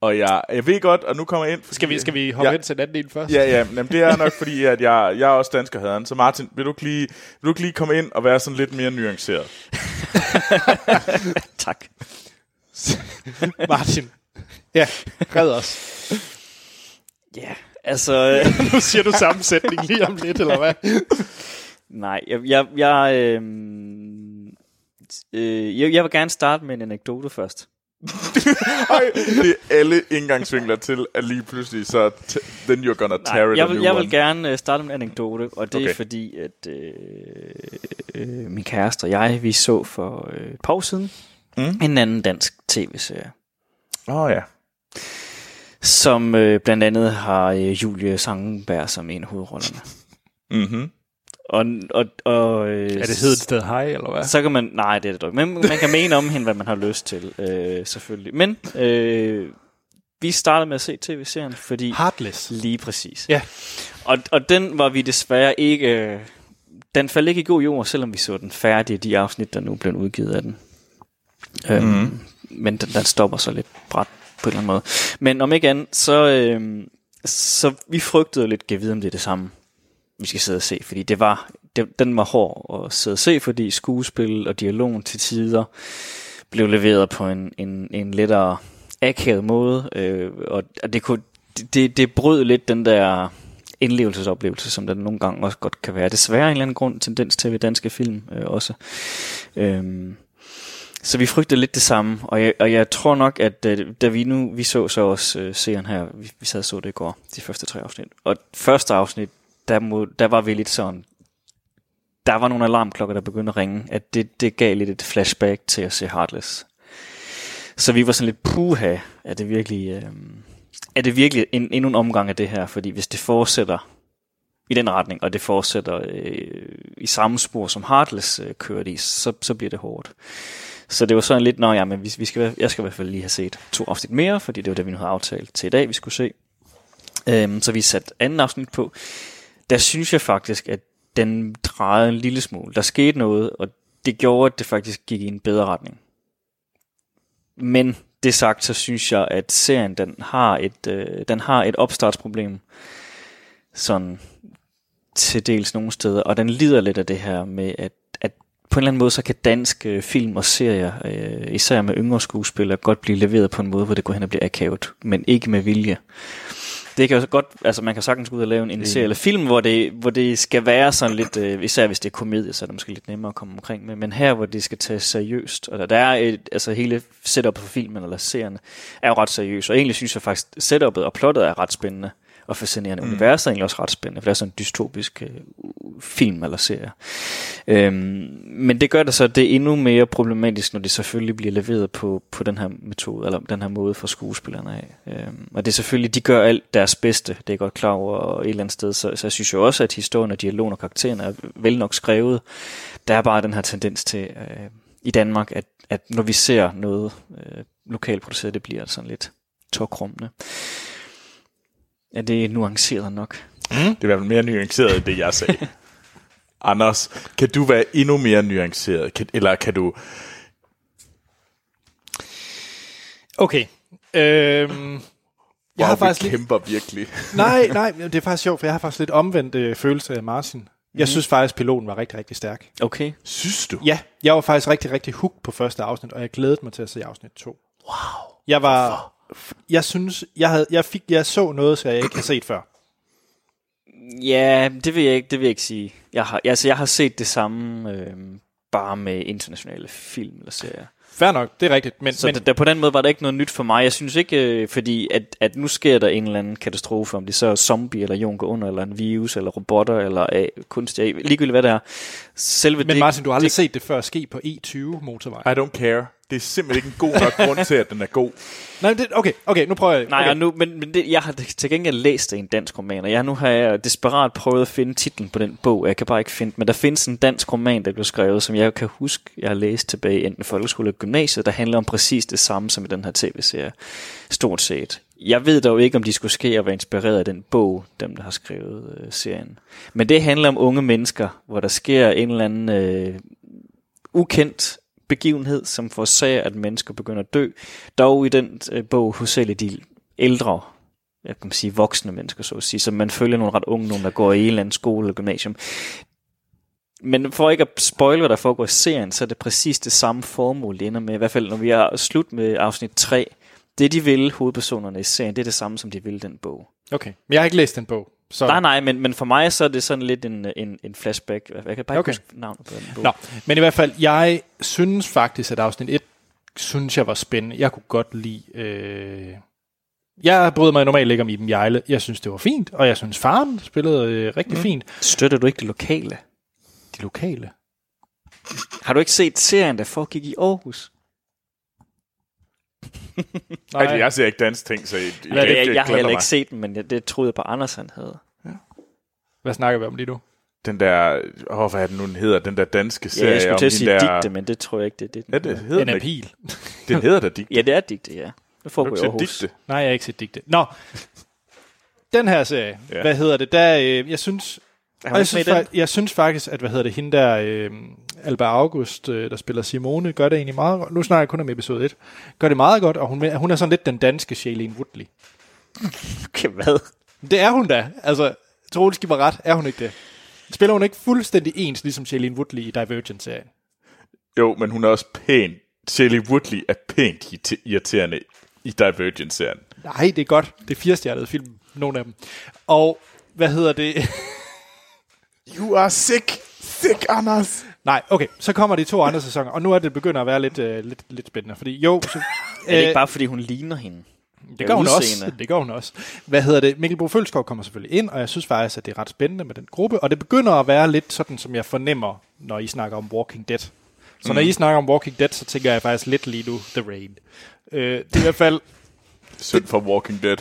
S2: Og jeg, jeg ved godt, og nu kommer jeg ind... Fordi,
S1: Skal vi, skal vi hoppe
S2: Ja.
S1: ja. ind til den anden del først?
S2: Ja, ja, men jamen, det er nok fordi, at jeg, jeg er også dansker haderen. Så Martin, vil du, ikke lige, vil du ikke lige komme ind og være sådan lidt mere nuanceret?
S3: Tak.
S1: Martin. Ja, red os.
S3: Ja, yeah. altså... øh,
S1: Nu siger du sammensætning lige om lidt, eller hvad?
S3: Nej, jeg, jeg, jeg, øh, øh, jeg, jeg vil gerne starte med en anekdote først.
S2: Ej, det er alle indgangsvinkler til, at lige pludselig så... T- then you're gonna tear it
S3: jeg
S2: a
S3: vil,
S2: new
S3: jeg vil
S2: one.
S3: gerne øh, starte med en anekdote, og det okay.
S2: Okay.
S3: er fordi, at øh, øh, min kæreste og jeg, vi så for øh, et par år siden mm. en anden dansk tv-serie,
S2: Åh oh, ja.
S3: som øh, blandt andet har øh, Julie Sangenberg som en af hovedrollerne.
S2: Mm-hmm.
S3: Og, og, og, øh,
S1: Er det hedder sted hej, eller hvad?
S3: Så kan man, nej det er det dog ikke. men man kan mene om hende, hvad man har lyst til, øh, selvfølgelig. Men øh, vi startede med at se tv-serien, fordi
S1: Heartless.
S3: lige præcis.
S1: Ja.
S3: Og, og den var vi desværre ikke, øh, den faldt ikke i god jord, selvom vi så den færdige, de afsnit, der nu blev udgivet af den. Øhm, mm. Men den, den stopper så lidt bræt på en eller anden måde. Men om ikke andet, så, øh, så vi frygtede jo lidt, kan vide om det er det samme vi skal sidde og se, fordi det var, det, den var hård at sidde og se, fordi skuespil og dialogen til tider blev leveret på en, en, en lettere akavet måde, øh, og og det, kunne, det- det, det brød lidt den der indlevelsesoplevelse, som den nogle gange også godt kan være. Desværre en eller anden grund, tendens til ved danske film øh, også. Øhm, så vi frygter lidt det samme, og jeg, og jeg tror nok, at øh, da vi nu, vi så så også øh, serien her, vi, vi sad og så det i går, de første tre afsnit, og første afsnit, der, må, der var vi lidt sådan, der var nogle alarmklokker, der begyndte at ringe, at det, det gav lidt et flashback til at se Heartless. Så vi var sådan lidt, puha, er det virkelig, øh, er det virkelig en, endnu en omgang af det her, fordi hvis det fortsætter i den retning, og det fortsætter øh, i samme spor, som Heartless øh, kørte i, så, så bliver det hårdt. Så det var sådan lidt, nå ja, men vi, vi skal, jeg skal i hvert fald lige have set to afsnit mere, fordi det var det, vi nu havde aftalt til i dag, vi skulle se. Øhm, så vi satte anden afsnit på. Der synes jeg faktisk, at den drejede en lille smule. Der skete noget, og det gjorde, at det faktisk gik i en bedre retning. Men det sagt, så synes jeg, at serien den har et, øh, den har et opstartsproblem. Sådan til dels nogle steder, og den lider lidt af det her med, at, at på en eller anden måde, så kan danske film og serier, øh, især med yngre skuespillere, godt blive leveret på en måde, hvor det går hen og bliver akavet, men ikke med vilje. Det kan jo så godt, altså man kan sagtens gå ud og lave en, en serie eller film, hvor det, hvor det skal være sådan lidt, øh, især hvis det er komedie, så er det måske lidt nemmere at komme omkring med, men her, hvor det skal tages seriøst, og der, der er et, altså hele setupet for filmen eller serien, er jo ret seriøst, og egentlig synes jeg faktisk, setupet og plottet er ret spændende, og fascinerende. Mm. Universet er egentlig også ret spændende, for det er sådan en dystopisk øh, film eller serie. Øhm, men det gør det så, at det er endnu mere problematisk, når det selvfølgelig bliver leveret på, på den her metode, eller den her måde fra skuespillerne af. Øhm, og det er selvfølgelig, de gør alt deres bedste, det er jeg godt klar over, og et eller andet sted, så, så jeg synes jo også, at historien og dialogen og karakteren er vel nok skrevet. Der er bare den her tendens til øh, i Danmark, at, at når vi ser noget øh, lokalt produceret, det bliver sådan lidt tokrummende. Er det nuanceret nok?
S2: Det er i hvert fald mere nuanceret, end det jeg sagde. Anders, kan du være endnu mere nuanceret? Kan, eller kan du...
S1: Okay. Øhm, jeg
S2: Wow,
S1: har faktisk
S2: vi
S1: lidt,
S2: kæmper virkelig.
S1: nej, nej, men det er faktisk sjovt, for jeg har faktisk lidt omvendt øh, følelse af Martin. Jeg synes faktisk, piloten var rigtig, rigtig stærk.
S3: Okay.
S2: Synes du?
S1: Ja, jeg var faktisk rigtig, rigtig hooked på første afsnit, og jeg glædede mig til at se afsnit 2. Wow. Jeg var... Jeg synes, jeg, havde, jeg, fik, jeg så noget, som jeg ikke har set før.
S3: Ja, det vil jeg ikke, det vil jeg ikke sige. Jeg har, altså, jeg har set det samme øh, bare med internationale film eller serier.
S1: Fair nok, det er rigtigt, men,
S3: Så
S1: men
S3: men, der, på den måde var der ikke noget nyt for mig. Jeg synes ikke, øh, fordi at, at nu sker der en eller anden katastrofe, om det så er zombie, eller jorden går under, eller en virus, eller robotter, eller øh, kunstig, øh, ligegyldigt hvad det er. Selve
S1: Men
S3: det,
S1: Martin, du har aldrig
S3: det,
S1: det... set det før ske på E20-motorvej.
S2: I don't care. Det er simpelthen ikke en god nok grund til, at den er god.
S1: Nej, det, okay, okay, nu prøver jeg.
S3: Nej, okay.
S1: okay.
S3: og nu, men, men det, jeg har til gengæld læst det i en dansk roman, og jeg, nu har jeg desperat prøvet at finde titlen på den bog, og jeg kan bare ikke finde den. Men der findes en dansk roman, der blev skrevet, som jeg kan huske, jeg har læst tilbage i enten folkeskole eller gymnasiet, der handler om præcis det samme som i den her tv-serie, stort set. Jeg ved dog ikke, om de skulle ske og være inspireret af den bog, dem der har skrevet øh, serien. Men det handler om unge mennesker, hvor der sker en eller anden øh, ukendt begivenhed, som forårsager, at mennesker begynder at dø. Dog i den øh, bog hovedsageligt de ældre, jeg kan man sige voksne mennesker, så at sige, så man følger nogle ret unge, nogle der går i en eller anden skole eller gymnasium. Men for ikke at spoil, hvad der foregår i serien, så er det præcis det samme formål, det ender med. I hvert fald, når vi er slut med afsnit 3. Det, de vil, hovedpersonerne i serien, det er det samme, som de vil den bog.
S1: Okay, men jeg har ikke læst den bog. Så.
S3: Nej, nej, men, men for mig så er det sådan lidt en, en, en flashback. Jeg kan
S1: Okay.
S3: bare ikke okay. huske navnet på den bog.
S1: Nå, men i hvert fald, jeg synes faktisk, at afsnit 1, synes jeg var spændende. Jeg kunne godt lide... Øh... Jeg bryder mig normalt ikke om Iben Jejle. Jeg synes, det var fint, og jeg synes, faren spillede øh, rigtig
S3: Mhm.
S1: mm. fint.
S3: Støtter du ikke det lokale?
S1: De lokale.
S3: Har du ikke set serien, der foregik i Aarhus?
S2: Nej. Altså, jeg ser ikke dansk ting, så I, I kan
S3: Jeg, jeg, jeg har
S2: klandre
S3: heller
S2: mig.
S3: ikke set den, men jeg, det troede jeg på, Anders han havde.
S1: Hvad snakker vi om lige nu?
S2: Den der, åh, hvad er den nu, den hedder? Den der danske
S3: Ja,
S2: serie
S3: jeg skulle til at
S2: om
S3: sige der...
S2: hende der...
S3: digte, men det tror jeg ikke, det er det. den
S2: Ja, det
S3: hedder.
S2: hedder
S1: en
S2: den, ikke.
S1: apil.
S2: den hedder da digte.
S3: ja, det er digte, ja. Det
S2: Du
S3: foregår i
S2: kan ikke
S3: Aarhus.
S2: digte.
S1: Nej, jeg har ikke set digte. Nå, den her serie,
S2: Ja.
S1: ja. hvad hedder det? Der, øh, jeg synes...
S3: Er
S1: Og
S3: hun
S1: jeg,
S3: ikke
S1: synes
S3: med i den?
S1: fakt, jeg synes faktisk, at hvad hedder det, hende der, øh, Alba August, øh, der spiller Simone, gør det egentlig meget godt. Nu snakker jeg kun om episode 1. Gør det meget godt, og hun, hun er sådan lidt den danske Shailene Woodley.
S3: Okay, hvad?
S1: Det er hun da. Altså, Troels giver mig ret. Er hun ikke det? Spiller hun ikke fuldstændig ens, ligesom Shailene Woodley i Divergent-serien?
S2: Jo, men hun er også pæn. Shelley Woodley er pænt irri- irriterende i Divergent-serien.
S1: Nej, det er godt. Det er firestjernede film, nogle af dem. Og hvad hedder det?
S2: You are sick. Sick, Anders.
S1: Nej, okay, så kommer de to andre sæsoner, og nu er det begynder at være lidt, øh, lidt, lidt spændende, fordi jo, så,
S3: Er det ikke
S1: Øh,
S3: bare, fordi hun ligner hende?
S1: det gør hun også.
S3: udseende?
S1: Det gør hun også. Hvad hedder det? Mikkel Bo Følsgaard kommer selvfølgelig ind, og jeg synes faktisk, at det er ret spændende med den gruppe, og det begynder at være lidt sådan, som jeg fornemmer, når I snakker om Walking Dead. Så mm. når I snakker om Walking Dead, så tænker jeg faktisk lidt lige nu The Rain. Øh, det er i hvert fald
S2: Synd for Walking Dead.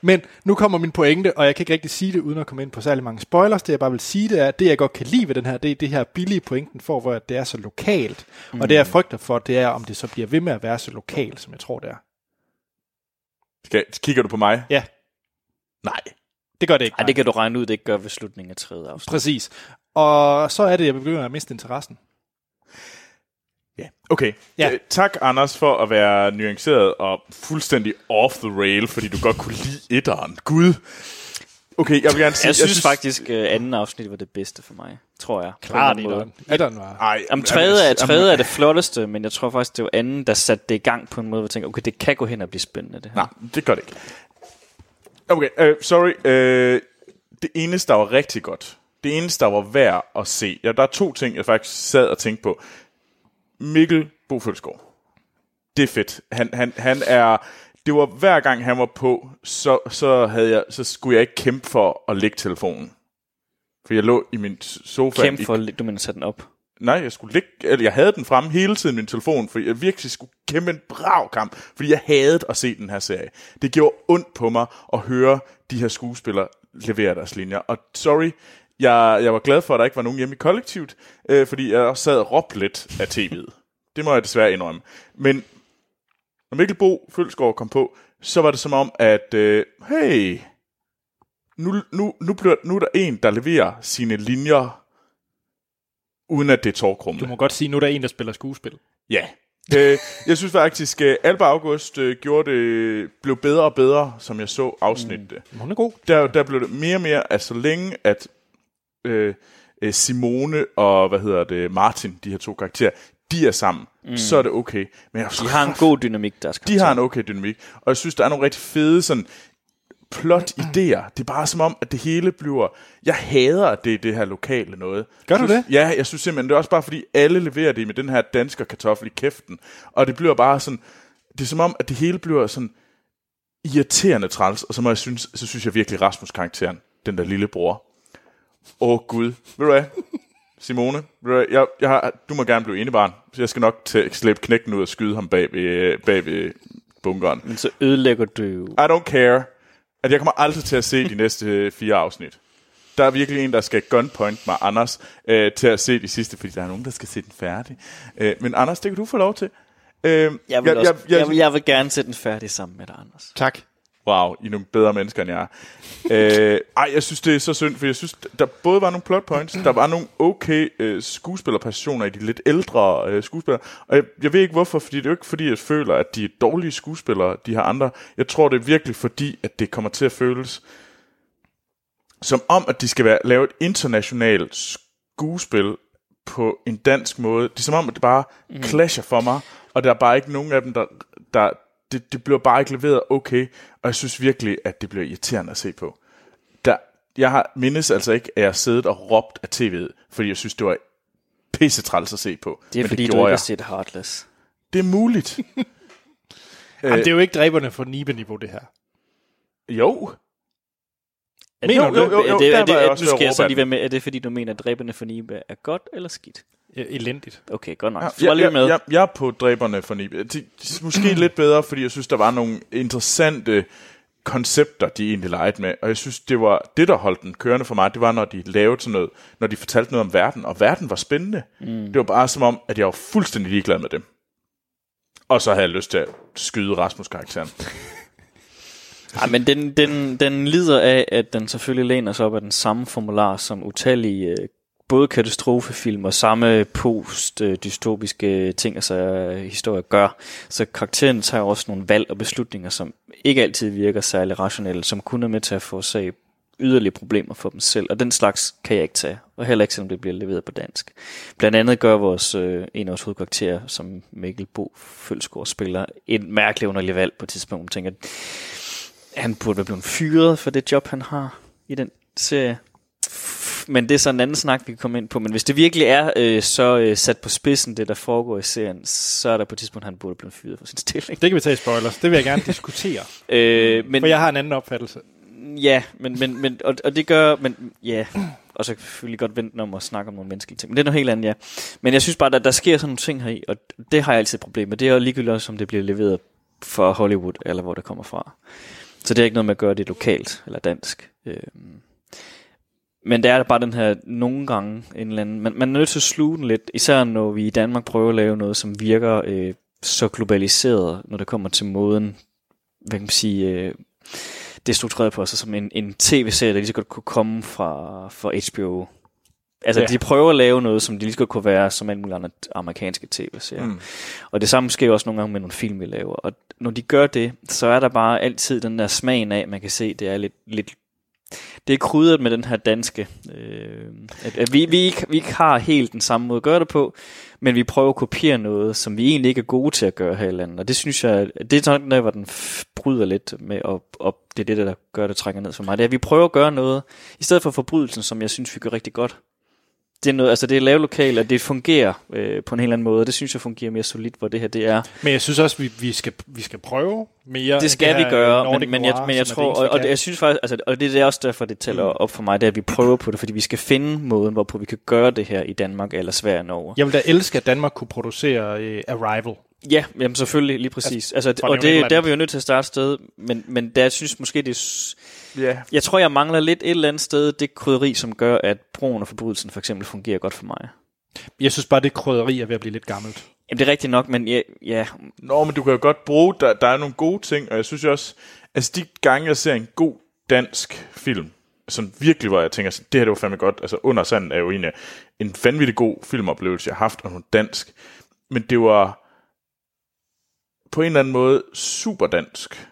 S1: Men nu kommer min pointe, og jeg kan ikke rigtig sige det, uden at komme ind på særlig mange spoilers. Det jeg bare vil sige, det er, at det jeg godt kan lide ved den her, det er det her billige pointen for, hvor det er så lokalt. Mm. Og det jeg frygter for, det er, om det så bliver ved med at være så lokalt, som jeg tror det er.
S2: Skal, kigger du på mig?
S1: Ja,
S2: Nej.
S1: det gør det ikke.
S3: Ej, det kan du regne ud, det ikke gør ved slutningen af tredje afsnit.
S1: Præcis. Og så er det, jeg begynder at miste interessen.
S2: Ja. Okay.
S1: Ja.
S2: Øh, tak, Anders, for at være nuanceret og fuldstændig off the rail, fordi du godt kunne lide etteren. Gud. Okay, jeg vil gerne sige...
S3: Jeg synes faktisk, øh, anden afsnit var det bedste for mig, tror jeg. Klart
S1: Er der noget?
S2: Ej,
S3: Om tredje, er,
S2: Anders,
S3: tredje
S2: jamen,
S3: er det flotteste, men jeg tror faktisk, det var anden, der satte det i gang på en måde, hvor jeg tænkte, okay, det kan gå hen og blive spændende, det her.
S2: Nej, det gør det ikke. Okay, øh, sorry. Øh, det eneste, der var rigtig godt, det eneste, der var værd at se, ja, der er to ting, jeg faktisk sad og tænkte på. Mikkel Bofølsgaard. Det er fedt. Han, han, han er... Det var hver gang, han var på, så, så, havde jeg, så skulle jeg ikke kæmpe for at lægge telefonen. For jeg lå i min sofa.
S3: Kæmpe
S2: i
S3: for, at du mener, at sætte den op.
S2: Nej, jeg skulle ligge, eller jeg havde den fremme hele tiden, min telefon, fordi jeg virkelig skulle kæmpe en brav kamp, fordi jeg havde at se den her serie. Det gjorde ondt på mig at høre de her skuespillere levere deres linjer. Og sorry, jeg, jeg var glad for, at der ikke var nogen hjemme i kollektivet, øh, fordi jeg også sad og råbte lidt af tv'et. Det må jeg desværre indrømme. Men når Mikkel Bo Følsgaard kom på, så var det som om, at øh, hey, nu, nu, nu, bliver, nu er der en, der leverer sine linjer, uden at det er
S1: Du
S2: tårkrummende.
S1: må godt sige, nu er der en, der spiller skuespil.
S2: Ja. Øh, jeg synes faktisk, at Alba August øh, gjorde det, blev bedre og bedre, som jeg så afsnittet. Mm.
S1: Hun er god.
S2: Der, der blev det mere og mere, at så længe at øh, øh, Simone og hvad hedder det, Martin, de her to karakterer, de er sammen, mm. så er det okay. Men jeg,
S3: De har en god dynamik, der skal
S2: de har en okay dynamik. Og jeg synes, der er nogle rigtig fede sådan, plot-idéer. Det er bare som om, at det hele bliver... Jeg hader, at det er det her lokale noget.
S1: Gør du
S2: Jeg synes,
S1: det?
S2: Ja, jeg synes simpelthen, det er også bare, fordi alle leverer det med den her dansker kartoffel i kæften. Og det bliver bare sådan... Det er som om, at det hele bliver sådan irriterende træls, og så, må jeg synes, så synes jeg virkelig Rasmus-karakteren, den der lille bror. Åh gud, ved du hvad? Simone, ved du hvad? Jeg, jeg har, du må gerne blive enebarn, så jeg skal nok tæ- slæbe knækken ud og skyde ham bag ved, bag ved bunkeren.
S3: Men så ødelægger du jo.
S2: I don't care, at jeg kommer aldrig til at se de næste øh, fire afsnit. Der er virkelig en, der skal gunpoint mig, Anders, øh, til at se de sidste, fordi der er nogen, der skal se den færdig. Øh, men Anders, det kan du få lov til. Øh,
S3: Jeg vil, også, jeg, jeg, vil, jeg vil gerne sætte den færdig sammen med dig, Anders.
S1: Tak.
S2: Wow, I er nogle bedre mennesker end jeg er. øh, ej, jeg synes, det er så synd, for jeg synes, der både var nogle plot points, der var nogle okay øh, skuespillerpersoner i de lidt ældre øh, skuespillere, og jeg, jeg ved ikke hvorfor, fordi det er jo ikke fordi, jeg føler, at de er dårlige skuespillere, de her andre. Jeg tror, det er virkelig fordi, at det kommer til at føles som om, at de skal være, lave et internationalt skuespil på en dansk måde. Det er som om, at det bare
S3: Mhm.
S2: mm. clasher for mig, og der er bare ikke nogen af dem, der... der det, det bliver bare ikke leveret okay, og jeg synes virkelig, at det bliver irriterende at se på. Der, jeg har mindes altså ikke, at jeg har siddet og råbt af tv'et, fordi jeg synes, det var pisse træls at se på.
S3: Det er
S2: Men
S3: fordi, du
S2: gjorde
S3: ikke har
S2: jeg.
S3: set Heartless.
S2: Det er muligt.
S1: Jamen, det er jo ikke dræberne for nibe-niveau, det her.
S2: Øh, Jo.
S3: Er det,
S2: Mener du
S3: er
S2: det? Jo, jo, jo,
S3: det,
S2: der
S3: er
S2: var jeg
S3: det,
S2: også
S3: nu
S2: ved at
S3: skal jeg
S2: råbe
S3: så
S2: af
S3: lige
S2: den.
S3: være med, er det fordi, du mener, at dræberne for Nibe er godt eller skidt?
S1: Ja, E- Elendigt.
S3: Okay, godt nok. Så
S2: Ja,
S3: var lige
S2: jeg,
S3: med.
S2: jeg, jeg er på dræberne for Nibe. De, de, måske lidt bedre, fordi jeg synes, der var nogle interessante koncepter, de egentlig legede med. Og jeg synes, det var det, der holdt den kørende for mig, det var, når de lavede sådan noget, når de fortalte noget om verden, og verden var spændende. Mm. Det var bare som om, at jeg var fuldstændig ligeglad med dem. Og så havde jeg lyst til at skyde Rasmus-karakteren.
S3: Ej, men den, den, den lider af, at den selvfølgelig læner sig op af den samme formular som utallige øh, både katastrofefilm og samme post-dystopiske ting og sager, øh, historier gør. Så karakteren tager også nogle valg og beslutninger, som ikke altid virker særlig rationelle, som kun er med til at forårsage yderligere problemer for dem selv, og den slags kan jeg ikke tage, og heller ikke selvom det bliver leveret på dansk. Blandt andet gør vores, øh, en af vores hovedkarakterer, som Mikkel Bo Følsgaard spiller, et mærkeligt underligt valg på et tidspunkt, tænker, han burde være blevet fyret for det job, han har i den serie. Men det er så en anden snak, vi kan komme ind på. Men hvis det virkelig er øh, så øh, sat på spidsen, det der foregår i serien, så er der på et tidspunkt, han burde blive fyret for sin stilling.
S1: Det kan vi tage i spoilers. Det vil jeg gerne diskutere.
S3: Øh, men,
S1: For jeg har en anden opfattelse.
S3: Ja, men, men, men, og, og det gør... Men, ja, og så kan vi selvfølgelig godt vente om at snakke om nogle menneskelige ting. Men det er noget helt andet, ja. Men jeg synes bare, at der, der sker sådan nogle ting her i, og det har jeg altid et problem med. Det er jo ligegyldigt også, om det bliver leveret fra Hollywood, eller hvor det kommer fra. Så det er ikke noget med at gøre det lokalt eller dansk. Øhm. Men der er der bare den her nogle gange en eller anden... Man, man er nødt til at sluge den lidt, især når vi i Danmark prøver at lave noget, som virker øh, så globaliseret, når det kommer til måden, hvad kan man sige, øh, det er struktureret på sig som en, en tv-serie, der lige så godt kunne komme fra, fra HBO. Altså,
S2: Ja.
S3: ja. de prøver at lave noget, som de lige så godt kunne være som alle mulige andre amerikanske tv-serier. Mm. Og det samme sker jo også nogle gange med nogle film, vi laver. Og når de gør det, så er der bare altid den der smagen af, man kan se, det er lidt, lidt det er krydret med den her danske. Øh, at, at vi, vi, ikke, vi ikke har helt den samme måde at gøre det på, men vi prøver at kopiere noget, som vi egentlig ikke er gode til at gøre her i landet. Og det synes jeg, at det er sådan, der, hvor den f- bryder lidt med, og, og det er det, der gør det trækker ned for mig. Det er, at vi prøver at gøre noget, i stedet for forbrydelsen, som jeg synes, vi gør rigtig godt. Det er, noget, altså det er lavlokalt, og det fungerer øh, på en helt anden måde, og det synes jeg fungerer mere solidt, hvor det her det er.
S1: Men jeg synes også, vi, vi, skal, vi skal prøve mere.
S3: det
S1: end
S3: skal
S1: her øh,
S3: vi gøre,
S1: Nordic
S3: men, men, jeg,
S1: Noir,
S3: men jeg
S1: som er Mm.
S3: tror,
S1: eneste,
S3: og,
S1: vi
S3: og
S1: kan.
S3: det, jeg synes faktisk, altså, og det, det er også derfor, det tæller op for mig, det er, at vi prøver på det, fordi vi skal finde måden, hvorpå vi kan gøre det her i Danmark eller Sverige og Norge.
S1: Jeg vil da elske, at Danmark kunne producere øh, Arrival.
S3: Ja, jamen selvfølgelig, lige præcis. Altså,
S1: for at
S3: og
S1: nævne et eller
S3: det, der er
S1: andet.
S3: vi jo nødt til at starte et sted, men, men der jeg synes måske, det er, s-
S2: Ja,
S3: jeg tror, jeg mangler lidt et eller andet sted det krydderi, som gør, at broen og forbrydelsen for eksempel fungerer godt for mig.
S1: Jeg synes bare, det krydderi er ved at blive lidt gammelt.
S3: Jamen, det er rigtigt nok, men ja, ja
S2: Nå, men du kan jo godt bruge, der, der er nogle gode ting, og jeg synes jo også, altså de gange, jeg ser en god dansk film, som virkelig, hvor jeg tænker, sådan, det her det var fandme godt, altså Under Sanden er jo en, af- en vanvittig god filmoplevelse, jeg har haft, og hun er dansk, men det var på en eller anden måde super dansk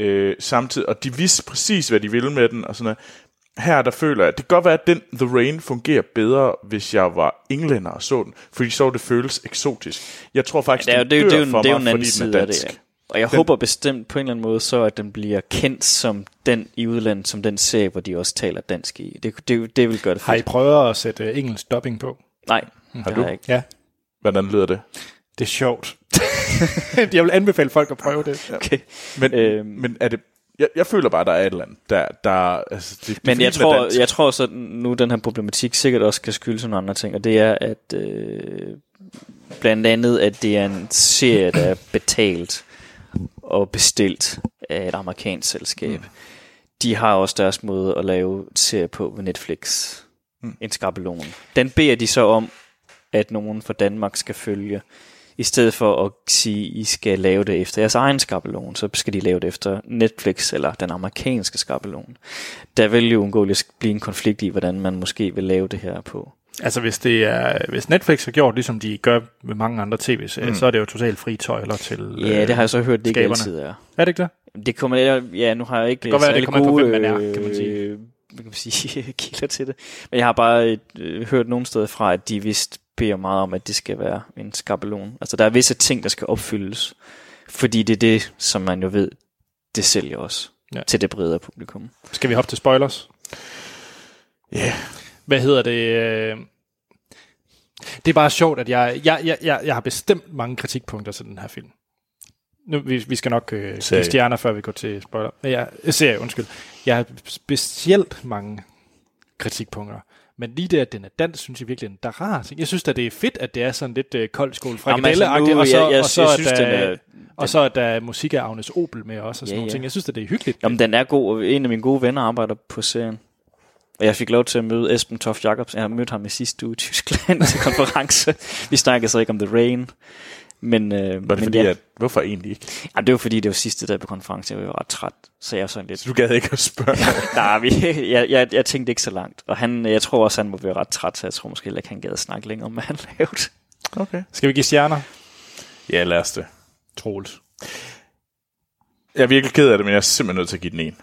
S2: øh, samtidig, og de vidste præcis, hvad de ville med den, og sådan noget. Her der føler jeg, at det kan godt være, at den The Rain fungerer bedre, hvis jeg var englænder og så den, fordi så ville det føles eksotisk. Jeg tror faktisk,
S3: det er jo,
S2: den
S3: det er jo,
S2: dør
S3: det er jo, en-
S2: for
S3: det er jo
S2: mig,
S3: en anden
S2: fordi
S3: side
S2: den er
S3: af
S2: dansk.
S3: det, ja. Og jeg den... håber bestemt på en eller anden måde så, at den bliver kendt som den i udlandet, som den serie, hvor de også taler dansk i. Det, det, det vil gøre det
S1: Har I
S3: fedt.
S1: prøvet at sætte øh, engelsk dubbing på?
S3: Nej, det
S2: du?
S3: har jeg ikke.
S1: Ja,
S2: Hvordan lyder det?
S1: det er sjovt. jeg vil anbefale folk at prøve det.
S3: Okay.
S2: Men, øhm.
S3: Øhm.
S2: men er det... Jeg, jeg føler bare, der er et eller andet, der... der altså, det, det
S3: Men jeg
S2: fine med
S3: tror,
S2: dansk-
S3: jeg tror så, at nu den her problematik sikkert også kan skyldes nogle andre ting, og det er, at øh, blandt andet, at det er en serie, der er betalt og bestilt af et amerikansk selskab. Mm. De har også deres måde at lave serier på ved Netflix. Mm. En skabelon. Den beder de så om, at nogen fra Danmark skal følge I stedet for at sige, I skal lave det efter jeres egen skabelon, så skal de lave det efter Netflix eller den amerikanske skabelon. Der vil jo undgåeligt blive en konflikt i, hvordan man måske vil lave det her på.
S1: Altså hvis, det er, hvis Netflix har gjort, ligesom de gør med mange andre tv-serier, mm. så er det jo totalt frie tøjler til
S3: Ja, det har jeg så hørt, det ikke
S1: skaberne.
S3: altid er.
S1: Er det ikke det?
S3: Det kommer lidt, ja, nu har jeg ikke
S1: kan godt være, det
S3: særlig
S1: kommer an på,
S3: gode,
S1: hvem man er, kan man sige.
S3: øh, hvad kan man sige, kilder til det. Men jeg har bare øh, hørt nogle steder fra, at de vist beder meget om, at det skal være en skabelon. Altså, der er visse ting, der skal opfyldes, fordi det er det, som man jo ved, det sælger også
S1: Ja.
S3: ja. til det bredere publikum.
S1: Skal vi hoppe til spoilers?
S2: Ja. Yeah.
S1: Hvad hedder det? øh, Det er bare sjovt, at jeg, jeg, jeg, jeg, jeg har bestemt mange kritikpunkter til den her film. Nu, vi, vi skal nok øh, give
S2: Serie.
S1: stjerner, før vi går til spoiler. Men jeg, serie, undskyld. Jeg har specielt mange kritikpunkter. Men lige det, at den er dansk, synes jeg virkelig, den der er rar ting. Jeg synes da, det er fedt, at det er sådan lidt øh, kold skole frikadelleagtigt,
S3: altså, nu-
S1: og så,
S3: jeg- jeg-
S1: og så,
S3: jeg
S1: at
S3: synes,
S1: der,
S3: den er-
S1: og så at der er musik af Agnes Opel med også, og sådan
S3: Ja,
S1: nogle
S3: ja.
S1: ting. Jeg synes da, det er hyggeligt.
S3: Jamen, den er god, og en af mine gode venner arbejder på serien. Og jeg fik lov til at møde Esben Toft Jacobsen. Jeg mødte ham i sidste uge i Tyskland til konference. Vi snakkede så ikke om The Rain. Men, øh,
S2: Var det
S3: men
S2: fordi,
S3: ja.
S2: at, hvorfor egentlig ikke?
S3: Ja, det var fordi, det var sidste dag på konferencen, jeg var ret træt, så jeg var sådan lidt,
S2: Så Altså, du gad ikke at spørge.
S3: nej, vi, jeg, jeg, jeg tænkte ikke så langt. Og han, jeg tror også, han må være ret træt, så jeg tror måske heller ikke, han gad at snakke længere om, hvad han lavede.
S2: okay.
S1: Skal vi give stjerner?
S2: Ja, lad os det.
S1: Troels.
S2: Jeg er virkelig ked af det, men jeg er simpelthen nødt til at give den en.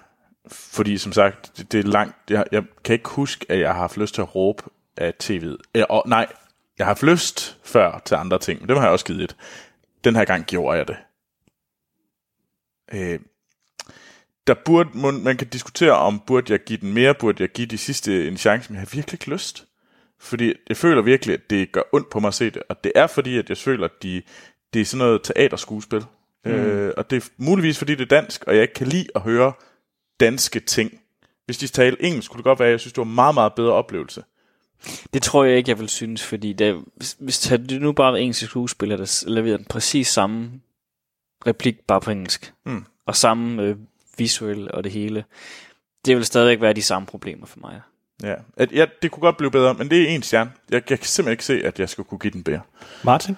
S2: Fordi som sagt, det, det er langt. Jeg, jeg kan ikke huske, at jeg har haft lyst til at råbe af tv'et. Ja, og, nej, jeg har haft lyst før til andre ting, men dem har jeg også givet et. Den her gang gjorde jeg det. Øh, der burde, man, man kan diskutere om, burde jeg give den mere, burde jeg give de sidste en chance, men jeg har virkelig ikke lyst. Fordi jeg føler virkelig, at det gør ondt på mig at se det. Og det er fordi, at jeg føler, at de, det er sådan noget teaterskuespil. Mm. Øh, og det er muligvis, fordi det er dansk, og jeg ikke kan lide at høre danske ting. Hvis de talte engelsk, kunne det godt være, at jeg synes, det var en meget, meget bedre oplevelse.
S3: Det tror jeg ikke, jeg vil synes, fordi det, hvis, hvis det nu bare var engelske skuespiller, der s- leverede den præcis samme replik, bare på engelsk,
S2: Mm.
S3: og samme øh, visuel og det hele, det vil stadigvæk være de samme problemer for mig.
S2: Ja. At, ja, det kunne godt blive bedre, men det er en stjerne. Jeg, jeg kan simpelthen ikke se, at jeg skulle kunne give den bedre.
S1: Martin?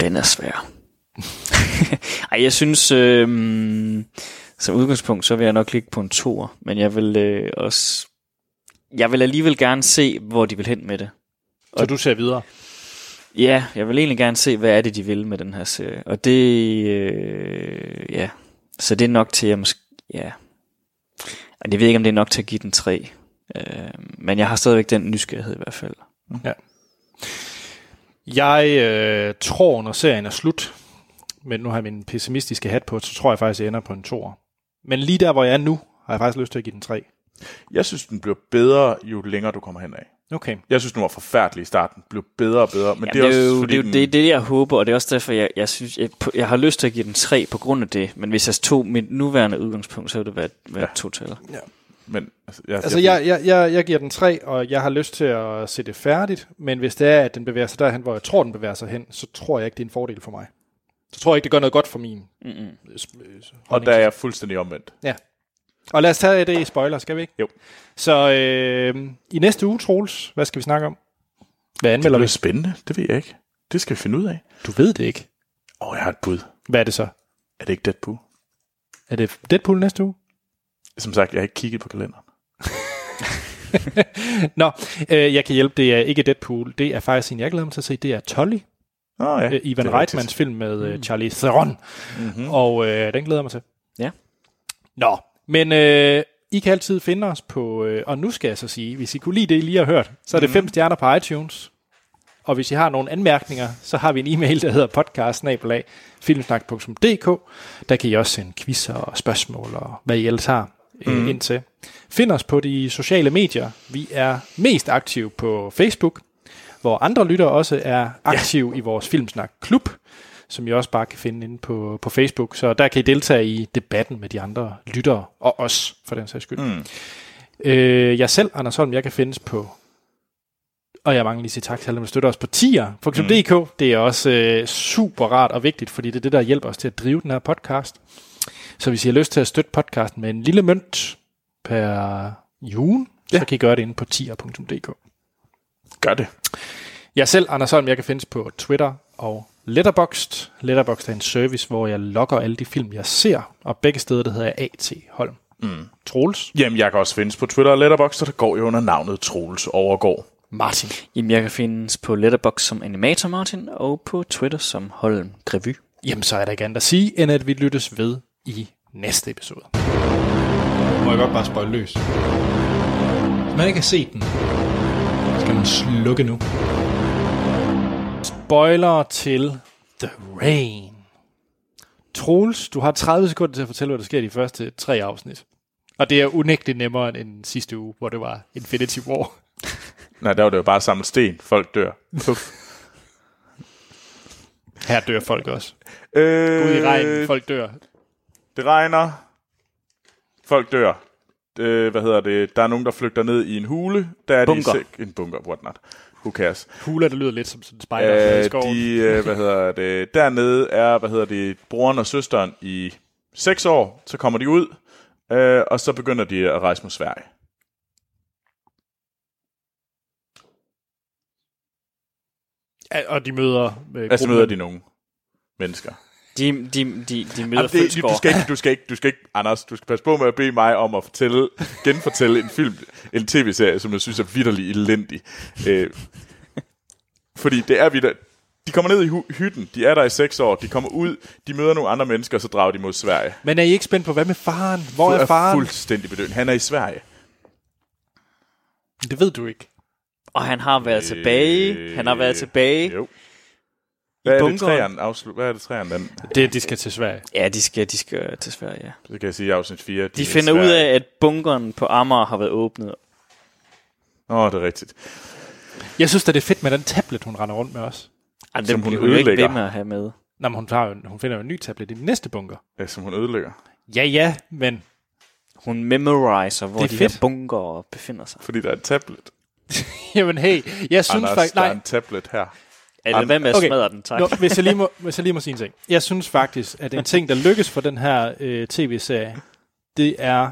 S3: Den er svær. Ej, jeg synes, øh, som udgangspunkt, så vil jeg nok ligge på en toer, men jeg vil øh, også, jeg vil alligevel gerne se, hvor de vil hen med det.
S1: Så du ser videre.
S3: Ja, jeg vil egentlig gerne se, hvad er det, de vil med den her serie, og det, øh, ja, så det er nok til, at jeg måske, ja, og jeg ved ikke, om det er nok til at give den tre, øh, men jeg har stadigvæk den nysgerrighed i hvert fald.
S1: Jeg øh, tror, når serien er slut, men nu har jeg min pessimistiske hat på, så tror jeg faktisk, jeg ender på en toer. Men lige der, hvor jeg er nu, har jeg faktisk lyst til at give den tre.
S2: Jeg synes, den bliver bedre, jo længere du kommer hen af.
S1: Okay.
S2: Jeg synes, den var forfærdelig i starten. Blev bedre og bedre, men
S3: Men
S2: det er også
S3: jo,
S2: fordi,
S3: det, er jo
S2: den,
S3: det, det, jeg håber, og det er også derfor, jeg, jeg, synes, jeg, på- jeg har lyst til at give den 3 på grund af det. Men hvis jeg tog mit nuværende udgangspunkt, så ville det være, være ja.
S2: Ja.
S3: to taler.
S2: Men, altså, jeg,
S1: Altså, jeg, jeg, jeg, jeg giver den tre, og jeg har lyst til at se det færdigt, men hvis det er, at den bevæger sig derhen, hvor jeg tror, den bevæger sig hen, så tror jeg ikke, det er en fordel for mig. Så tror jeg ikke, det gør noget godt for min.
S3: Mm-mm.
S1: øh, sp- øh,
S2: og der er jeg fuldstændig omvendt.
S1: Og lad os tage det i spoiler, skal vi ikke?
S2: Jo.
S1: Så øh, i næste uge, Troels, hvad skal vi snakke om? Hvad
S2: Det
S1: anmelder
S2: bliver
S1: vi?
S2: spændende, det ved jeg ikke. Det skal vi finde ud af.
S1: Du ved det ikke.
S2: Åh, oh, jeg har et bud.
S1: Hvad er det så?
S2: Er det ikke Deadpool?
S1: Er det Deadpool næste uge?
S2: Som sagt, jeg har ikke kigget på kalenderen.
S1: Nå, øh, jeg kan hjælpe. Det er ikke Deadpool. Det er faktisk en, jeg glæder mig til at se. Det er Tolly,
S2: Åh oh, ja,
S1: øh, Ivan
S2: det er rigtigt.
S1: Reitmans film med øh, Charlie Theron.
S2: Mhm.
S1: Mm. Og øh, den glæder jeg mig til.
S3: Ja.
S1: Nå, men øh, I kan altid finde os på... Øh, og nu skal jeg så sige, hvis I kunne lide det, I lige har hørt, så er det mm. fem stjerner på iTunes. Og hvis I har nogle anmærkninger, så har vi en e-mail, der hedder podcast-filmsnak.dk. Der kan I også sende quizzer og spørgsmål og hvad I ellers har mm. øh, ind til. Find os på de sociale medier. Vi er mest aktive på Facebook, hvor andre lyttere også er aktive ja. i vores Filmsnak-klub, som I også bare kan finde inde på, på Facebook. Så der kan I deltage i debatten med de andre lyttere, og os for den sags skyld. Mm. Øh, jeg selv, Anders Holm, jeg kan findes på og jeg mangler lige at sige tak til alle, dem, der støtter os på tier. For eksempel mm. DK, det er også øh, super rart og vigtigt, fordi det er det, der hjælper os til at drive den her podcast. Så hvis I har lyst til at støtte podcasten med en lille mønt per june, ja. så kan I gøre det inde på tier.dk.
S2: Gør det.
S1: Jeg selv, Anders Holm, jeg kan findes på Twitter og Letterboxd. Letterboxd er en service, hvor jeg logger alle de film, jeg ser, og begge steder, det hedder jeg A.T. Holm. Mm. Troels,
S2: Jamen, jeg kan også findes på Twitter og Letterboxd, og der går jeg under navnet Troels Overgaard.
S1: Martin.
S3: Jamen, jeg kan findes på Letterbox som Animator Martin, og på Twitter som Holm Grevy.
S1: Jamen, så er der ikke andet at sige, end at vi lyttes ved i næste episode. Må jeg godt bare spøjle løs? Hvis man ikke har set den, skal man slukke nu. Spoiler til The Rain. Troels, du har 30 sekunder til at fortælle, hvad der sker i de første tre afsnit. Og det er unægteligt nemmere end sidste uge, hvor det var Infinity War.
S2: Nej, der var det jo bare samlet sten. Folk dør. Puff.
S1: Her dør folk også.
S2: øh,
S1: Ud i regnen, folk dør.
S2: Det regner. Folk dør. Øh, hvad hedder det? Der er nogen, der flygter ned i en hule. Der er
S3: Bunker.
S2: De sek- en bunker, what not. Who cares?
S1: Huler, det lyder lidt som sådan en spejder øh, i
S2: Øh,
S1: skoven.
S2: de, øh, hvad hedder det, dernede er, hvad hedder det, broren og søsteren i 6 år, så kommer de ud, øh, og så begynder de at rejse mod Sverige.
S1: Ja, Og de møder... Øh,
S2: Altså
S1: gruppen-
S2: møder de nogle mennesker.
S3: De, de, de, de møder
S2: Jamen, det, du,
S3: Følsgaard.
S2: skal ikke, du, skal ikke, du skal ikke, Anders, du skal passe på med at bede mig om at fortælle, genfortælle en film, en tv-serie, som jeg synes er vidderlig elendig. Øh, fordi det er vidder... De kommer ned i hu- hytten, de er der i seks år, de kommer ud, de møder nogle andre mennesker, og så drager de mod Sverige.
S1: Men er I ikke spændt på, hvad med faren? Hvor
S2: Du
S1: er faren?
S2: fuldstændig bedøvet. Han er i Sverige.
S1: Det ved du ikke.
S3: Og han har været tilbage. Han har været tilbage.
S2: Øh, Jo. Hvad er det
S3: bunkeren.
S2: træerne? Afslut, hvad er det træerne? Den,
S1: Det, de skal til Sverige.
S3: Ja, de skal, de skal til Sverige, ja.
S2: det kan jeg sige i afsnit 4.
S3: De finder ud af, at bunkeren på Amager har været åbnet.
S2: Åh, oh, det er rigtigt.
S1: Jeg synes da, det er fedt med den tablet, hun render rundt med os.
S3: Ej, den
S2: Som
S3: bliver
S2: hun
S3: jo ikke ved
S2: ødelægger.
S3: med at have med.
S1: Nå, men hun, tager jo, en- hun finder jo en ny tablet i den næste bunker.
S2: Ja, som hun ødelægger.
S1: Ja, ja, men
S3: Hun memoriser, hvor
S1: Det er
S3: de
S1: fedt.
S3: her bunker befinder sig.
S2: Fordi der er en tablet.
S1: jamen hey, jeg synes
S2: Anders,
S1: faktisk...
S2: der er
S1: Nej,
S2: en tablet her.
S3: Er det hvad med at
S1: okay.
S3: smadre den, tak?
S1: Nå, hvis, jeg lige må, hvis jeg lige må sige en ting. Jeg synes faktisk, at en ting, der lykkes for den her øh, tv-serie, det er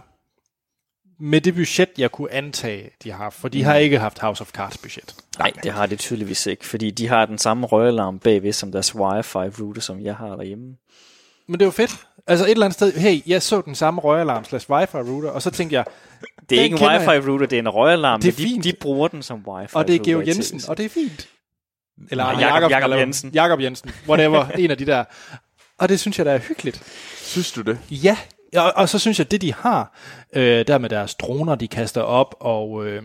S1: med det budget, jeg kunne antage, de har haft. For de har ikke haft House of Cards budget.
S3: Nej, det har det tydeligvis ikke, fordi de har den samme røgalarm bagved som deres wifi-router, som jeg har derhjemme.
S1: Men det var fedt. Altså et eller andet sted, hey, jeg så den samme røgalarm slash wifi router, og så tænkte jeg,
S3: Det er
S1: Den
S3: ikke en
S1: kender jeg.
S3: wifi-router, det er en røgalarm,
S1: Det er
S3: men de,
S1: fint.
S3: de bruger den som wifi-router.
S1: og det er Georg
S3: i
S1: Jensen,
S3: TV.
S1: og det er fint. Eller
S3: Nej,
S1: Arne
S3: Jakob- Jakob
S1: eller-
S3: Jensen.
S1: Jakob Jensen, whatever, en af de der. Og det synes jeg, der er hyggeligt.
S2: Synes du det?
S1: Ja, og, og så synes jeg, det de har, øh, der med deres droner, de kaster op, og øh,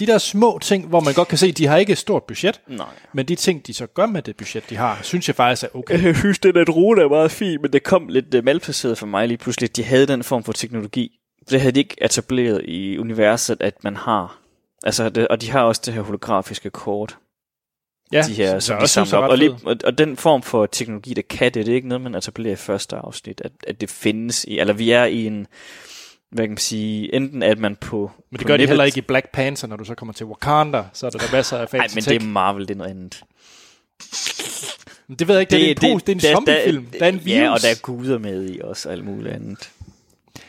S1: de der små ting, hvor man godt kan se, de har ikke et stort budget,
S3: Nej.
S1: men de ting, de så gør med det budget, de har, synes jeg faktisk er okay.
S3: Jeg synes, den at rune er meget fint, men det kom lidt uh, malplaceret for mig lige pludselig. De havde den form for teknologi. Det havde de ikke etableret i universet, at man har. Altså, det, og de har også det her holografiske kort,
S1: Ja,
S3: de her,
S1: jeg
S3: som de
S1: også synes er
S3: samler op.
S1: ret
S3: Og, lige,
S1: fedt.
S3: og, og den form for teknologi, der kan det, det er ikke noget, man etablerer i første afsnit, at, at det findes i. Eller vi er i en, hvad kan man sige, enten at man på...
S1: Men
S3: på
S1: det gør de
S3: nippet-
S1: heller ikke i Black Panther, når du så kommer til Wakanda, så er der, der masser af
S3: Nej,
S1: fancy
S3: men
S1: tech.
S3: det er Marvel, det er noget andet.
S1: Men det ved jeg ikke, det, det er en pose, det, det er en zombiefilm, der, der, er en virus.
S3: Ja, og der er guder med i også, og alt muligt andet.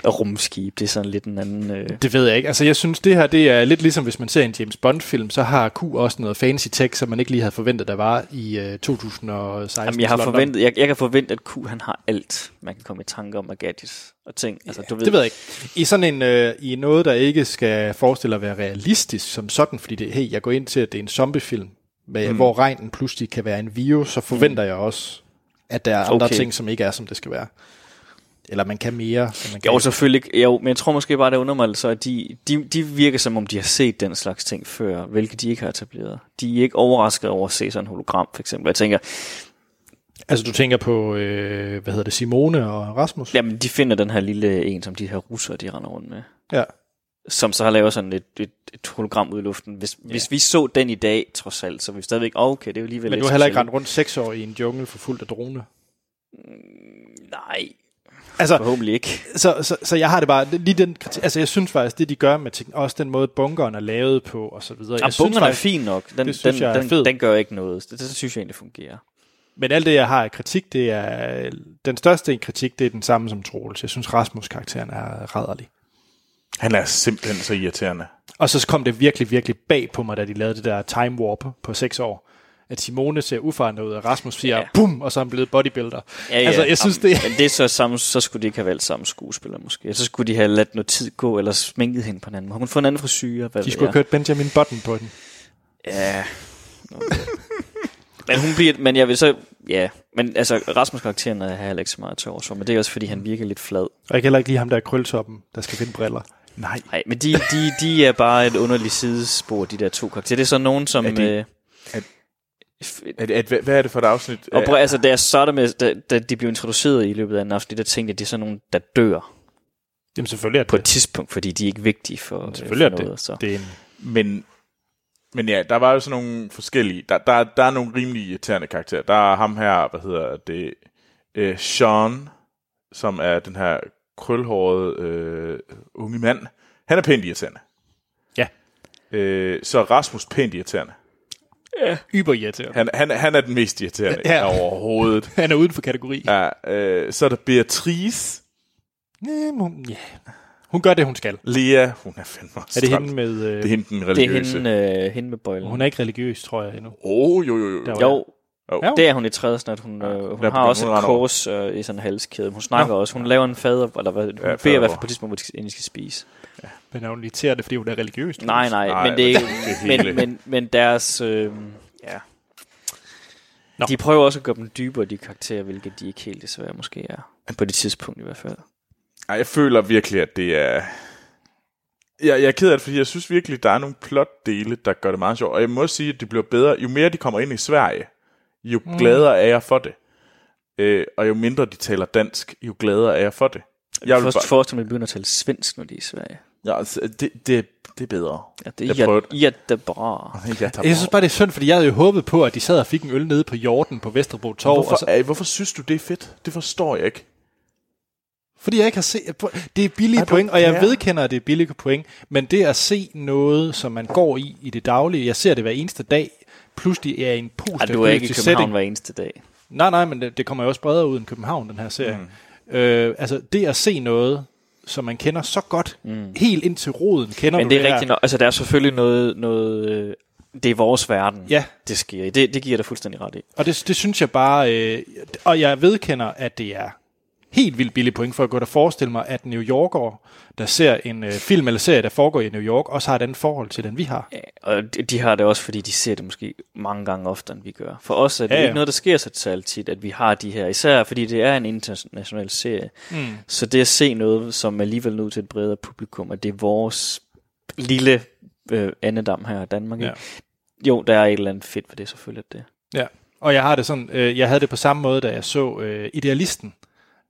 S3: Og rumskib, det er sådan lidt en anden... Øh,
S1: Det ved jeg ikke. Altså, jeg synes, det her det er lidt ligesom, hvis man ser en James Bond-film, så har Q også noget fancy tech, som man ikke lige havde forventet, der var i øh, 2016.
S3: jamen, jeg har
S1: London.
S3: forventet, jeg, jeg kan forvente, at Q han har alt, man kan komme i tanke om, og gadgets og ting. Altså, du ved,
S1: Det ved jeg ikke. I sådan en, øh, i noget, der ikke skal forestille at være realistisk som sådan, fordi det, hey, jeg går ind til, at det er en zombiefilm, med, mm. hvor regnen pludselig kan være en virus, så forventer mm. jeg også, at der er andre
S3: Okay.
S1: okay. ting, som ikke er, som det skal være. Eller man kan mere. end Man kan.
S3: Jo, selvfølgelig. Jo, men jeg tror måske bare, det undrer mig altså, at de, de, de virker som om, de har set den slags ting før, hvilket de ikke har etableret. De er ikke overrasket over at se sådan en hologram, for eksempel. Jeg tænker,
S1: Altså, du tænker på, øh, hvad hedder det, Simone og Rasmus?
S3: jamen, de finder den her lille en, som de her russere, de render rundt med.
S1: ja.
S3: som så har lavet sådan et, et, et hologram ud i luften. Hvis, ja. hvis vi så den i dag, trods alt, så er vi stadigvæk, "Åh, okay, det er jo alligevel
S1: Men
S3: lidt
S1: du har heller ikke
S3: specielt."
S1: rendt rundt seks år i en jungle for fuldt af drone.
S3: Nej,
S1: Altså,
S3: forhåbentlig ikke.
S1: så, så, så jeg har det bare, lige den kritik, altså jeg synes faktisk, det de gør med ting, også den måde bunkeren er lavet på, og så videre.
S3: Jamen,
S1: jeg synes
S3: bunkeren er
S1: faktisk,
S3: fin nok. Den,
S1: det synes
S3: den,
S1: jeg er
S3: den,
S1: fed.
S3: den gør ikke noget. Det, det synes jeg egentlig fungerer.
S1: Men alt det, jeg har af kritik, det er, den største kritik, det er den samme som Troels. Jeg synes, Rasmus-karakteren er rædderlig.
S2: Han er simpelthen så irriterende.
S1: Og så kom det virkelig, virkelig bag på mig, da de lavede det der time warp på seks år. At Simone ser uforandret ud, og Rasmus siger, ja. bum, og så er han blevet bodybuilder.
S3: Ja, ja.
S1: altså, jeg synes,
S3: Jamen,
S1: det
S3: Men det er så, samme, så skulle de ikke have valgt samme skuespiller måske. Så skulle de have ladt noget tid gå, eller sminket hende på en anden måde. Har hun fået en anden frisyr? Hvad
S1: De skulle have kørt Benjamin Button på den.
S3: Ja. Okay. men hun bliver, men jeg vil så, ja. Men altså, Rasmus karakteren har jeg heller ikke så meget til overs for, men det er også fordi, han virker lidt flad.
S1: Og jeg kan heller ikke lide ham der i krøltoppen, der skal finde briller.
S2: Nej.
S3: Nej, men de, de, de er bare et underligt sidespor, de der to karakterer. Det er så nogen, som...
S2: Er de-
S3: øh,
S2: er- Øh,
S3: f-
S2: At, at, hvad, hvad er det for et afsnit?
S3: og prøv, altså, da jeg så det med, da, da, de blev introduceret i løbet af en aften, der tænkte jeg, at det er sådan nogen, der dør
S1: Jamen selvfølgelig er det
S3: på et tidspunkt, fordi de er ikke vigtige for,
S1: Selvfølgelig er
S3: for noget.
S1: det.
S3: Så.
S1: det er en,
S2: Øh, Men, men ja, der var jo sådan nogle forskellige... Der, der, der er nogle rimelig irriterende karakterer. Der er ham her, hvad hedder det... Øh, Sean, som er den her krølhårede øh, unge mand. Han er pænt irriterende.
S1: ja,
S2: Øh, så er Rasmus pænt irriterende.
S1: yber irriterende.
S2: Han, han, han er den mest irriterende
S1: Ja.
S2: ja. overhovedet.
S1: Han er uden for kategori. Ja.
S2: Ja, øh, så er der Beatrice.
S1: ja. Hun gør det, hun skal.
S2: Lea, hun er fandme
S1: Er det hende med... Øh,
S2: Det er hende, den
S3: Det er
S2: religiøse.
S3: hende, øh, hende med bøjlen.
S1: hun er ikke religiøs, tror jeg endnu.
S2: Oh, jo, jo, jo.
S1: Der var-
S3: Jo,
S2: Jo.
S3: det er hun i tredje snart. Hun, øh, hun
S2: der
S3: har
S2: begynder
S3: også
S2: hun at
S3: et
S2: rende over.
S3: kors øh, i sådan en halskæde. Hun snakker også. Hun laver en fader, eller hvad, hun ja, beder i
S2: fadervor.
S3: hvert fald på et tidspunkt, hvor de skal- inden de skal spise.
S1: Men er hun irriterende, fordi hun er religiøs? tror
S3: Nej,
S1: jeg?
S3: nej,
S2: Nej,
S3: men det er ikke...
S2: hele.
S3: men, men, men deres... Øh, ja.
S1: Nå.
S3: Nå. De prøver også at gøre dem dybere, de karakterer, hvilket de ikke helt desværre måske er. På det tidspunkt i hvert fald.
S2: Ej, jeg føler virkelig, at det er... Jeg, jeg er ked af det, fordi jeg synes virkelig, der er nogle plotdele, der gør det meget sjovt. Og jeg må sige, at det bliver bedre, jo mere de kommer ind i Sverige, jo mm. gladere er jeg for det. Øh, og jo mindre de taler dansk, jo gladere er jeg for det. Jeg
S3: Jeg
S2: vil
S3: Først
S2: bare,
S3: forestiller mig, at de begynder at tale svensk, når de er i Sverige.
S2: ja, altså, det, det, det er bedre.
S3: Ja, det
S2: Jeg
S3: er
S2: prøvede.
S3: jæt, jæt bra.
S2: Jeg, tager
S1: Jeg synes bare, det er synd, fordi jeg havde jo håbet på, at de sad og fik en øl nede på Jorden på Vesterbro Torv.
S2: hvorfor,
S1: og så,
S2: ej, hvorfor synes du, det er fedt? Det forstår jeg ikke.
S1: fordi jeg ikke har set... Det er billige
S2: Ej, du-
S1: point, og jeg
S2: ja.
S1: vedkender, at det er billige point. Men det at se noget, som man går i i det daglige, jeg ser det hver eneste dag, pludselig er i en
S3: Ej,
S1: positiv
S3: du er ikke i
S1: politisk
S3: København hver eneste dag.
S1: Nej, nej, men det, det kommer jo også bredere ud end København, den her serie. Mm. Øh, altså, det at se noget, som man kender så godt, mm. helt ind til roden, kender
S3: Men
S1: du
S3: det er
S1: her.
S3: rigtigt nok. Altså, der er selvfølgelig noget... noget øh, det er vores verden,
S1: Ja.
S3: det sker i. Det, det giver jeg dig fuldstændig ret i.
S1: Og det, det synes jeg bare... Øh, og jeg vedkender, at det er helt vildt billige point, for jeg kunne da forestille mig, at New Yorker, der ser en øh, film eller serie, der foregår i New York, også har et andet forhold til den, vi har.
S3: Ja, Øh, og de- de har det også, fordi de ser det måske mange gange oftere, end vi gør. For os er det
S1: Ja,
S3: ja,
S1: ja.
S3: ja. ikke noget, der sker så særligt tit, at vi har de her. Især fordi det er en international serie. Mm. Så det at se noget, som alligevel når ud til et bredere publikum, at det er vores lille øh, andedam her i Danmark.
S1: Ja.
S3: Ja. Jo, der er et eller andet fedt for det selvfølgelig. at Det.
S1: Ja, og jeg har det sådan, øh, jeg havde det på samme måde, da jeg så øh, Idealisten,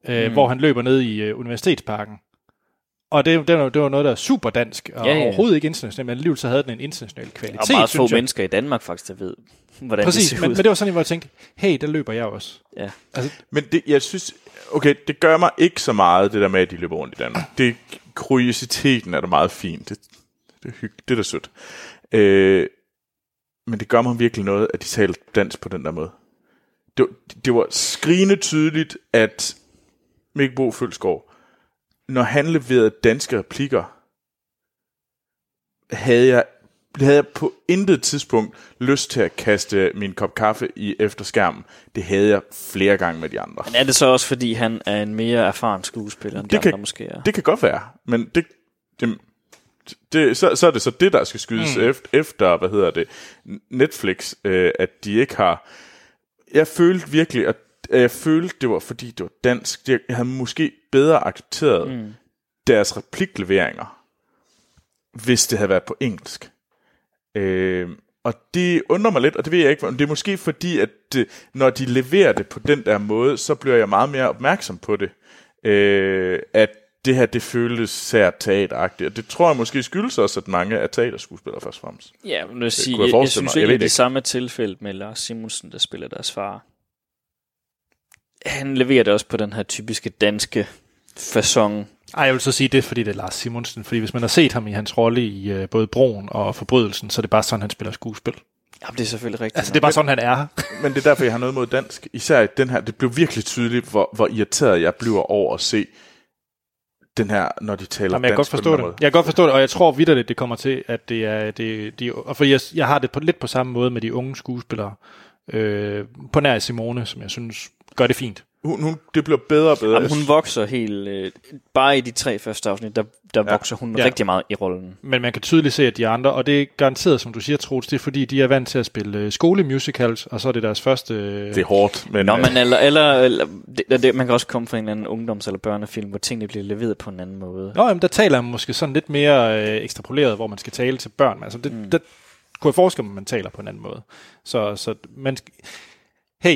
S1: øh, mm. hvor han løber ned i øh, Universitetsparken. Og det, det, var, det var noget, der er super dansk, og ja,
S3: Ja,
S1: ja.
S3: ja.
S1: overhovedet ikke internationalt, men alligevel så havde den en international kvalitet,
S3: Og meget få
S1: synes jeg.
S3: mennesker i Danmark faktisk, der ved, hvordan det
S1: Præcis,
S3: ser
S1: men,
S3: ud.
S1: men det var sådan, hvor jeg tænkte, hey, der løber jeg også.
S3: ja.
S2: Men det, jeg synes, okay, det gør mig ikke så meget, det der med, at de løber rundt i Danmark. Det, kuriositeten er da meget fint. Det, det er hyggeligt, det er da sødt. Øh, men det gør mig virkelig noget, at de taler dansk på den der måde. Det, var- det var skrigende tydeligt, at Mikkel Bo Følsgaard, når han leverede danske replikker, havde jeg, havde jeg på intet tidspunkt lyst til at kaste min kop kaffe i efterskærmen. Det havde jeg flere gange med de andre.
S3: Men er det så også, fordi han er en mere erfaren skuespiller, end de
S2: Det kan-
S3: andre måske er?
S2: Det kan godt være, men det, det, det så, så er det så det, der skal skydes mm. efter, hvad hedder det, Netflix, øh, at de ikke har... Jeg følte virkelig, at at jeg følte, det var fordi, det var dansk. Det- Jeg havde måske bedre accepteret mm. deres replikleveringer, hvis det havde været på engelsk. Øh, og det undrer mig lidt, og det ved jeg ikke, om det er måske fordi, at øh, når de leverer det på den der måde, så bliver jeg meget mere opmærksom på det. Øh, at det her, det føles sært teateragtigt, og det tror jeg måske skyldes også, at mange er teaterskuespillere først og fremmest.
S3: Ja, men jeg, sige,
S2: kunne jeg
S3: jeg, jeg,
S2: forestille
S3: synes
S2: mig. Jeg
S3: ikke,
S2: ved
S3: at
S2: det
S3: det
S2: ikke.
S3: samme tilfælde med Lars Simonsen, der spiller deres far. Han leverer det også på den her typiske danske fasong.
S1: Ej, jeg vil så sige det, er, fordi det er Lars Simonsen, fordi hvis man har set ham i hans rolle i øh, både Broen og Forbrydelsen, så er det bare sådan, han spiller skuespil.
S2: Altså,
S3: Jamen, det er selvfølgelig rigtigt.
S1: Altså, det er bare sådan, han er.
S2: Men det er derfor, jeg har noget mod dansk. Især i den her, det blev virkelig tydeligt, hvor, hvor irriteret jeg bliver over at se den her, når de taler
S1: Jamen, jeg kan godt
S2: dansk
S1: forstå
S2: på
S1: det.
S2: den her
S1: Jeg kan godt forstå det, og jeg tror vidderligt, det kommer til, at det er... Det, de, og fordi jeg, jeg har det på, lidt på samme måde med de unge skuespillere. Øh, på nær i Simone, som jeg synes gør det fint.
S2: måde. Hun, hun, det bliver bedre og bedre.
S3: Jamen, hun vokser helt... Øh, bare i de tre første afsnit, der, der ja. vokser hun
S1: Ja.
S3: ja. rigtig meget i rollen.
S1: Men man kan tydeligt se, at de andre, og det er garanteret, som du siger, Troels, det er fordi, de er vant til at spille øh, skolemusicals, og så er det deres første... Øh,
S2: det er hårdt, men,
S3: Nå,
S2: øh,
S3: men eller, eller, eller det, det, man kan også komme fra en eller anden ungdoms- eller børnefilm, hvor tingene bliver leveret på en anden måde.
S1: Nå, jamen, der taler man måske sådan lidt mere øh, ekstrapoleret, hvor man skal tale til børn. men Altså, det, mm. der kunne jeg forestille mig, at man taler på en anden måde. Så, så man... sk- Hey,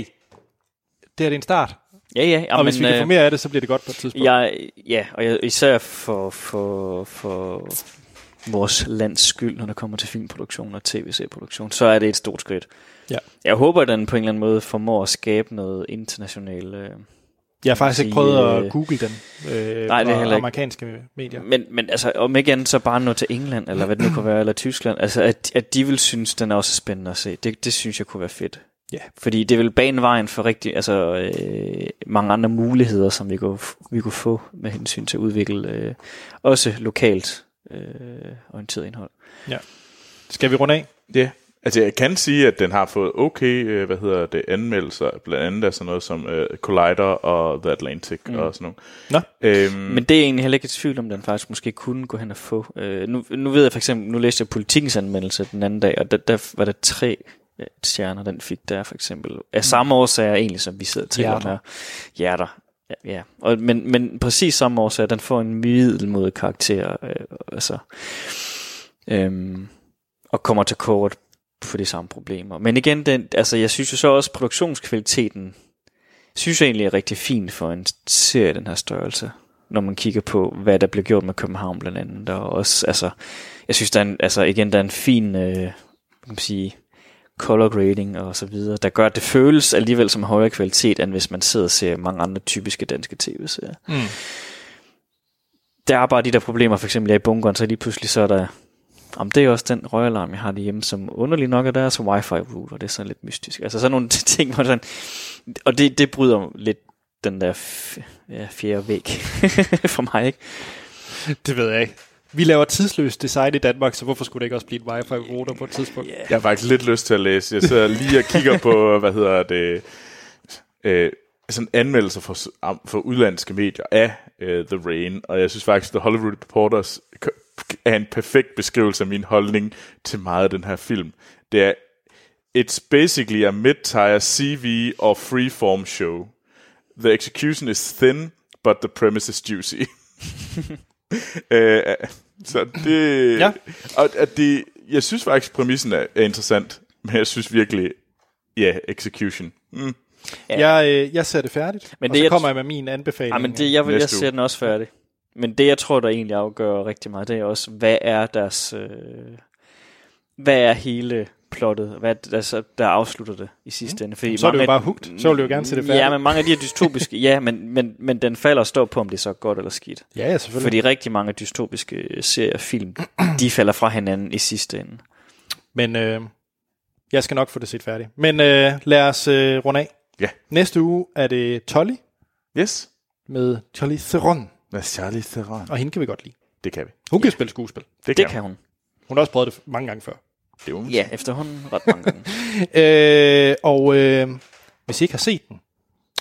S1: det her det er en start,
S3: Ja, ja.
S1: og
S3: jamen,
S1: hvis vi kan
S3: øh,
S1: få mere af det, så bliver det godt på et tidspunkt.
S3: Jeg, ja, og jeg, især for, for, for vores lands skyld, når det kommer til filmproduktion og tv-serieproduktion, så er det et stort skridt.
S1: Ja.
S3: Jeg håber, at den på en eller anden måde formår at skabe noget internationalt. Øh,
S1: Jeg har faktisk ikke
S3: sige,
S1: prøvet at
S3: øh,
S1: google den øh,
S3: nej, det er
S1: på
S3: heller ikke.
S1: amerikanske medier.
S3: men, men altså, om ikke andet, så bare nå til England, eller hvad det nu kunne være, eller Tyskland. Altså, at, at de vil synes, den er også spændende at se. Det, det synes jeg kunne være fedt.
S1: Ja.
S3: Fordi det vil bane vejen for rigtig, altså, øh, mange andre muligheder, som vi kunne, f- vi kunne få med hensyn til at udvikle øh, også lokalt øh, orienteret indhold.
S1: Skal vi runde af?
S2: Ja, altså jeg kan sige, at den har fået okay, øh, hvad hedder det, anmeldelser, blandt andet af sådan noget som øh, Collider og The Atlantic mm. og sådan noget. Nå. Øhm,
S3: Men det er egentlig heller ikke et tvivl om, den faktisk måske kunne gå hen og få. Øh, nu, nu ved jeg for eksempel, nu læste jeg politikens anmeldelse den anden dag, og der, der var der tre øh, stjerner, den fik der for eksempel. Af samme årsager egentlig, som vi sidder til
S1: Hjerter.
S3: her. Hjerter. Ja, ja. Og, men, men præcis samme årsager, den får en middelmodig karakter, øh, altså, øhm, og kommer til kort på de samme problemer. Men igen, den, altså, jeg synes jo så også, produktionskvaliteten synes jeg egentlig er rigtig fin for en serie af den her størrelse når man kigger på, hvad der blev gjort med København blandt andet. Og også, altså, jeg synes, der er en, altså, igen, der er en fin, øh, hvad kan man sige, color grading og så videre, der gør, at det føles alligevel som højere kvalitet, end hvis man sidder og ser mange andre typiske danske tv-serier.
S1: Mm.
S3: Der er bare de der problemer, for eksempel jeg i bunkeren, så lige pludselig så er der, om det er også den røgalarm, jeg har derhjemme, som underlig nok er deres wifi-router, det er sådan lidt mystisk. Altså sådan nogle ting, hvor sådan, og det, det bryder lidt den der f- ja, fjerde væg for mig, ikke?
S1: Det ved jeg ikke. Vi laver tidsløst design i Danmark, så hvorfor skulle det ikke også blive en wifi-router på et tidspunkt? Yeah.
S2: Jeg har faktisk lidt lyst til at læse. Jeg sidder lige og kigger på, hvad hedder det, øh, sådan anmeldelser for, am- for udlandske medier af øh, The Rain, og jeg synes faktisk, The Hollywood Reporters k- er en perfekt beskrivelse af min holdning til meget af den her film. Det er, it's basically a mid-tier CV or freeform show. The execution is thin, but the premise is juicy. øh, så det...
S1: Ja.
S2: Og, at det, jeg synes faktisk, præmissen er, er interessant, men jeg synes virkelig, ja, yeah, execution. Mm.
S1: Jeg, øh, jeg ser det færdigt, men det,
S3: Men
S1: og
S3: det,
S1: så
S3: jeg
S1: kommer jeg med min anbefaling.
S3: Ja, men det, jeg, jeg
S2: næste uge.
S3: ser den også færdig. Men det, jeg tror, der egentlig afgør rigtig meget, det er også, hvad er deres... Øh, hvad er hele plottet? Hvad er det, der, så- der afslutter det i sidste ende? Fordi
S1: Mm. så er det
S3: mange
S1: jo
S3: af-
S1: bare hugt. Så vil jeg jo gerne se det færdigt.
S3: Ja, men mange af de her dystopiske... ja, men, men, men den falder og står på, om det er så godt eller skidt.
S1: ja, ja, selvfølgelig.
S3: Fordi rigtig mange af dystopiske øh, serier og film, de falder fra hinanden i sidste ende.
S1: Men øh, jeg skal nok få det set færdigt. Men øh, lad os øh, runde af.
S2: Ja.
S1: Næste uge er det Tolly
S2: Yes.
S1: med Tolly Theron,
S2: Med Charlie Theron.
S1: og hende kan vi godt lide.
S2: Det kan vi.
S1: Hun kan spille skuespil.
S3: Det kan hun.
S1: Hun har også prøvet det mange gange før.
S2: Det er jo
S3: Ja, efterhånden ret mange gange.
S1: Øh, og øh, hvis I ikke har set den,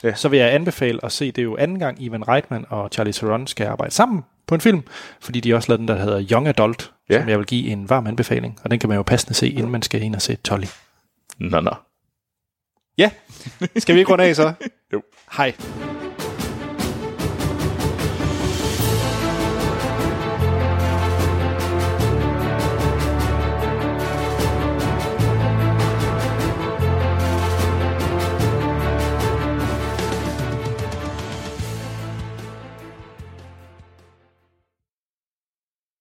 S1: ja.
S2: Ja.
S1: så vil jeg anbefale at se, det er jo anden gang, Ivan Reitman og Charlie Theron skal arbejde sammen på en film, fordi de også lavede den, der hedder Young Adult, ja.
S2: Ja.
S1: som jeg vil give en varm anbefaling, og den kan man jo passende se, inden man skal ind og se Tolly.
S2: Nå, nå.
S1: Ja, skal vi ikke runde af så?
S2: Jo.
S1: Hej.